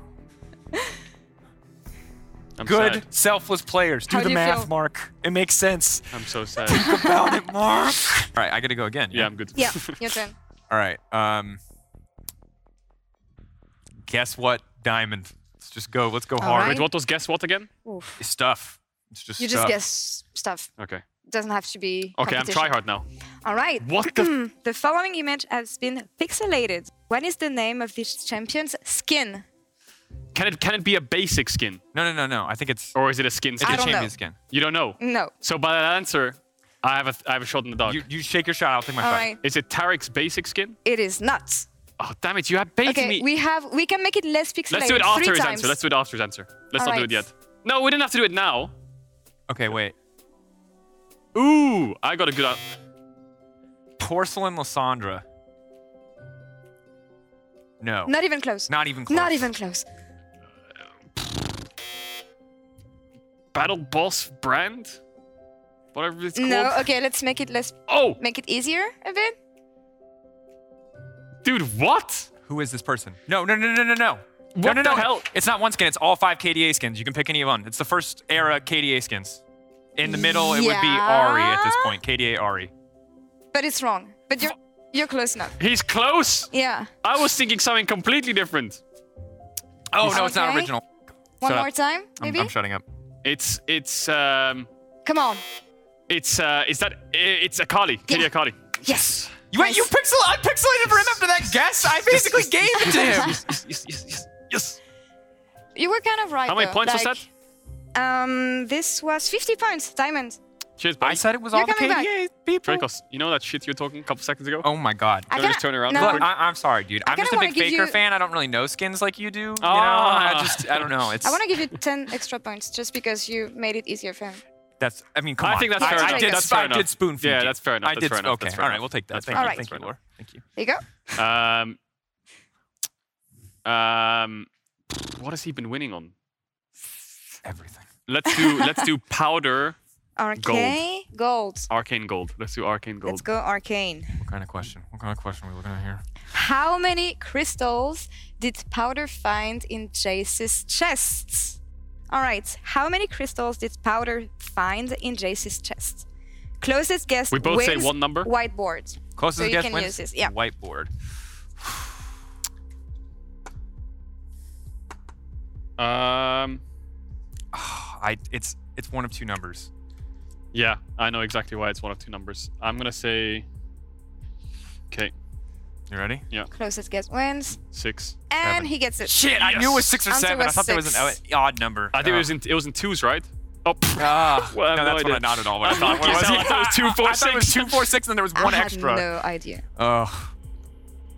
[SPEAKER 2] I'm
[SPEAKER 1] Good,
[SPEAKER 2] sad.
[SPEAKER 1] selfless players. Do
[SPEAKER 4] How
[SPEAKER 1] the
[SPEAKER 4] do you
[SPEAKER 1] math,
[SPEAKER 4] feel?
[SPEAKER 1] Mark. It makes sense.
[SPEAKER 2] I'm so sad.
[SPEAKER 1] Found it, Mark. All right, I gotta go again.
[SPEAKER 2] yeah, I'm good.
[SPEAKER 4] yeah, your turn.
[SPEAKER 1] All right. Um. Guess what, Diamond? Let's just go. Let's go hard.
[SPEAKER 2] Wait,
[SPEAKER 4] right.
[SPEAKER 2] what was guess what again?
[SPEAKER 4] Oof.
[SPEAKER 1] Stuff. It's just.
[SPEAKER 4] You just
[SPEAKER 1] stuff.
[SPEAKER 4] guess stuff.
[SPEAKER 2] Okay.
[SPEAKER 4] Doesn't have to be.
[SPEAKER 2] Okay, I'm
[SPEAKER 4] competition. Hmm.
[SPEAKER 2] tryhard now.
[SPEAKER 4] All right.
[SPEAKER 2] What the?
[SPEAKER 4] The following image has been pixelated. What is the name of this champion's skin?
[SPEAKER 2] Can it can it be a basic skin
[SPEAKER 1] No, no, no, no. I think it's.
[SPEAKER 2] or is it a skin
[SPEAKER 1] It's
[SPEAKER 2] skin?
[SPEAKER 1] a
[SPEAKER 4] don't know.
[SPEAKER 1] champion skin.
[SPEAKER 2] You don't know.
[SPEAKER 4] No.
[SPEAKER 2] So by that answer, I have a I have a shot in the dark.
[SPEAKER 1] You, you shake your shot. I'll take my
[SPEAKER 4] All
[SPEAKER 1] shot.
[SPEAKER 4] right.
[SPEAKER 2] Is it Tarek's basic skin?
[SPEAKER 4] It is nuts.
[SPEAKER 2] Oh damn it! You have baited
[SPEAKER 4] Okay,
[SPEAKER 2] me.
[SPEAKER 4] we have. We can make it less pixelated.
[SPEAKER 2] Let's do it after
[SPEAKER 4] Three
[SPEAKER 2] his
[SPEAKER 4] times.
[SPEAKER 2] answer. Let's do it after his answer. Let's
[SPEAKER 4] All
[SPEAKER 2] not do it
[SPEAKER 4] right.
[SPEAKER 2] yet. No, we didn't have to do it now.
[SPEAKER 1] Okay, wait.
[SPEAKER 2] Ooh, I got a good. uh, a-
[SPEAKER 1] Porcelain Lysandra. No.
[SPEAKER 4] Not even close.
[SPEAKER 1] Not even close.
[SPEAKER 4] Not even close.
[SPEAKER 2] Battle boss brand. Whatever it's called.
[SPEAKER 4] No. Okay, let's make it less.
[SPEAKER 2] Oh,
[SPEAKER 4] Make it easier a bit.
[SPEAKER 2] dude, what?
[SPEAKER 1] Who is this person? No, no, no, no, no, no.
[SPEAKER 2] What
[SPEAKER 1] no, no, no.
[SPEAKER 2] the hell?
[SPEAKER 1] It's not one skin. It's all five KDA skins. You can pick any one. It's the first era KDA skins. In the middle, it would be Ari at this
[SPEAKER 4] Yeah.
[SPEAKER 1] point. KDA Ari.
[SPEAKER 4] But it's wrong. But you're you're close enough.
[SPEAKER 2] He's close.
[SPEAKER 4] Yeah.
[SPEAKER 2] I was thinking something completely different.
[SPEAKER 1] Oh no, it's not
[SPEAKER 4] Okay.
[SPEAKER 1] original.
[SPEAKER 4] One
[SPEAKER 1] Shut
[SPEAKER 4] more
[SPEAKER 1] up.
[SPEAKER 4] time,
[SPEAKER 1] I'm,
[SPEAKER 4] maybe.
[SPEAKER 1] I'm shutting up.
[SPEAKER 2] It's it's um
[SPEAKER 4] Come on.
[SPEAKER 2] it's uh is that it's Akali, Katie
[SPEAKER 4] Yeah.
[SPEAKER 2] Akali.
[SPEAKER 4] Yes.
[SPEAKER 1] You wait,
[SPEAKER 4] Nice.
[SPEAKER 1] you pixel I pixelated for him after that guess. I basically gave it to him.
[SPEAKER 2] yes, yes, yes, yes, yes.
[SPEAKER 4] You were kind of right.
[SPEAKER 2] How many
[SPEAKER 4] though.
[SPEAKER 2] points was
[SPEAKER 4] Like,
[SPEAKER 2] that?
[SPEAKER 4] Um, this was 50 points, Diamond.
[SPEAKER 2] Cheers,
[SPEAKER 1] I
[SPEAKER 2] buddy.
[SPEAKER 1] said it was
[SPEAKER 4] You're
[SPEAKER 1] all the
[SPEAKER 4] coming back.
[SPEAKER 1] KDA people.
[SPEAKER 2] Dracos, you know that shit you were talking a couple seconds ago?
[SPEAKER 1] Oh my god.
[SPEAKER 4] I
[SPEAKER 2] Don't just
[SPEAKER 4] kinda-
[SPEAKER 2] turn around
[SPEAKER 4] No.
[SPEAKER 2] real
[SPEAKER 1] Look, I, I'm sorry, dude. I'm
[SPEAKER 4] kinda
[SPEAKER 1] just a
[SPEAKER 4] wanna
[SPEAKER 1] big
[SPEAKER 4] give
[SPEAKER 1] Faker
[SPEAKER 4] you-
[SPEAKER 1] fan. I don't really know skins like you do. You know, I
[SPEAKER 2] Ah.
[SPEAKER 1] just I don't know. It's
[SPEAKER 4] I want to give you 10 extra points just because you made it easier for him.
[SPEAKER 1] That's. I mean, come
[SPEAKER 2] I
[SPEAKER 1] on.
[SPEAKER 2] think that's
[SPEAKER 4] fair
[SPEAKER 1] I,
[SPEAKER 4] enough.
[SPEAKER 1] did,
[SPEAKER 4] That's
[SPEAKER 2] fair
[SPEAKER 1] I
[SPEAKER 2] enough.
[SPEAKER 1] did spoon feed
[SPEAKER 2] Yeah,
[SPEAKER 1] you.
[SPEAKER 2] that's fair enough,
[SPEAKER 1] I
[SPEAKER 2] that's
[SPEAKER 1] did.
[SPEAKER 2] fair enough,
[SPEAKER 1] okay.
[SPEAKER 2] that's fair
[SPEAKER 1] all right.
[SPEAKER 2] enough,
[SPEAKER 1] We'll take that.
[SPEAKER 2] that's
[SPEAKER 1] Thank
[SPEAKER 2] fair
[SPEAKER 1] you.
[SPEAKER 4] enough,
[SPEAKER 1] Thank you, Laura. Thank you.
[SPEAKER 2] that's fair
[SPEAKER 4] There you go.
[SPEAKER 1] Oh.
[SPEAKER 2] Um, um, what has he been winning on?
[SPEAKER 1] Everything.
[SPEAKER 2] Let's do let's do powder
[SPEAKER 4] Okay. Gold.
[SPEAKER 2] arcane gold. Let's do arcane gold.
[SPEAKER 4] Let's go arcane.
[SPEAKER 1] What kind of question? What kind of question are we looking at here?
[SPEAKER 4] How many crystals did Powder find in Jace's chest? All right. How many crystals did Powder find in Jace's chest? Closest guess.
[SPEAKER 2] We both say
[SPEAKER 4] wins
[SPEAKER 2] one number?
[SPEAKER 4] Whiteboard.
[SPEAKER 1] Closest
[SPEAKER 4] So you
[SPEAKER 1] guess
[SPEAKER 4] can
[SPEAKER 1] wins.
[SPEAKER 4] use this, yeah.
[SPEAKER 1] Whiteboard.
[SPEAKER 2] Um,
[SPEAKER 1] I. It's. It's one of two numbers.
[SPEAKER 2] yeah, I know exactly why it's one of two numbers. I'm gonna say. Okay,
[SPEAKER 1] You ready?
[SPEAKER 4] Closest guess wins.
[SPEAKER 2] six.
[SPEAKER 4] And
[SPEAKER 1] Seven.
[SPEAKER 4] he gets it.
[SPEAKER 1] Shit! I knew it was six or
[SPEAKER 4] Answer
[SPEAKER 1] seven. I
[SPEAKER 4] was
[SPEAKER 1] thought there was an
[SPEAKER 4] six.
[SPEAKER 1] o- odd number.
[SPEAKER 2] I think it was in it was in twos, right? Oh, pff,
[SPEAKER 1] Ah,
[SPEAKER 2] Well, I have
[SPEAKER 1] no,
[SPEAKER 2] no
[SPEAKER 1] that's
[SPEAKER 2] idea.
[SPEAKER 1] what I not at all. What I thought
[SPEAKER 2] Lucky
[SPEAKER 1] what was
[SPEAKER 2] as hell, I thought it was two, four,
[SPEAKER 1] I thought it was
[SPEAKER 2] six.
[SPEAKER 1] two, four, six, and there was
[SPEAKER 4] I
[SPEAKER 1] one
[SPEAKER 4] had
[SPEAKER 1] extra.
[SPEAKER 4] no idea.
[SPEAKER 1] Oh,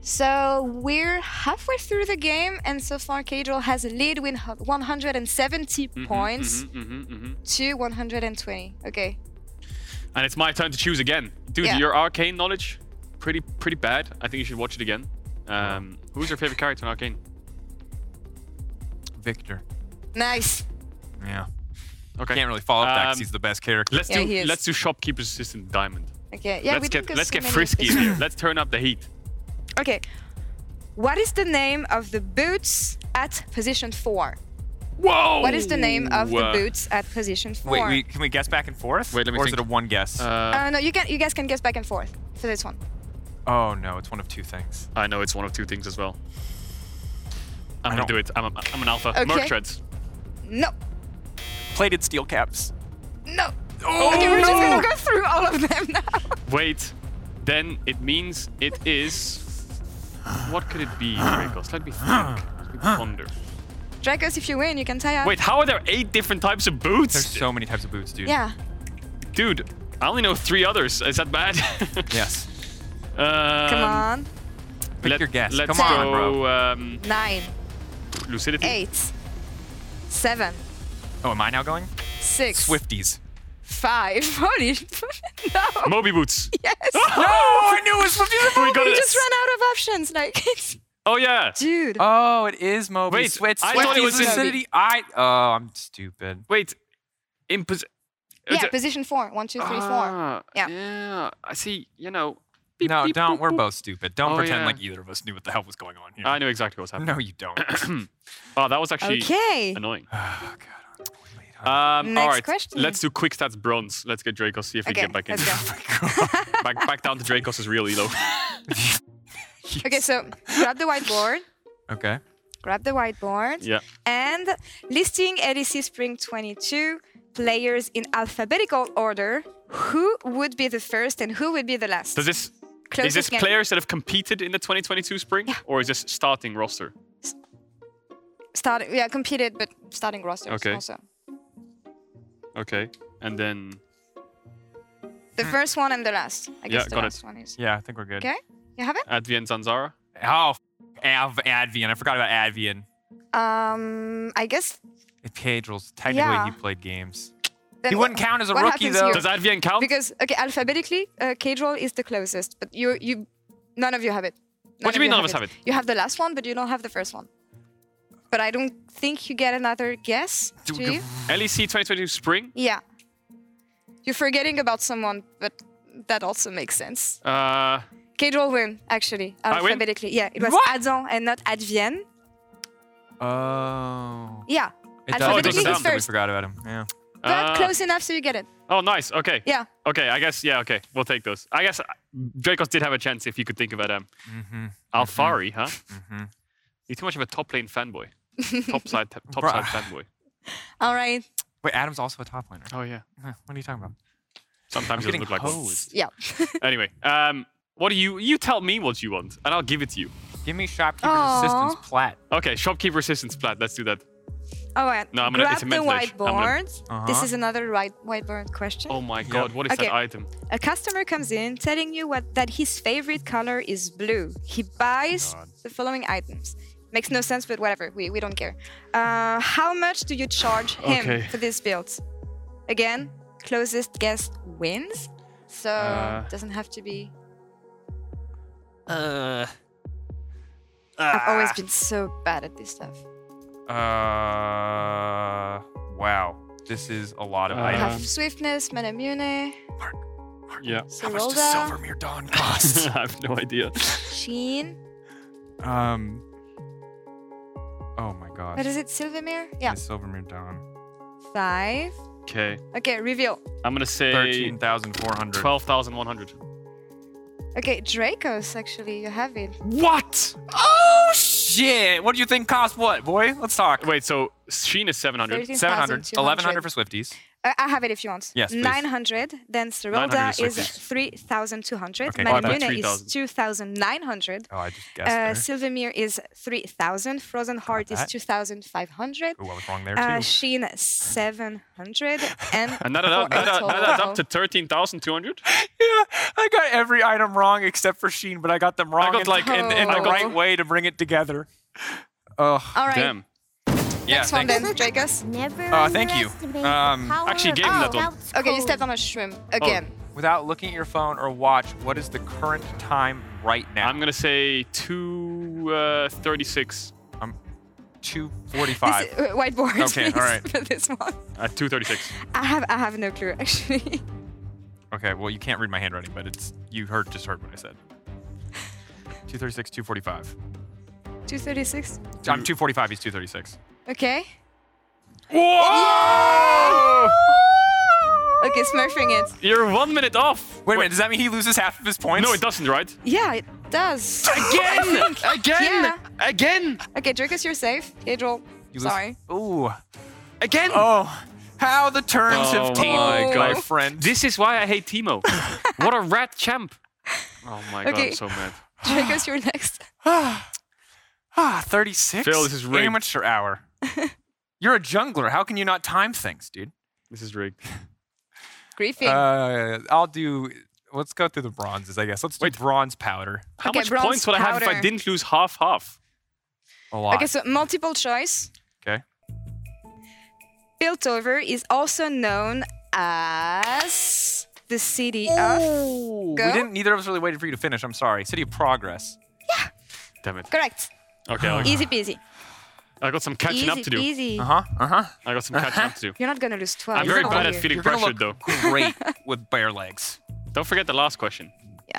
[SPEAKER 4] So we're halfway through the game, and so far Cadril has a lead with 170 points
[SPEAKER 2] mhm, mhm, mhm.
[SPEAKER 4] to 120. Okay.
[SPEAKER 2] And it's my turn to choose again, dude.
[SPEAKER 4] Yeah.
[SPEAKER 2] Your arcane knowledge, pretty pretty bad. I think you should watch it again. Um, who's your favorite character in arcane?
[SPEAKER 1] Victor.
[SPEAKER 4] Nice.
[SPEAKER 1] Yeah.
[SPEAKER 2] Okay.
[SPEAKER 1] Can't really follow up that 'cause
[SPEAKER 2] Um,
[SPEAKER 1] he's the best character.
[SPEAKER 2] Let's
[SPEAKER 4] Yeah,
[SPEAKER 2] do
[SPEAKER 4] he is.
[SPEAKER 2] let's do shopkeeper's assistant diamond.
[SPEAKER 4] Okay. Yeah,
[SPEAKER 2] let's
[SPEAKER 4] we didn't
[SPEAKER 2] get
[SPEAKER 4] go
[SPEAKER 2] let's
[SPEAKER 4] so
[SPEAKER 2] get
[SPEAKER 4] many
[SPEAKER 2] frisky in
[SPEAKER 4] episodes.
[SPEAKER 2] here. Let's turn up the heat.
[SPEAKER 4] Okay. What is the name of the boots at position four?
[SPEAKER 2] Whoa!
[SPEAKER 4] What is the name of the
[SPEAKER 2] Uh,
[SPEAKER 4] boots at position four?
[SPEAKER 1] Wait, we, can we guess back and forth?
[SPEAKER 2] Wait, let me
[SPEAKER 1] or is
[SPEAKER 2] think.
[SPEAKER 1] it a one guess?
[SPEAKER 2] Uh,
[SPEAKER 4] Uh, no, you can. You guys can guess back and forth for this one.
[SPEAKER 1] oh no, it's one of two things.
[SPEAKER 2] I know it's one of two things as well. I'm
[SPEAKER 1] I
[SPEAKER 2] gonna
[SPEAKER 1] don't-
[SPEAKER 2] do it. I'm, a, I'm an alpha.
[SPEAKER 4] Okay.
[SPEAKER 2] Merc treads.
[SPEAKER 4] No,
[SPEAKER 1] Plated steel caps.
[SPEAKER 4] no.
[SPEAKER 2] Oh,
[SPEAKER 4] okay, we're just gonna go through all of them now.
[SPEAKER 2] Wait, then it means it is. What could it be, Dracos? Let me think. Let me ponder.
[SPEAKER 4] Dracos, if you win, you can tie up.
[SPEAKER 2] Wait, how are there eight different types of boots?
[SPEAKER 1] There's so many types of boots, dude.
[SPEAKER 4] Yeah.
[SPEAKER 2] Dude, I only know three others. Is that bad?
[SPEAKER 1] Yes.
[SPEAKER 2] Um,
[SPEAKER 4] Come on.
[SPEAKER 1] Pick
[SPEAKER 2] let,
[SPEAKER 1] your guess.
[SPEAKER 2] Let's
[SPEAKER 1] Come
[SPEAKER 2] go,
[SPEAKER 1] on, bro.
[SPEAKER 2] Um,
[SPEAKER 4] Nine,
[SPEAKER 2] lucidity.
[SPEAKER 4] eight, seven,
[SPEAKER 1] Oh, am I now going?
[SPEAKER 4] six,
[SPEAKER 1] Swifties.
[SPEAKER 4] five. Holy no.
[SPEAKER 2] Moby boots.
[SPEAKER 4] Yes.
[SPEAKER 1] No, Oh, I knew it was Swifties.
[SPEAKER 2] We got
[SPEAKER 4] We
[SPEAKER 2] it.
[SPEAKER 4] just ran out of options. Like, it's,
[SPEAKER 2] Oh yeah.
[SPEAKER 4] dude.
[SPEAKER 1] Oh, it is Moby.
[SPEAKER 2] Wait,
[SPEAKER 1] Switch.
[SPEAKER 2] I thought it
[SPEAKER 1] Swifties
[SPEAKER 2] was in-
[SPEAKER 1] lucidity. I. Oh, I'm stupid.
[SPEAKER 2] Wait, in pos-
[SPEAKER 4] yeah, position four. One, two, three, four.
[SPEAKER 2] Ah,
[SPEAKER 4] Yeah.
[SPEAKER 2] Yeah. I see. You know. beep,
[SPEAKER 1] No,
[SPEAKER 2] beep,
[SPEAKER 1] don't.
[SPEAKER 2] boop,
[SPEAKER 1] We're
[SPEAKER 2] boop.
[SPEAKER 1] both stupid. Don't
[SPEAKER 2] Oh,
[SPEAKER 1] pretend
[SPEAKER 2] yeah.
[SPEAKER 1] like either of us knew what the hell was going on here.
[SPEAKER 2] I know exactly what's happening.
[SPEAKER 1] No, you don't.
[SPEAKER 2] Oh, that was actually
[SPEAKER 4] Okay.
[SPEAKER 2] annoying.
[SPEAKER 1] Oh, God, I'm late, huh?
[SPEAKER 2] Um,
[SPEAKER 4] Next
[SPEAKER 2] all right,
[SPEAKER 4] question.
[SPEAKER 2] let's do quick stats bronze. Let's get Dracos. See if we
[SPEAKER 4] Okay,
[SPEAKER 2] get back in.
[SPEAKER 4] let's go.
[SPEAKER 2] back, back down to Dracos is real elo.
[SPEAKER 4] Okay, so grab the whiteboard,
[SPEAKER 1] okay.
[SPEAKER 4] grab the whiteboard,
[SPEAKER 2] yeah.
[SPEAKER 4] and listing ADC Spring 22 players in alphabetical order, who would be the first and who would be the last?
[SPEAKER 2] Does this is
[SPEAKER 4] Closest
[SPEAKER 2] this
[SPEAKER 4] game.
[SPEAKER 2] players that have competed in the 2022 spring, or is this starting roster?
[SPEAKER 4] Start, yeah, competed, but starting rosters
[SPEAKER 2] Okay.
[SPEAKER 4] also.
[SPEAKER 2] Okay. And then
[SPEAKER 4] The first one and the last. I guess the
[SPEAKER 2] Hmm. got it.
[SPEAKER 4] last one is.
[SPEAKER 1] Yeah, I think we're good.
[SPEAKER 4] Okay. You have it?
[SPEAKER 2] Advian Zanzara.
[SPEAKER 1] Oh, f- Av- Advian. I forgot about Advian.
[SPEAKER 4] Um, I guess
[SPEAKER 1] If Cadrils, technically
[SPEAKER 4] Yeah.
[SPEAKER 1] he played games.
[SPEAKER 4] then
[SPEAKER 1] He
[SPEAKER 4] wha-
[SPEAKER 1] wouldn't count as a
[SPEAKER 4] what
[SPEAKER 1] rookie
[SPEAKER 4] happens
[SPEAKER 1] though.
[SPEAKER 4] here?
[SPEAKER 2] Does Advian count?
[SPEAKER 4] because okay, alphabetically, uh, Cadrol is the closest, but you you none of you have it.
[SPEAKER 2] What do you mean none of us have
[SPEAKER 4] You have the last one, but you don't have the first one. But I don't think you get another guess.
[SPEAKER 1] Do-
[SPEAKER 4] Do you?
[SPEAKER 2] LEC 2022 spring.
[SPEAKER 4] Yeah. You're forgetting about someone, but that also makes sense.
[SPEAKER 2] Uh,
[SPEAKER 4] Cadrol win actually
[SPEAKER 2] I win?
[SPEAKER 4] alphabetically. Yeah, it was
[SPEAKER 1] What?
[SPEAKER 4] Adan and not Advienne.
[SPEAKER 1] Oh.
[SPEAKER 4] Yeah,
[SPEAKER 1] It does.
[SPEAKER 4] Alphabetically,
[SPEAKER 1] It does
[SPEAKER 2] he's
[SPEAKER 1] sound that we
[SPEAKER 4] first.
[SPEAKER 1] forgot about him. Yeah.
[SPEAKER 4] but
[SPEAKER 2] uh,
[SPEAKER 4] close enough so you get it.
[SPEAKER 2] Oh, nice. Okay.
[SPEAKER 4] Yeah.
[SPEAKER 2] Okay. I guess. Yeah. Okay. We'll take those. I guess uh, Dracos did have a chance if you could think of Adam
[SPEAKER 1] Mm-hmm.
[SPEAKER 2] Alfari, huh?
[SPEAKER 1] Mm-hmm.
[SPEAKER 2] You're too much of a top lane fanboy. top side, top
[SPEAKER 1] Bruh.
[SPEAKER 2] side fanboy.
[SPEAKER 4] All right.
[SPEAKER 1] Wait, Adam's also a top laner.
[SPEAKER 2] Oh yeah.
[SPEAKER 1] Huh, What are you talking about?
[SPEAKER 2] Sometimes
[SPEAKER 1] I'm
[SPEAKER 2] it doesn't look
[SPEAKER 1] getting
[SPEAKER 2] like one.
[SPEAKER 1] hosed.
[SPEAKER 4] Yeah.
[SPEAKER 2] Anyway, um, what do you? You tell me what you want, and I'll give it to you.
[SPEAKER 1] Give me shopkeeper's
[SPEAKER 4] Aw.
[SPEAKER 1] assistance plat.
[SPEAKER 2] Okay. Shopkeeper assistance plat. Let's do that.
[SPEAKER 4] All right.
[SPEAKER 2] No, I'm gonna-
[SPEAKER 4] Grab
[SPEAKER 2] it's a
[SPEAKER 4] the
[SPEAKER 2] mental issue. I'm gonna-
[SPEAKER 4] whiteboard. This
[SPEAKER 1] Uh-huh.
[SPEAKER 4] is another right, whiteboard question.
[SPEAKER 2] Oh my God. What is
[SPEAKER 4] Okay.
[SPEAKER 2] that item?
[SPEAKER 4] A customer comes in telling you what that his favorite color is blue. He buys
[SPEAKER 2] God.
[SPEAKER 4] the following items. Makes no sense, but whatever. We, we don't care. Uh, how much do you charge him
[SPEAKER 2] Okay.
[SPEAKER 4] for this build? Again, closest guess wins. So
[SPEAKER 2] Uh.
[SPEAKER 4] it doesn't have to be.
[SPEAKER 1] Uh,
[SPEAKER 4] I've always been so bad at this stuff.
[SPEAKER 1] Uh, wow. This is a lot of
[SPEAKER 2] Uh,
[SPEAKER 4] I
[SPEAKER 1] items.
[SPEAKER 4] have swiftness, Metamune,
[SPEAKER 2] Yeah.
[SPEAKER 1] How much does
[SPEAKER 4] Serolda,
[SPEAKER 1] Silvermere Dawn
[SPEAKER 2] I
[SPEAKER 1] cost?
[SPEAKER 2] have no idea.
[SPEAKER 4] Sheen.
[SPEAKER 1] um. Oh my god.
[SPEAKER 4] What is it, Silvermere? Yeah,
[SPEAKER 1] It's Silvermere Dawn.
[SPEAKER 4] five.
[SPEAKER 2] Okay.
[SPEAKER 4] Okay, reveal.
[SPEAKER 2] I'm going to say
[SPEAKER 1] Thirteen thousand four hundred.
[SPEAKER 2] 12,100.
[SPEAKER 4] Okay, Dracos. Actually, you have it.
[SPEAKER 1] What? Oh shit! What do you think cost what, boy? Let's talk.
[SPEAKER 2] Wait, so Sheen is 700.
[SPEAKER 1] 700, 1100
[SPEAKER 4] 13,200.
[SPEAKER 1] for Swifties.
[SPEAKER 4] Uh, I have it if you want.
[SPEAKER 1] Yes, please.
[SPEAKER 4] 900. Then
[SPEAKER 2] 900
[SPEAKER 4] Serolda
[SPEAKER 2] is
[SPEAKER 4] is
[SPEAKER 2] Swifties.
[SPEAKER 4] 3,200.
[SPEAKER 1] Okay,
[SPEAKER 4] Okay,
[SPEAKER 1] five by
[SPEAKER 4] is
[SPEAKER 2] 3,000.
[SPEAKER 4] 2,900.
[SPEAKER 1] Oh, I just guessed.
[SPEAKER 4] Uh, Silvermere is 3,000. Frozen Heart is
[SPEAKER 1] that.
[SPEAKER 4] 2,500.
[SPEAKER 1] oh, I was wrong there too.
[SPEAKER 4] Uh, Sheen 700. And,
[SPEAKER 2] And that, that,
[SPEAKER 4] for
[SPEAKER 2] that,
[SPEAKER 4] a
[SPEAKER 2] that,
[SPEAKER 4] total
[SPEAKER 2] adds up to 13,200?
[SPEAKER 1] yeah, I got every item wrong except for Sheen, but I got them wrong
[SPEAKER 2] got,
[SPEAKER 1] in,
[SPEAKER 2] like,
[SPEAKER 1] in, in
[SPEAKER 4] I
[SPEAKER 1] the
[SPEAKER 4] got-
[SPEAKER 1] right way to bring it together. Oh,
[SPEAKER 4] All right.
[SPEAKER 2] Damn.
[SPEAKER 1] yeah.
[SPEAKER 4] Next one
[SPEAKER 1] thanks.
[SPEAKER 4] then, Dracos.
[SPEAKER 3] Never
[SPEAKER 1] Uh, thank you.
[SPEAKER 3] underestimate
[SPEAKER 1] Um,
[SPEAKER 3] the power
[SPEAKER 2] actually
[SPEAKER 3] of
[SPEAKER 2] gave him that one.
[SPEAKER 3] Scout's
[SPEAKER 4] Okay, you
[SPEAKER 3] code.
[SPEAKER 4] stepped on a shrimp
[SPEAKER 1] Oh.
[SPEAKER 4] again.
[SPEAKER 1] Without looking at your phone or watch, what is the current time right now?
[SPEAKER 2] I'm going to say uh, 236.
[SPEAKER 1] two
[SPEAKER 4] This
[SPEAKER 1] forty-five.
[SPEAKER 4] is, uh, whiteboard,
[SPEAKER 1] Okay,
[SPEAKER 4] please,
[SPEAKER 1] all right.
[SPEAKER 4] for this one.
[SPEAKER 2] At 236.
[SPEAKER 4] I have, I have no clue, actually.
[SPEAKER 1] Okay, well you can't read my handwriting, but it's you heard just heard what I said. Two thirty-six, two forty-five.
[SPEAKER 4] 236.
[SPEAKER 1] I'm two forty-five. He's two thirty-six.
[SPEAKER 4] Okay.
[SPEAKER 1] Whoa!
[SPEAKER 4] Okay, smurfing it.
[SPEAKER 2] You're one minute off.
[SPEAKER 1] Wait a minute. Does that mean he loses half of his points?
[SPEAKER 2] No, it doesn't, right?
[SPEAKER 4] Yeah, it does.
[SPEAKER 2] Again! Again! Again!
[SPEAKER 4] okay, Dracus, you're safe. Adriel,
[SPEAKER 1] You lose-
[SPEAKER 4] sorry.
[SPEAKER 1] Ooh.
[SPEAKER 2] Again!
[SPEAKER 1] Oh, how the turns
[SPEAKER 2] Oh
[SPEAKER 1] have taken,
[SPEAKER 2] my
[SPEAKER 1] my,
[SPEAKER 2] God.
[SPEAKER 1] friend.
[SPEAKER 2] This is why I hate Timo. what a rat champ. Oh my god,
[SPEAKER 4] Okay.
[SPEAKER 2] I'm so mad.
[SPEAKER 4] Dracus, you're next.
[SPEAKER 1] ah, ah, thirty-six.
[SPEAKER 2] Phil, this is rigged.
[SPEAKER 1] amateur hour. You're a jungler. How can you not time things, dude?
[SPEAKER 2] This is rigged.
[SPEAKER 4] Griefing.
[SPEAKER 1] Uh, I'll do. Let's go through the bronzes, I guess. Let's do bronze powder.
[SPEAKER 2] How
[SPEAKER 4] Okay,
[SPEAKER 2] much
[SPEAKER 4] bronze
[SPEAKER 2] points would I have if I
[SPEAKER 4] powder.
[SPEAKER 2] didn't lose half half?
[SPEAKER 1] A lot.
[SPEAKER 4] Okay, so multiple choice.
[SPEAKER 1] Okay.
[SPEAKER 4] Piltover is also known as the city of.
[SPEAKER 1] Ooh,
[SPEAKER 4] go.
[SPEAKER 1] We didn't. Neither of us really waited for you to finish. I'm sorry. City of Progress.
[SPEAKER 2] Damn it.
[SPEAKER 4] Correct.
[SPEAKER 2] Okay, I-
[SPEAKER 4] Easy peasy.
[SPEAKER 2] I got some catching
[SPEAKER 4] Easy
[SPEAKER 2] up to do.
[SPEAKER 4] peasy.
[SPEAKER 1] Uh huh. Uh huh.
[SPEAKER 2] I got some catching up to do.
[SPEAKER 4] You're not gonna lose 12.
[SPEAKER 2] I'm very
[SPEAKER 4] don't
[SPEAKER 2] bad at
[SPEAKER 4] worry.
[SPEAKER 2] feeling
[SPEAKER 1] You're gonna
[SPEAKER 2] pressured though.
[SPEAKER 1] look great with bare legs.
[SPEAKER 2] Don't forget the last question.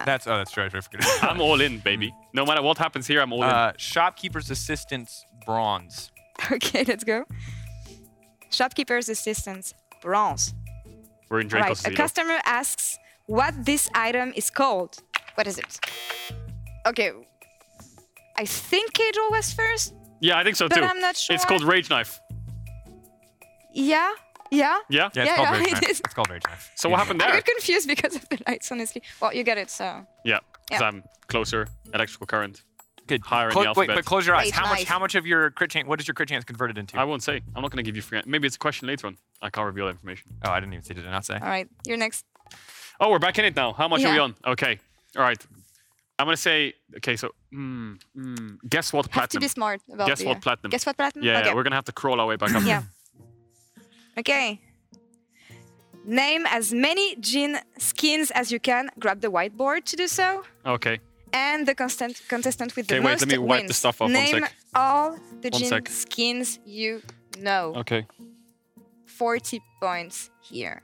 [SPEAKER 1] That's oh, that's true. I forgot.
[SPEAKER 2] I'm all in, baby. No matter what happens here, I'm all in.
[SPEAKER 1] uh, shopkeeper's assistant's bronze.
[SPEAKER 4] Okay, let's go. Shopkeeper's assistance, bronze.
[SPEAKER 2] We're in
[SPEAKER 4] All
[SPEAKER 2] Draco's
[SPEAKER 4] right. A
[SPEAKER 2] Zero.
[SPEAKER 4] customer asks what this item is called. What is it? Okay. I think Adriel was first.
[SPEAKER 2] Yeah, I think so
[SPEAKER 4] But
[SPEAKER 2] too.
[SPEAKER 4] I'm not sure.
[SPEAKER 2] It's called Rage Knife.
[SPEAKER 4] Yeah. Yeah.
[SPEAKER 2] Yeah?
[SPEAKER 1] Yeah, it's
[SPEAKER 4] Yeah,
[SPEAKER 1] called
[SPEAKER 4] yeah,
[SPEAKER 1] rage
[SPEAKER 4] it
[SPEAKER 1] knife.
[SPEAKER 4] is.
[SPEAKER 1] It's called rage knife.
[SPEAKER 2] So what happened
[SPEAKER 4] I
[SPEAKER 2] there?
[SPEAKER 4] got confused because of the lights, honestly. Well, you get it, so.
[SPEAKER 2] Yeah, because
[SPEAKER 4] Yeah.
[SPEAKER 2] I'm closer. Electrical current.
[SPEAKER 1] Good.
[SPEAKER 2] Higher in the
[SPEAKER 1] Clo- wait,
[SPEAKER 2] alphabet.
[SPEAKER 1] but close your eyes.
[SPEAKER 4] Rage
[SPEAKER 1] How much?
[SPEAKER 4] knife.
[SPEAKER 1] How much of your crit chance? What is your crit chance converted into?
[SPEAKER 2] I won't say. I'm not gonna give you free. Maybe it's a question later on. I can't reveal that information.
[SPEAKER 1] oh, I didn't even see. Did I not say?
[SPEAKER 4] All right, you're next.
[SPEAKER 2] Oh, we're back in it now. How much are we
[SPEAKER 4] Yeah.
[SPEAKER 2] on? Okay. All right. I'm gonna say. Okay, so mm, mm, guess what
[SPEAKER 4] Have to
[SPEAKER 2] platinum?
[SPEAKER 4] be smart about
[SPEAKER 2] Guess
[SPEAKER 4] the-
[SPEAKER 2] what platinum?
[SPEAKER 4] Guess what platinum?
[SPEAKER 2] yeah, yeah,
[SPEAKER 4] okay.
[SPEAKER 2] we're gonna have to crawl our way back up.
[SPEAKER 4] Yeah. Okay. Name as many gin skins as you can. Grab the whiteboard to do so.
[SPEAKER 2] Okay.
[SPEAKER 4] And the constant contestant with the
[SPEAKER 2] Okay, wait,
[SPEAKER 4] most
[SPEAKER 2] let me wipe
[SPEAKER 4] wins.
[SPEAKER 2] the stuff off. One
[SPEAKER 4] Name
[SPEAKER 2] sec.
[SPEAKER 4] all the
[SPEAKER 2] One
[SPEAKER 4] gin
[SPEAKER 2] sec.
[SPEAKER 4] skins you know.
[SPEAKER 2] Okay.
[SPEAKER 4] 40 points here.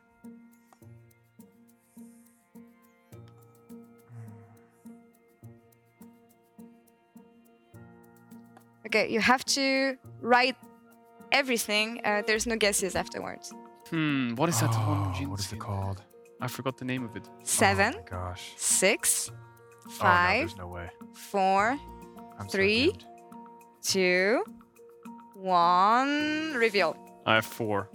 [SPEAKER 4] Okay, you have to write everything. Uh, there's no guesses afterwards.
[SPEAKER 1] Oh
[SPEAKER 2] Hmm. What is that one? gin
[SPEAKER 1] what is
[SPEAKER 2] skin?
[SPEAKER 1] it called?
[SPEAKER 2] I forgot the name of it.
[SPEAKER 4] Seven,
[SPEAKER 1] Oh, my gosh.
[SPEAKER 4] six,
[SPEAKER 1] Oh, no,
[SPEAKER 4] five,
[SPEAKER 1] there's no way.
[SPEAKER 4] four,
[SPEAKER 1] I'm so
[SPEAKER 4] Three.
[SPEAKER 1] doomed.
[SPEAKER 4] two, one. Reveal.
[SPEAKER 2] I have four.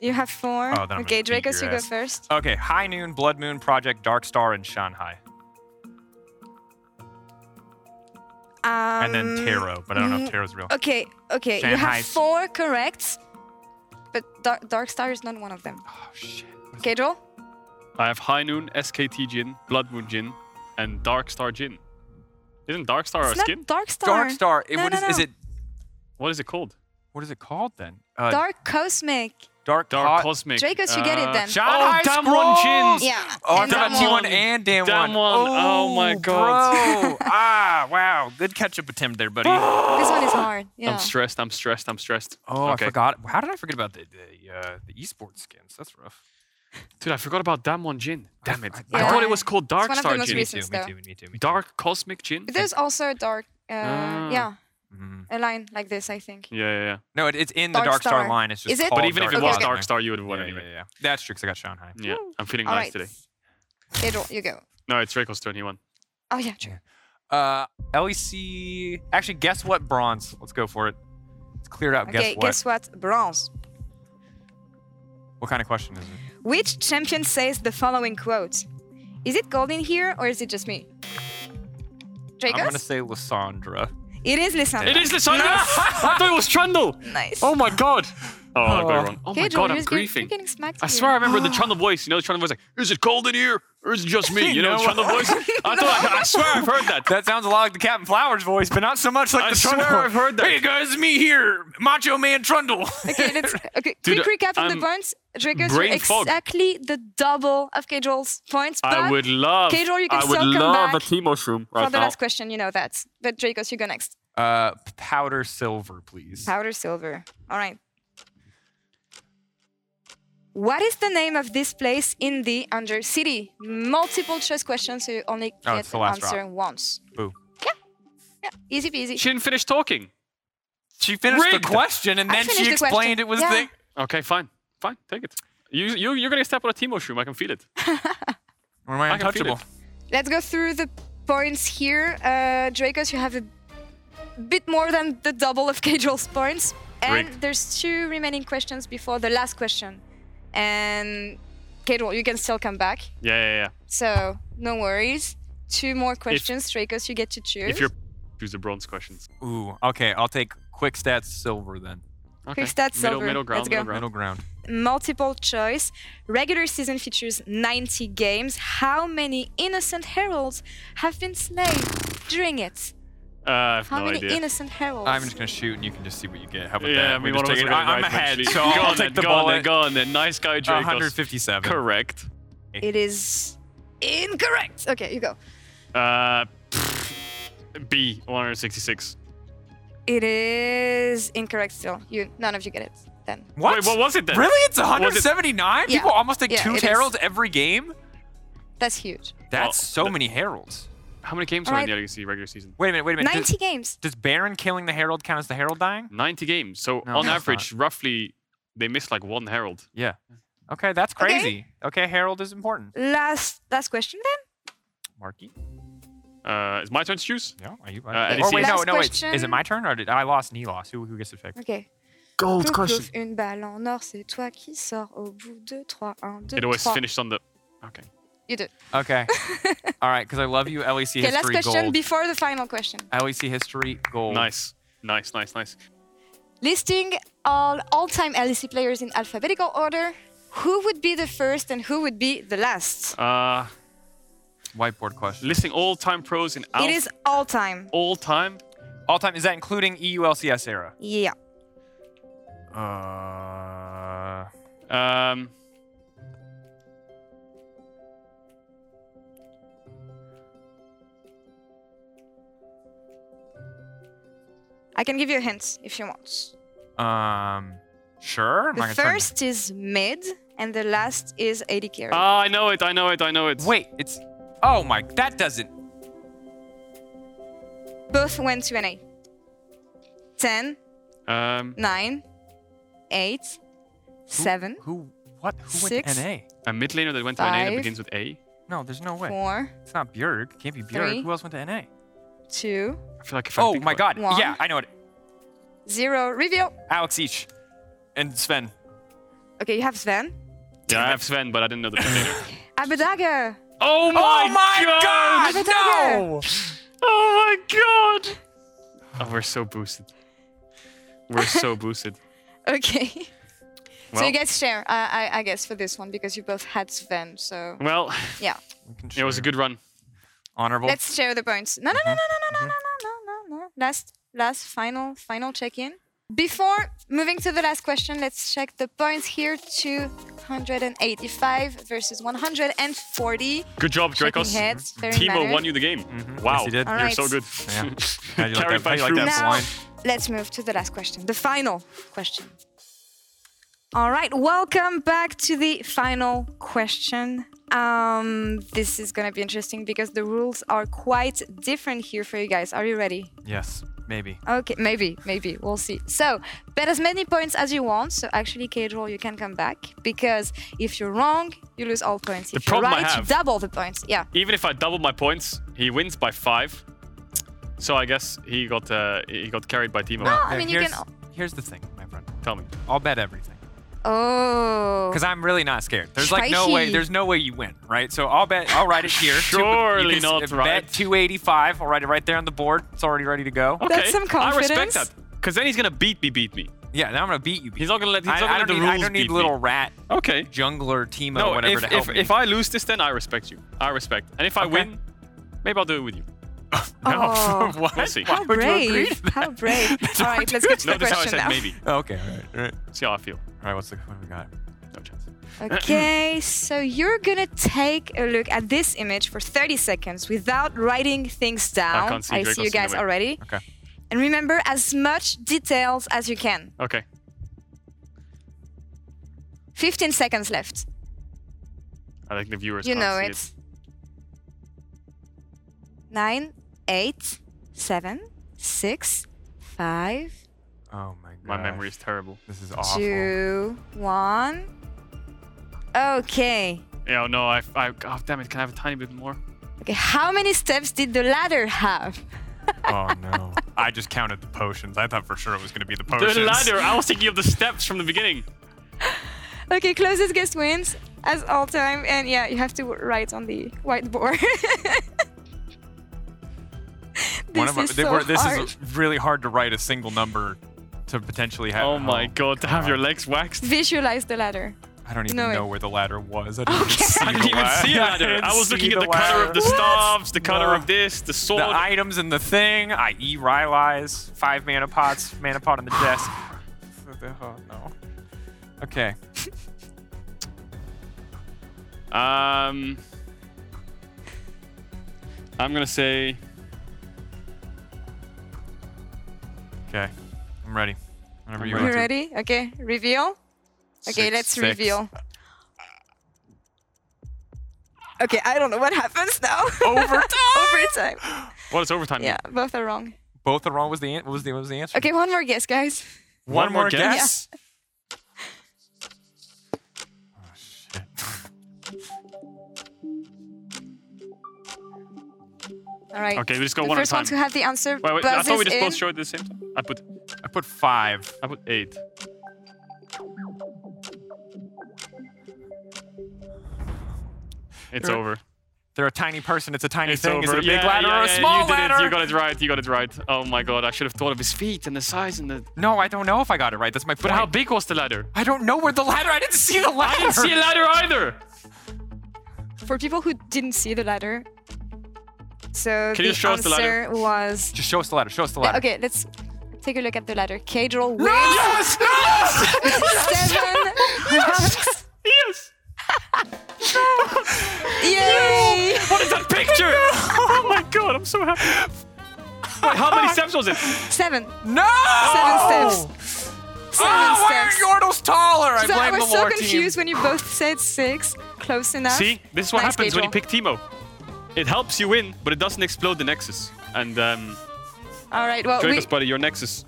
[SPEAKER 4] You have four.
[SPEAKER 1] Oh, then I'm
[SPEAKER 4] okay,
[SPEAKER 1] gonna beat
[SPEAKER 4] Dracos, you
[SPEAKER 1] your
[SPEAKER 4] go
[SPEAKER 1] ass.
[SPEAKER 4] first.
[SPEAKER 1] Okay. High Noon, Blood Moon, Project Dark Star, and Shanghai,
[SPEAKER 4] Um, mm, uh,
[SPEAKER 1] and then Tarot. But I don't know if Tarot's real.
[SPEAKER 4] Okay, okay. you have
[SPEAKER 1] Shanghai's-
[SPEAKER 4] four corrects, but Dark, Dark Star is not one of them.
[SPEAKER 1] Oh shit.
[SPEAKER 4] Okay, Joel?
[SPEAKER 2] I have High Noon, SKT Gin, Blood Moon Gin, and Dark Star Gin. Isn't Dark
[SPEAKER 1] Oh,
[SPEAKER 2] Star
[SPEAKER 4] it's
[SPEAKER 2] a skin?
[SPEAKER 4] not Dark Star.
[SPEAKER 1] Dark Star. it-
[SPEAKER 4] No,
[SPEAKER 1] what
[SPEAKER 4] no,
[SPEAKER 1] is- is
[SPEAKER 4] no.
[SPEAKER 1] it?
[SPEAKER 2] What is it called?
[SPEAKER 1] What is it called then? Uh,
[SPEAKER 4] Dark Cosmic.
[SPEAKER 1] Dark,
[SPEAKER 2] Dark
[SPEAKER 1] Hot-
[SPEAKER 2] Cosmic.
[SPEAKER 4] Dracos, you get it
[SPEAKER 2] uh,
[SPEAKER 4] then.
[SPEAKER 1] Oh,
[SPEAKER 2] Shanghai
[SPEAKER 1] Damwon Won
[SPEAKER 2] Scrolls!
[SPEAKER 1] Jins.
[SPEAKER 6] Yeah.
[SPEAKER 1] Oh, I
[SPEAKER 6] And
[SPEAKER 1] forgot
[SPEAKER 6] Damwon.
[SPEAKER 1] T1 and Damwon.
[SPEAKER 2] Damwon. Oh my God.
[SPEAKER 1] Bro. ah, wow. Good catch up attempt there, buddy. Oh,
[SPEAKER 4] This one is hard. Yeah.
[SPEAKER 2] I'm stressed. I'm stressed. I'm stressed.
[SPEAKER 1] I forgot. How did I forget about the the, uh, the esports skins? That's rough.
[SPEAKER 2] Dude, I forgot about Damwon Jin. Damn it. I
[SPEAKER 4] Yeah.
[SPEAKER 2] thought it was called
[SPEAKER 4] one
[SPEAKER 2] Dark
[SPEAKER 4] of the
[SPEAKER 2] Star
[SPEAKER 4] most
[SPEAKER 2] Jin.
[SPEAKER 1] Me
[SPEAKER 4] recent.
[SPEAKER 1] too,
[SPEAKER 4] Reasons,
[SPEAKER 1] me
[SPEAKER 4] though.
[SPEAKER 1] too, me too, me too.
[SPEAKER 2] Dark Cosmic Jin?
[SPEAKER 4] But there's also a dark, uh, yeah,
[SPEAKER 1] Mhm.
[SPEAKER 4] a line like this, I think.
[SPEAKER 2] Yeah, yeah, yeah.
[SPEAKER 1] No, it, it's in the
[SPEAKER 4] Dark
[SPEAKER 1] Dark Star
[SPEAKER 4] Star.
[SPEAKER 1] line. It's just
[SPEAKER 4] Is it? But
[SPEAKER 2] But
[SPEAKER 1] called
[SPEAKER 2] even if it
[SPEAKER 4] Okay,
[SPEAKER 2] was
[SPEAKER 4] okay.
[SPEAKER 2] Oh, Dark Star, you would have won
[SPEAKER 1] yeah,
[SPEAKER 2] anyway.
[SPEAKER 1] Yeah, yeah. That's true. 'cause I got Shanghai.
[SPEAKER 2] Yeah, I'm feeling
[SPEAKER 4] All
[SPEAKER 2] nice
[SPEAKER 4] right.
[SPEAKER 2] today.
[SPEAKER 4] Pedro, you go.
[SPEAKER 2] No, it's Draco's turn. He won.
[SPEAKER 4] Oh yeah, true.
[SPEAKER 1] Uh, LEC. Actually, guess what? Bronze. Let's go for it. Let's clear out.
[SPEAKER 4] Okay,
[SPEAKER 1] guess what?
[SPEAKER 4] guess what? Bronze.
[SPEAKER 1] What kind of question is it?
[SPEAKER 4] Which champion says the following quote? Is it gold in here or is it just me?
[SPEAKER 1] I'm gonna
[SPEAKER 4] Dracos?
[SPEAKER 1] say Lissandra.
[SPEAKER 4] it is Lissandra.
[SPEAKER 2] It is Lissandra! I thought it was Trundle!
[SPEAKER 4] Nice.
[SPEAKER 2] Oh my god! Oh, I got
[SPEAKER 1] Oh.
[SPEAKER 2] it wrong. Oh my
[SPEAKER 4] Pedro,
[SPEAKER 2] god,
[SPEAKER 4] you're
[SPEAKER 2] I'm
[SPEAKER 4] just getting- You're
[SPEAKER 2] grieving.
[SPEAKER 4] getting smacked
[SPEAKER 2] I
[SPEAKER 4] here.
[SPEAKER 2] swear I remember the Trundle voice. You know, the Trundle voice like, is it cold in here? Or is it just me? You know, the
[SPEAKER 1] No.
[SPEAKER 2] Trundle voice? I thought, I, I swear I've heard that.
[SPEAKER 1] That sounds a lot like the Captain Flowers voice, but not so much like
[SPEAKER 2] I
[SPEAKER 1] the
[SPEAKER 2] swear
[SPEAKER 1] Trundle.
[SPEAKER 2] I've heard that.
[SPEAKER 1] Hey guys, it's me here, Macho Man Trundle.
[SPEAKER 4] Okay, let's, okay
[SPEAKER 2] Dude,
[SPEAKER 4] quick recap on the
[SPEAKER 2] I'm-
[SPEAKER 4] points. Dracos, you're
[SPEAKER 2] brain fog.
[SPEAKER 4] exactly the double of Kedrol's points, but
[SPEAKER 2] I would love,
[SPEAKER 4] Pedro, you can
[SPEAKER 2] I would
[SPEAKER 4] still come
[SPEAKER 2] love a
[SPEAKER 4] back
[SPEAKER 2] Timo shroom
[SPEAKER 4] for
[SPEAKER 2] right
[SPEAKER 4] the
[SPEAKER 2] now.
[SPEAKER 4] last question, you know that. But Dracos, you go next.
[SPEAKER 1] Uh, p- powder silver, please.
[SPEAKER 4] Powder silver. All right. What is the name of this place in the Undercity? Multiple choice questions, so you only
[SPEAKER 1] Oh,
[SPEAKER 4] get
[SPEAKER 1] it's
[SPEAKER 4] the
[SPEAKER 1] the last
[SPEAKER 4] answer
[SPEAKER 1] round.
[SPEAKER 4] once.
[SPEAKER 1] Boo.
[SPEAKER 4] Yeah, easy peasy.
[SPEAKER 2] She didn't finish talking.
[SPEAKER 1] She finished
[SPEAKER 2] Rigged.
[SPEAKER 1] the question and
[SPEAKER 4] I
[SPEAKER 1] then
[SPEAKER 4] finished
[SPEAKER 1] she
[SPEAKER 4] the question.
[SPEAKER 1] explained it was
[SPEAKER 4] Yeah.
[SPEAKER 1] the.
[SPEAKER 2] Okay, fine. Fine, take it. You, you, you're going to step on a Timo shroom. I can feel it.
[SPEAKER 1] Or am I
[SPEAKER 2] I can feel
[SPEAKER 1] untouchable?
[SPEAKER 4] Let's go through the points here. Uh, Dracos, you have a bit more than the double of Cajol's points. And
[SPEAKER 2] Rigged.
[SPEAKER 4] there's two remaining questions before the last question. And Cajol, you can still come back.
[SPEAKER 2] Yeah, yeah, yeah.
[SPEAKER 4] So no worries. Two more questions, Dracos, you get to choose.
[SPEAKER 2] If you're choose the bronze questions.
[SPEAKER 1] Ooh, okay. I'll take quick stats silver then.
[SPEAKER 2] Okay.
[SPEAKER 4] Fix that
[SPEAKER 2] middle,
[SPEAKER 4] silver.
[SPEAKER 2] middle ground,
[SPEAKER 4] Let's go.
[SPEAKER 2] middle
[SPEAKER 1] Middle
[SPEAKER 2] ground.
[SPEAKER 1] ground.
[SPEAKER 4] multiple choice. Regular season features 90 games. How many innocent heralds have been slain during it?
[SPEAKER 2] Uh, I have
[SPEAKER 4] How
[SPEAKER 2] no
[SPEAKER 4] many
[SPEAKER 2] idea.
[SPEAKER 4] innocent heralds?
[SPEAKER 1] I'm just gonna shoot and you can just see what you get. How about
[SPEAKER 2] yeah,
[SPEAKER 1] that?
[SPEAKER 2] I mean,
[SPEAKER 1] We're
[SPEAKER 2] one
[SPEAKER 1] just
[SPEAKER 2] of us
[SPEAKER 1] taking-
[SPEAKER 2] got it
[SPEAKER 1] I- I'm
[SPEAKER 2] right,
[SPEAKER 1] ahead,
[SPEAKER 2] actually.
[SPEAKER 1] so
[SPEAKER 2] Go
[SPEAKER 1] I'll take
[SPEAKER 2] on then,
[SPEAKER 1] the
[SPEAKER 2] go on then,
[SPEAKER 1] bullet.
[SPEAKER 2] Go on then. Nice guy, Dracos.
[SPEAKER 1] 157.
[SPEAKER 2] Correct.
[SPEAKER 4] It is incorrect. Okay, you go.
[SPEAKER 2] Uh, B, 166.
[SPEAKER 4] It is incorrect still. You none of you get it then.
[SPEAKER 1] What?
[SPEAKER 2] Wait, what was it then?
[SPEAKER 1] Really? It's
[SPEAKER 2] it-
[SPEAKER 1] 179?
[SPEAKER 4] Yeah.
[SPEAKER 1] People almost take
[SPEAKER 4] Yeah,
[SPEAKER 1] two
[SPEAKER 4] it is.
[SPEAKER 1] heralds every game?
[SPEAKER 4] That's huge.
[SPEAKER 1] That's
[SPEAKER 2] Well,
[SPEAKER 1] so
[SPEAKER 2] the-
[SPEAKER 1] many heralds.
[SPEAKER 2] How many games
[SPEAKER 4] All
[SPEAKER 2] are in
[SPEAKER 4] right.
[SPEAKER 2] the legacy regular season?
[SPEAKER 1] Wait a minute, wait a minute.
[SPEAKER 4] 90
[SPEAKER 1] Does,
[SPEAKER 4] games.
[SPEAKER 1] does Baron killing the herald count as the herald dying?
[SPEAKER 2] 90 games. So
[SPEAKER 1] No,
[SPEAKER 2] on
[SPEAKER 1] that's
[SPEAKER 2] average, roughly, they miss like one herald.
[SPEAKER 1] Yeah. Okay, that's
[SPEAKER 4] Okay.
[SPEAKER 1] crazy. Okay, herald is important.
[SPEAKER 4] Last last question then?
[SPEAKER 1] Marky?
[SPEAKER 2] Uh, it's my turn to choose.
[SPEAKER 1] Yeah, are you?
[SPEAKER 2] Uh,
[SPEAKER 1] or
[SPEAKER 2] LEC.
[SPEAKER 1] wait, no,
[SPEAKER 4] Last
[SPEAKER 1] no, wait. Is
[SPEAKER 4] question.
[SPEAKER 1] it my turn or did I lost Nilos? Who who gets to pick?
[SPEAKER 4] Okay.
[SPEAKER 2] Gold
[SPEAKER 4] Plouf, plouf, une balle en or, c'est toi qui sors au bout de 3 1 2
[SPEAKER 2] It always
[SPEAKER 4] 3.
[SPEAKER 2] finished on the. Okay.
[SPEAKER 4] You do.
[SPEAKER 1] Okay. All right, because I love you. LEC
[SPEAKER 4] Okay, last
[SPEAKER 1] history
[SPEAKER 4] question
[SPEAKER 1] gold.
[SPEAKER 4] before the final question.
[SPEAKER 1] LEC history gold.
[SPEAKER 2] Nice. Nice, nice, nice.
[SPEAKER 4] listing all all-time LEC players in alphabetical order. Who would be the first and who would be the last?
[SPEAKER 2] Uh,
[SPEAKER 1] Whiteboard question.
[SPEAKER 2] listing all time pros in Alf,
[SPEAKER 4] It is all-time.
[SPEAKER 2] all time.
[SPEAKER 1] All time is that including E EULCS era?
[SPEAKER 4] Yeah.
[SPEAKER 1] Uh,
[SPEAKER 2] Um,
[SPEAKER 4] I can give you a hint if you want.
[SPEAKER 1] um, sure. I'm
[SPEAKER 4] The
[SPEAKER 1] not gonna try and-
[SPEAKER 4] first is mid and the last is AD carry.
[SPEAKER 1] Uh,
[SPEAKER 2] ah, I know it. I know it. I know it.
[SPEAKER 1] Wait, it's. Oh my, that doesn't.
[SPEAKER 4] Both went to NA. 10,
[SPEAKER 2] Um,
[SPEAKER 4] 9, 8, 7,
[SPEAKER 1] Who? What? Who
[SPEAKER 4] Six.
[SPEAKER 1] went to NA?
[SPEAKER 2] a mid laner that went to NA that
[SPEAKER 4] Five.
[SPEAKER 2] begins with A.
[SPEAKER 1] No, there's no way.
[SPEAKER 4] 4,
[SPEAKER 1] It's not Bjorg. Can't be Bjorg.
[SPEAKER 4] Three.
[SPEAKER 1] Who else went to NA?
[SPEAKER 4] 2,
[SPEAKER 2] I feel like if I
[SPEAKER 1] Oh
[SPEAKER 2] think
[SPEAKER 1] my
[SPEAKER 2] about
[SPEAKER 1] God.
[SPEAKER 4] One.
[SPEAKER 1] Yeah, I know it.
[SPEAKER 4] 0. Reveal.
[SPEAKER 1] Alex each, and Sven.
[SPEAKER 4] Okay, you have Sven.
[SPEAKER 2] it. Yeah, I have Sven, but I didn't know the mid laner.
[SPEAKER 4] Abadaga.
[SPEAKER 2] Oh my, god!
[SPEAKER 4] God! God,
[SPEAKER 2] Oh my god! Oh, we're so boosted. We're so boosted.
[SPEAKER 4] Okay. so
[SPEAKER 2] Well.
[SPEAKER 4] you guys share, I, I, I guess, for this one because you both had Sven. So
[SPEAKER 2] Well,
[SPEAKER 4] yeah,
[SPEAKER 2] it was a good run. Oh.
[SPEAKER 1] honorable.
[SPEAKER 4] let's
[SPEAKER 2] Mm-hmm.
[SPEAKER 4] share the points. No, no, no, no, no, no, no, no, no, no, no. Last, last, final, final check-in. Before moving to the last question, let's check the points here 285 versus 140.
[SPEAKER 2] Good job,
[SPEAKER 4] Checking
[SPEAKER 2] Dracos.
[SPEAKER 4] heads. Very
[SPEAKER 2] Timo
[SPEAKER 4] matter.
[SPEAKER 2] won you the game. Wow.
[SPEAKER 1] Mm-hmm. Yes, he did.
[SPEAKER 4] All
[SPEAKER 2] You're
[SPEAKER 4] right.
[SPEAKER 2] so good.
[SPEAKER 1] Yeah. How do you like
[SPEAKER 2] Carried
[SPEAKER 1] that, how
[SPEAKER 2] by
[SPEAKER 1] do you like that
[SPEAKER 2] shrooms.
[SPEAKER 4] Now,
[SPEAKER 1] blind?
[SPEAKER 4] let's move to the last question, the final question. All right, welcome back to the final question. Um, this is going to be interesting because the rules are quite different here for you guys. Are you ready?
[SPEAKER 1] Yes, maybe.
[SPEAKER 4] Okay, maybe, maybe. We'll see. So, bet as many points as you want. So, actually, Cage Roll, you can come back because if you're wrong, you lose all points. If you're
[SPEAKER 2] problem I
[SPEAKER 4] right, you
[SPEAKER 2] have-
[SPEAKER 4] double the points. Yeah.
[SPEAKER 2] Even if I double my points, he wins by five. So I guess he got uh, he got carried by Timo.
[SPEAKER 4] No. Oh, I
[SPEAKER 1] Here-
[SPEAKER 4] mean, you can-
[SPEAKER 1] here's- Here's the thing, my friend.
[SPEAKER 2] Tell me.
[SPEAKER 1] I'll bet everything.
[SPEAKER 4] Oh.
[SPEAKER 1] because I'm really not scared. There's like no way.
[SPEAKER 4] Spicy.
[SPEAKER 1] There's no way you win, right? So I'll bet. I'll write it here. Two- you
[SPEAKER 2] Surely
[SPEAKER 1] can s-
[SPEAKER 2] not,
[SPEAKER 1] bet
[SPEAKER 2] right?
[SPEAKER 1] 285. I'll write it right there on the board. It's already ready to go.
[SPEAKER 2] Okay.
[SPEAKER 4] some
[SPEAKER 2] I
[SPEAKER 4] confidence.
[SPEAKER 2] respect that. Because then he's gonna beat me, beat me.
[SPEAKER 1] Yeah, now I'm gonna beat you.
[SPEAKER 2] He's not gonna let. He's
[SPEAKER 1] I,
[SPEAKER 2] not gonna
[SPEAKER 1] I don't
[SPEAKER 2] let the
[SPEAKER 1] need,
[SPEAKER 2] rules
[SPEAKER 1] I don't
[SPEAKER 2] beat
[SPEAKER 1] need
[SPEAKER 2] me.
[SPEAKER 1] little rat
[SPEAKER 2] Okay.
[SPEAKER 1] jungler Timo
[SPEAKER 2] No,
[SPEAKER 1] whatever
[SPEAKER 2] if,
[SPEAKER 1] to help
[SPEAKER 2] if,
[SPEAKER 1] me.
[SPEAKER 2] if I lose this, then I respect you. I respect. And if I
[SPEAKER 1] Okay.
[SPEAKER 2] win, maybe I'll do it with you.
[SPEAKER 4] Oh.
[SPEAKER 1] no, what?
[SPEAKER 2] We'll see.
[SPEAKER 1] Why
[SPEAKER 4] How
[SPEAKER 1] would you agree
[SPEAKER 4] brave.
[SPEAKER 1] to that?
[SPEAKER 4] How brave. All right, let's get to
[SPEAKER 2] No,
[SPEAKER 4] the
[SPEAKER 2] that's how I
[SPEAKER 4] question
[SPEAKER 2] said
[SPEAKER 4] now.
[SPEAKER 2] maybe.
[SPEAKER 1] Okay, all right, all right.
[SPEAKER 2] See how I feel.
[SPEAKER 1] All right, what's the what we got?
[SPEAKER 2] No chance.
[SPEAKER 4] Okay, so you're gonna take a look at this image for 30 seconds without writing things down.
[SPEAKER 2] can't see
[SPEAKER 4] see
[SPEAKER 2] Draco's
[SPEAKER 4] you guys
[SPEAKER 2] silhouette.
[SPEAKER 4] already.
[SPEAKER 1] Okay.
[SPEAKER 4] And remember as much details as you can.
[SPEAKER 2] Okay.
[SPEAKER 4] 15 seconds left.
[SPEAKER 2] I think the viewers.
[SPEAKER 4] You
[SPEAKER 2] can't
[SPEAKER 4] know
[SPEAKER 2] see
[SPEAKER 4] it. Nine, eight, seven, six, five,
[SPEAKER 1] Oh my god.
[SPEAKER 2] My memory is terrible.
[SPEAKER 1] This is awful.
[SPEAKER 4] two, one. Okay.
[SPEAKER 2] Yeah, no, I, I, oh, damn it, can I have a tiny bit more?
[SPEAKER 4] Okay, how many steps did the ladder have?
[SPEAKER 1] Oh no. I just counted the potions. I thought for sure it was gonna be the potions.
[SPEAKER 2] The ladder, I was thinking of the steps from the beginning.
[SPEAKER 4] Okay, closest guest wins as all time, and yeah, you have to write on the whiteboard. this
[SPEAKER 1] One of our-
[SPEAKER 4] is
[SPEAKER 1] they
[SPEAKER 4] so
[SPEAKER 1] were- this
[SPEAKER 4] hard.
[SPEAKER 1] is really hard to write a single number to potentially have.
[SPEAKER 2] Oh my god, to have your legs waxed.
[SPEAKER 4] Visualize the ladder.
[SPEAKER 1] I don't even
[SPEAKER 4] No, it-
[SPEAKER 1] know where the ladder was. I didn't even
[SPEAKER 4] Okay.
[SPEAKER 1] see,
[SPEAKER 2] I didn't
[SPEAKER 1] the
[SPEAKER 2] even see a ladder.
[SPEAKER 1] didn't
[SPEAKER 2] I was
[SPEAKER 1] see
[SPEAKER 2] looking at the color of the
[SPEAKER 1] ladder.
[SPEAKER 2] staves, the color
[SPEAKER 1] No.
[SPEAKER 2] of this, the sword.
[SPEAKER 1] The items in the thing, i.e., Rylai's five mana pots, mana pot on the desk. What the hell? No. Okay.
[SPEAKER 2] Um, I'm gonna say
[SPEAKER 1] Okay. I'm ready. Whenever
[SPEAKER 2] I'm
[SPEAKER 1] you
[SPEAKER 2] ready.
[SPEAKER 1] are.
[SPEAKER 4] You ready? Okay, reveal. Okay,
[SPEAKER 2] Six,
[SPEAKER 4] let's
[SPEAKER 2] six.
[SPEAKER 4] reveal. Okay, I don't know what happens now.
[SPEAKER 1] Overtime!
[SPEAKER 4] Overtime.
[SPEAKER 2] what is overtime?
[SPEAKER 4] Yeah, both are wrong.
[SPEAKER 1] Both are wrong. Was the an- what was the what was the answer?
[SPEAKER 4] Okay, one more guess, guys.
[SPEAKER 1] One,
[SPEAKER 2] One
[SPEAKER 1] more
[SPEAKER 2] more
[SPEAKER 1] guess.
[SPEAKER 2] guess?
[SPEAKER 4] All right.
[SPEAKER 2] Okay, we just go
[SPEAKER 4] the
[SPEAKER 2] one at a
[SPEAKER 4] first one
[SPEAKER 2] time.
[SPEAKER 4] to have the answer
[SPEAKER 2] Wait, wait, I
[SPEAKER 4] buzzes
[SPEAKER 2] thought we just
[SPEAKER 4] in.
[SPEAKER 2] both showed the same time. I put,
[SPEAKER 1] I put five.
[SPEAKER 2] I put eight. It's
[SPEAKER 1] You're-
[SPEAKER 2] over.
[SPEAKER 1] They're a tiny person. It's a tiny
[SPEAKER 2] It's
[SPEAKER 1] thing.
[SPEAKER 2] over.
[SPEAKER 1] Is it a big
[SPEAKER 2] yeah,
[SPEAKER 1] ladder
[SPEAKER 2] yeah,
[SPEAKER 1] or a
[SPEAKER 2] yeah,
[SPEAKER 1] small
[SPEAKER 2] you did
[SPEAKER 1] ladder?
[SPEAKER 2] It. You got it right. You got it right. Oh my god, I should have thought of his feet and the size and the.
[SPEAKER 1] No, I don't know if I got it right. That's my point.
[SPEAKER 2] But how big was the ladder?
[SPEAKER 1] I don't know where the ladder. I didn't see the ladder.
[SPEAKER 2] I didn't see a ladder either.
[SPEAKER 4] For people who didn't see the ladder, so
[SPEAKER 2] Can
[SPEAKER 4] the
[SPEAKER 2] you show us
[SPEAKER 4] answer
[SPEAKER 2] the ladder?
[SPEAKER 4] was
[SPEAKER 1] Just show us the ladder. Show us the ladder.
[SPEAKER 4] Okay, let's take a look at the ladder. Cadrel wins
[SPEAKER 1] Yes! Yes!
[SPEAKER 4] seven. Yes!
[SPEAKER 2] Yes.
[SPEAKER 4] Yay!
[SPEAKER 2] What is that picture? oh my god, I'm so happy. Wait, how many steps was it?
[SPEAKER 4] Seven.
[SPEAKER 1] No!
[SPEAKER 4] Seven steps. Seven
[SPEAKER 2] Ah,
[SPEAKER 1] Oh, why
[SPEAKER 4] steps.
[SPEAKER 1] are Yordles taller? I
[SPEAKER 4] so I
[SPEAKER 1] blame
[SPEAKER 4] was
[SPEAKER 1] the
[SPEAKER 4] so
[SPEAKER 1] lore
[SPEAKER 4] confused
[SPEAKER 1] team.
[SPEAKER 4] when you both said six. Close enough.
[SPEAKER 2] See, this is what
[SPEAKER 4] Nice,
[SPEAKER 2] happens when you
[SPEAKER 4] Cadrel.
[SPEAKER 2] pick Timo. It helps you win, but it doesn't explode the Nexus. And um,
[SPEAKER 4] All right, well, we,
[SPEAKER 2] Dracos, buddy, your Nexus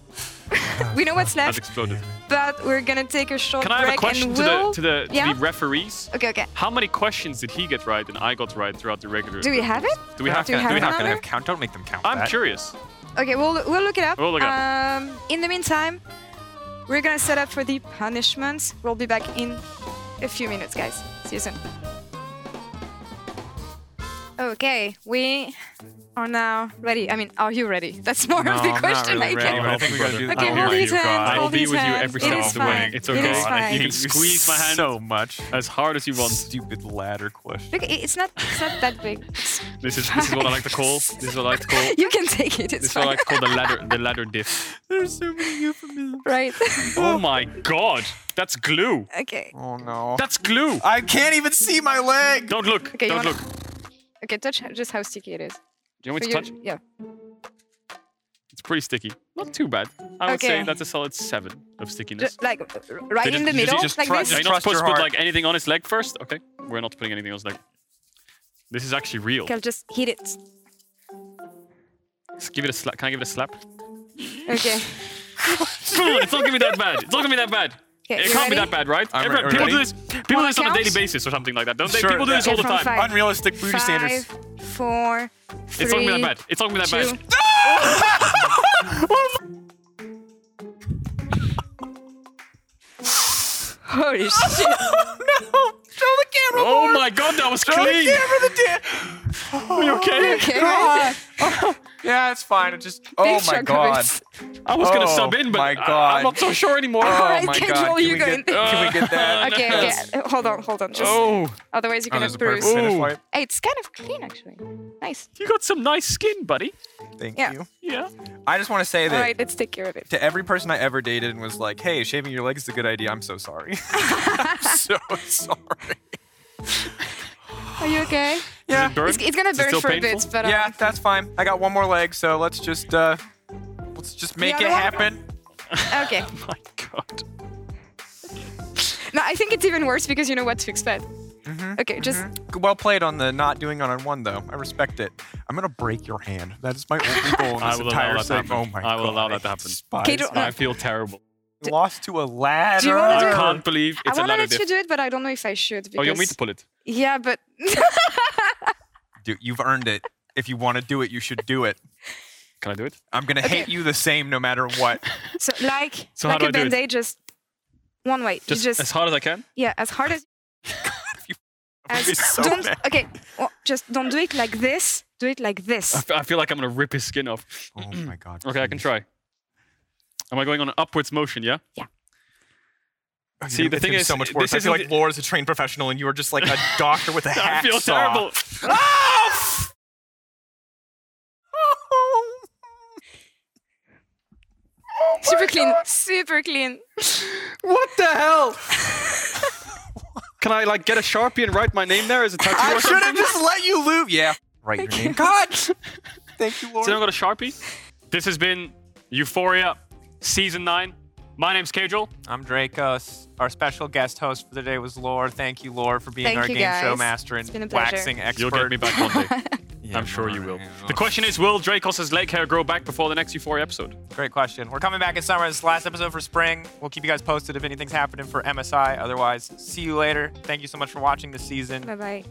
[SPEAKER 4] we know what's
[SPEAKER 2] has
[SPEAKER 4] left,
[SPEAKER 2] exploded.
[SPEAKER 4] but we're gonna take a short
[SPEAKER 2] Can I have a
[SPEAKER 4] break
[SPEAKER 2] question
[SPEAKER 4] and
[SPEAKER 2] to the
[SPEAKER 4] we'll.
[SPEAKER 2] to the, to
[SPEAKER 4] Yeah?
[SPEAKER 2] the referees?
[SPEAKER 4] Okay, okay.
[SPEAKER 2] How many questions did he get right and I got right throughout the regular?
[SPEAKER 4] Do we have it?
[SPEAKER 2] Do we have?
[SPEAKER 4] Do you
[SPEAKER 1] We're
[SPEAKER 4] have
[SPEAKER 1] not
[SPEAKER 4] another?
[SPEAKER 1] gonna have count. Don't make them count.
[SPEAKER 2] I'm
[SPEAKER 1] that.
[SPEAKER 2] curious.
[SPEAKER 4] Okay, we'll we'll look it up.
[SPEAKER 2] We'll look it up.
[SPEAKER 4] Um, in the meantime, we're gonna set up for the punishments. We'll be back in a few minutes, guys. See you soon. Okay, we are now ready. I mean, are you ready? That's more
[SPEAKER 1] No,
[SPEAKER 4] of the
[SPEAKER 1] I'm not
[SPEAKER 4] question
[SPEAKER 1] really
[SPEAKER 4] I
[SPEAKER 1] ready,
[SPEAKER 4] get.
[SPEAKER 1] but I think we gotta do
[SPEAKER 4] Okay,
[SPEAKER 1] this.
[SPEAKER 4] hold his
[SPEAKER 7] you,
[SPEAKER 4] hand.
[SPEAKER 7] God.
[SPEAKER 2] I will
[SPEAKER 4] Hold
[SPEAKER 2] be
[SPEAKER 4] his
[SPEAKER 2] with you
[SPEAKER 4] hand.
[SPEAKER 2] every
[SPEAKER 4] It
[SPEAKER 2] step
[SPEAKER 4] is
[SPEAKER 2] of the
[SPEAKER 4] fine.
[SPEAKER 2] way. It's
[SPEAKER 4] It
[SPEAKER 2] okay.
[SPEAKER 4] is
[SPEAKER 2] I
[SPEAKER 4] fine.
[SPEAKER 2] You can squeeze my hand.
[SPEAKER 1] so much.
[SPEAKER 2] as hard as you want.
[SPEAKER 1] Stupid ladder question.
[SPEAKER 4] Look, it- it's not it's not that big.
[SPEAKER 2] This is this is what I like to call. This is what I like to call.
[SPEAKER 4] You can take it.
[SPEAKER 2] This
[SPEAKER 4] It's
[SPEAKER 2] is what I
[SPEAKER 4] fine.
[SPEAKER 2] like to call the ladder the ladder diff.
[SPEAKER 1] There's so many euphemisms.
[SPEAKER 4] Right.
[SPEAKER 2] Oh my god, that's glue.
[SPEAKER 4] okay.
[SPEAKER 1] Oh no.
[SPEAKER 2] That's glue.
[SPEAKER 1] I can't even see my leg.
[SPEAKER 2] Don't look.
[SPEAKER 4] Okay, you
[SPEAKER 2] Don't
[SPEAKER 4] wanna-
[SPEAKER 2] look. Do
[SPEAKER 4] Okay. Touch just how sticky it is.
[SPEAKER 2] you want me
[SPEAKER 4] So
[SPEAKER 2] to touch?
[SPEAKER 4] you- yeah.
[SPEAKER 2] It's pretty sticky. Not too bad. I would say
[SPEAKER 4] Okay.
[SPEAKER 2] that's a solid seven of stickiness.
[SPEAKER 4] Just, like r- right
[SPEAKER 2] Did
[SPEAKER 4] in
[SPEAKER 2] it-
[SPEAKER 4] the
[SPEAKER 2] did you
[SPEAKER 4] middle,
[SPEAKER 1] just
[SPEAKER 4] like
[SPEAKER 1] try-
[SPEAKER 4] this.
[SPEAKER 2] Are you
[SPEAKER 1] just-
[SPEAKER 2] not
[SPEAKER 1] Trust your
[SPEAKER 2] supposed to put
[SPEAKER 1] heart.
[SPEAKER 2] like anything on his leg first? Okay, we're not putting anything on his leg. This is actually real.
[SPEAKER 4] Okay, I'll just hit it.
[SPEAKER 2] Just give it a slap. Can I give it a slap?
[SPEAKER 4] Okay.
[SPEAKER 2] Come on, it's not gonna be that bad. It's not gonna be that bad.
[SPEAKER 4] Okay.
[SPEAKER 2] it
[SPEAKER 4] you
[SPEAKER 2] can't be that
[SPEAKER 4] ready?
[SPEAKER 2] bad, right?
[SPEAKER 1] I'm
[SPEAKER 2] Everyone,
[SPEAKER 1] re-
[SPEAKER 2] people do
[SPEAKER 1] ready.
[SPEAKER 2] this. People do
[SPEAKER 4] Wanna
[SPEAKER 2] this on a daily
[SPEAKER 4] count?
[SPEAKER 2] basis or something like that. Don't they?
[SPEAKER 1] Sure,
[SPEAKER 2] people do this
[SPEAKER 1] yeah.
[SPEAKER 2] all the
[SPEAKER 4] Okay, from
[SPEAKER 2] time.
[SPEAKER 4] five.
[SPEAKER 1] Unrealistic beauty standards.
[SPEAKER 4] Five, four, three,
[SPEAKER 2] It's not gonna be that bad. It's not gonna be that
[SPEAKER 4] two.
[SPEAKER 2] bad.
[SPEAKER 4] Holy shit!
[SPEAKER 2] Oh my god, that was clean. Are you okay?
[SPEAKER 4] Okay, right?
[SPEAKER 1] Yeah, it's fine. It just.
[SPEAKER 4] Big
[SPEAKER 1] Oh my
[SPEAKER 4] chunk of
[SPEAKER 1] god.
[SPEAKER 4] it.
[SPEAKER 2] I was gonna
[SPEAKER 1] Oh
[SPEAKER 2] sub in, but
[SPEAKER 1] my
[SPEAKER 2] I,
[SPEAKER 1] God.
[SPEAKER 2] am not so sure anymore.
[SPEAKER 1] Oh
[SPEAKER 4] Alright,
[SPEAKER 1] my
[SPEAKER 4] Kendall,
[SPEAKER 1] god.
[SPEAKER 4] you
[SPEAKER 1] can, we
[SPEAKER 4] go
[SPEAKER 1] get,
[SPEAKER 4] in there.
[SPEAKER 1] can we get that?
[SPEAKER 4] Okay, okay. uh, Hold on, hold on. Just
[SPEAKER 2] Oh,
[SPEAKER 4] otherwise you're
[SPEAKER 1] Oh,
[SPEAKER 4] gonna
[SPEAKER 1] there's a perfect
[SPEAKER 4] bruise.
[SPEAKER 2] Ooh.
[SPEAKER 1] finish wipe.
[SPEAKER 4] Hey, it's kind of clean actually. Nice.
[SPEAKER 2] you got some nice skin, buddy.
[SPEAKER 1] Thank
[SPEAKER 4] Yeah.
[SPEAKER 1] you.
[SPEAKER 2] Yeah.
[SPEAKER 1] I just want to say that
[SPEAKER 4] All right, let's take care of it.
[SPEAKER 1] to every person I ever dated and was like, "Hey, shaving your legs is a good idea." I'm so sorry. I'm so sorry.
[SPEAKER 4] Are you okay?
[SPEAKER 1] Yeah.
[SPEAKER 2] Burn?
[SPEAKER 4] It's, it's gonna
[SPEAKER 2] Is it
[SPEAKER 4] burn
[SPEAKER 2] still
[SPEAKER 4] for a
[SPEAKER 2] painful?
[SPEAKER 4] bit, but um,
[SPEAKER 1] Yeah, that's fine. I got one more leg, so let's just uh let's just make
[SPEAKER 4] other
[SPEAKER 1] it
[SPEAKER 4] one?
[SPEAKER 1] happen.
[SPEAKER 4] okay.
[SPEAKER 2] Oh my god.
[SPEAKER 4] No, I think it's even worse because you know what to expect. Okay, just
[SPEAKER 1] G- Well played on the not doing it on one though. I respect it. I'm gonna break your hand. That is my only goal in
[SPEAKER 2] I
[SPEAKER 1] this
[SPEAKER 2] will allow
[SPEAKER 1] entire
[SPEAKER 2] that to
[SPEAKER 1] segment. Oh
[SPEAKER 2] happen.
[SPEAKER 1] my
[SPEAKER 2] I will
[SPEAKER 1] God,
[SPEAKER 2] allow that to happen.
[SPEAKER 1] despise
[SPEAKER 4] Kato-
[SPEAKER 1] my-
[SPEAKER 2] I feel terrible.
[SPEAKER 1] Lost to a ladder.
[SPEAKER 4] Do you wanna
[SPEAKER 2] I
[SPEAKER 4] do it?
[SPEAKER 2] can't believe it's a
[SPEAKER 4] I want to
[SPEAKER 2] ladder
[SPEAKER 4] let you
[SPEAKER 2] diff.
[SPEAKER 4] do it, but I don't know if I should. Because,
[SPEAKER 2] Oh, you want me to pull it?
[SPEAKER 4] Yeah, but
[SPEAKER 1] Dude, you've earned it. If you want to do it, you should do it.
[SPEAKER 2] Can I do it?
[SPEAKER 1] I'm gonna
[SPEAKER 4] Okay.
[SPEAKER 1] hate you the same no matter what.
[SPEAKER 4] so like
[SPEAKER 2] So how
[SPEAKER 4] like
[SPEAKER 2] do
[SPEAKER 4] a
[SPEAKER 2] I do it?
[SPEAKER 4] band-aid, just one way.
[SPEAKER 2] Just,
[SPEAKER 4] you just
[SPEAKER 2] as hard as I can.
[SPEAKER 4] yeah, as hard as.
[SPEAKER 1] I'd be
[SPEAKER 4] as-
[SPEAKER 1] so
[SPEAKER 4] don't
[SPEAKER 1] mad.
[SPEAKER 4] okay. well, just don't do it like this. Do it like
[SPEAKER 2] I
[SPEAKER 4] this.
[SPEAKER 2] f- I feel like I'm gonna rip his skin off.
[SPEAKER 1] Oh my god.
[SPEAKER 2] Okay, I can
[SPEAKER 1] please.
[SPEAKER 2] try. Am I going on an upwards motion? Yeah.
[SPEAKER 1] Oh,
[SPEAKER 2] See,
[SPEAKER 1] you're gonna-
[SPEAKER 2] the
[SPEAKER 1] it's gonna
[SPEAKER 2] thing
[SPEAKER 1] be
[SPEAKER 2] is,
[SPEAKER 1] so much worse.
[SPEAKER 2] this
[SPEAKER 1] I feel
[SPEAKER 2] isn't
[SPEAKER 1] like Laura's a trained professional, and you are just like a doctor with a hacksaw.
[SPEAKER 2] I feel terrible.
[SPEAKER 4] super clean. Super clean.
[SPEAKER 2] What the hell? Can I like get a sharpie and write my name there as a tattoo?
[SPEAKER 1] I
[SPEAKER 2] or
[SPEAKER 1] should
[SPEAKER 2] something?
[SPEAKER 1] have just let you loop. Yeah. Write your name. God. Thank you, Laura.
[SPEAKER 2] So now I got a sharpie. This has been Euphoria season nine. My name's Cajal.
[SPEAKER 1] I'm Dracos.
[SPEAKER 7] uh, Our special guest host for the day was Lore. Thank you, Lore, for being
[SPEAKER 4] Thank
[SPEAKER 7] our
[SPEAKER 4] you,
[SPEAKER 7] game show
[SPEAKER 4] guys.
[SPEAKER 7] master
[SPEAKER 4] It's been a
[SPEAKER 7] and
[SPEAKER 4] pleasure.
[SPEAKER 7] waxing expert.
[SPEAKER 2] You'll get me back one day. I'm sure you will. The
[SPEAKER 1] oh.
[SPEAKER 2] question is, will Dracos' leg hair grow back before the next Euphoria episode?
[SPEAKER 7] Great question. We're coming back in summer. This is the last episode for spring. We'll keep you guys posted if anything's happening for MSI. Otherwise, see you later. Thank you so much for watching this season.
[SPEAKER 4] Bye bye.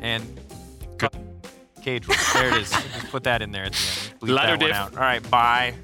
[SPEAKER 7] And
[SPEAKER 2] Good.
[SPEAKER 7] cage. There it is. Just put that in there at the end. Bleep
[SPEAKER 2] Ladder
[SPEAKER 7] that one
[SPEAKER 2] diff.
[SPEAKER 7] out. All right. Bye.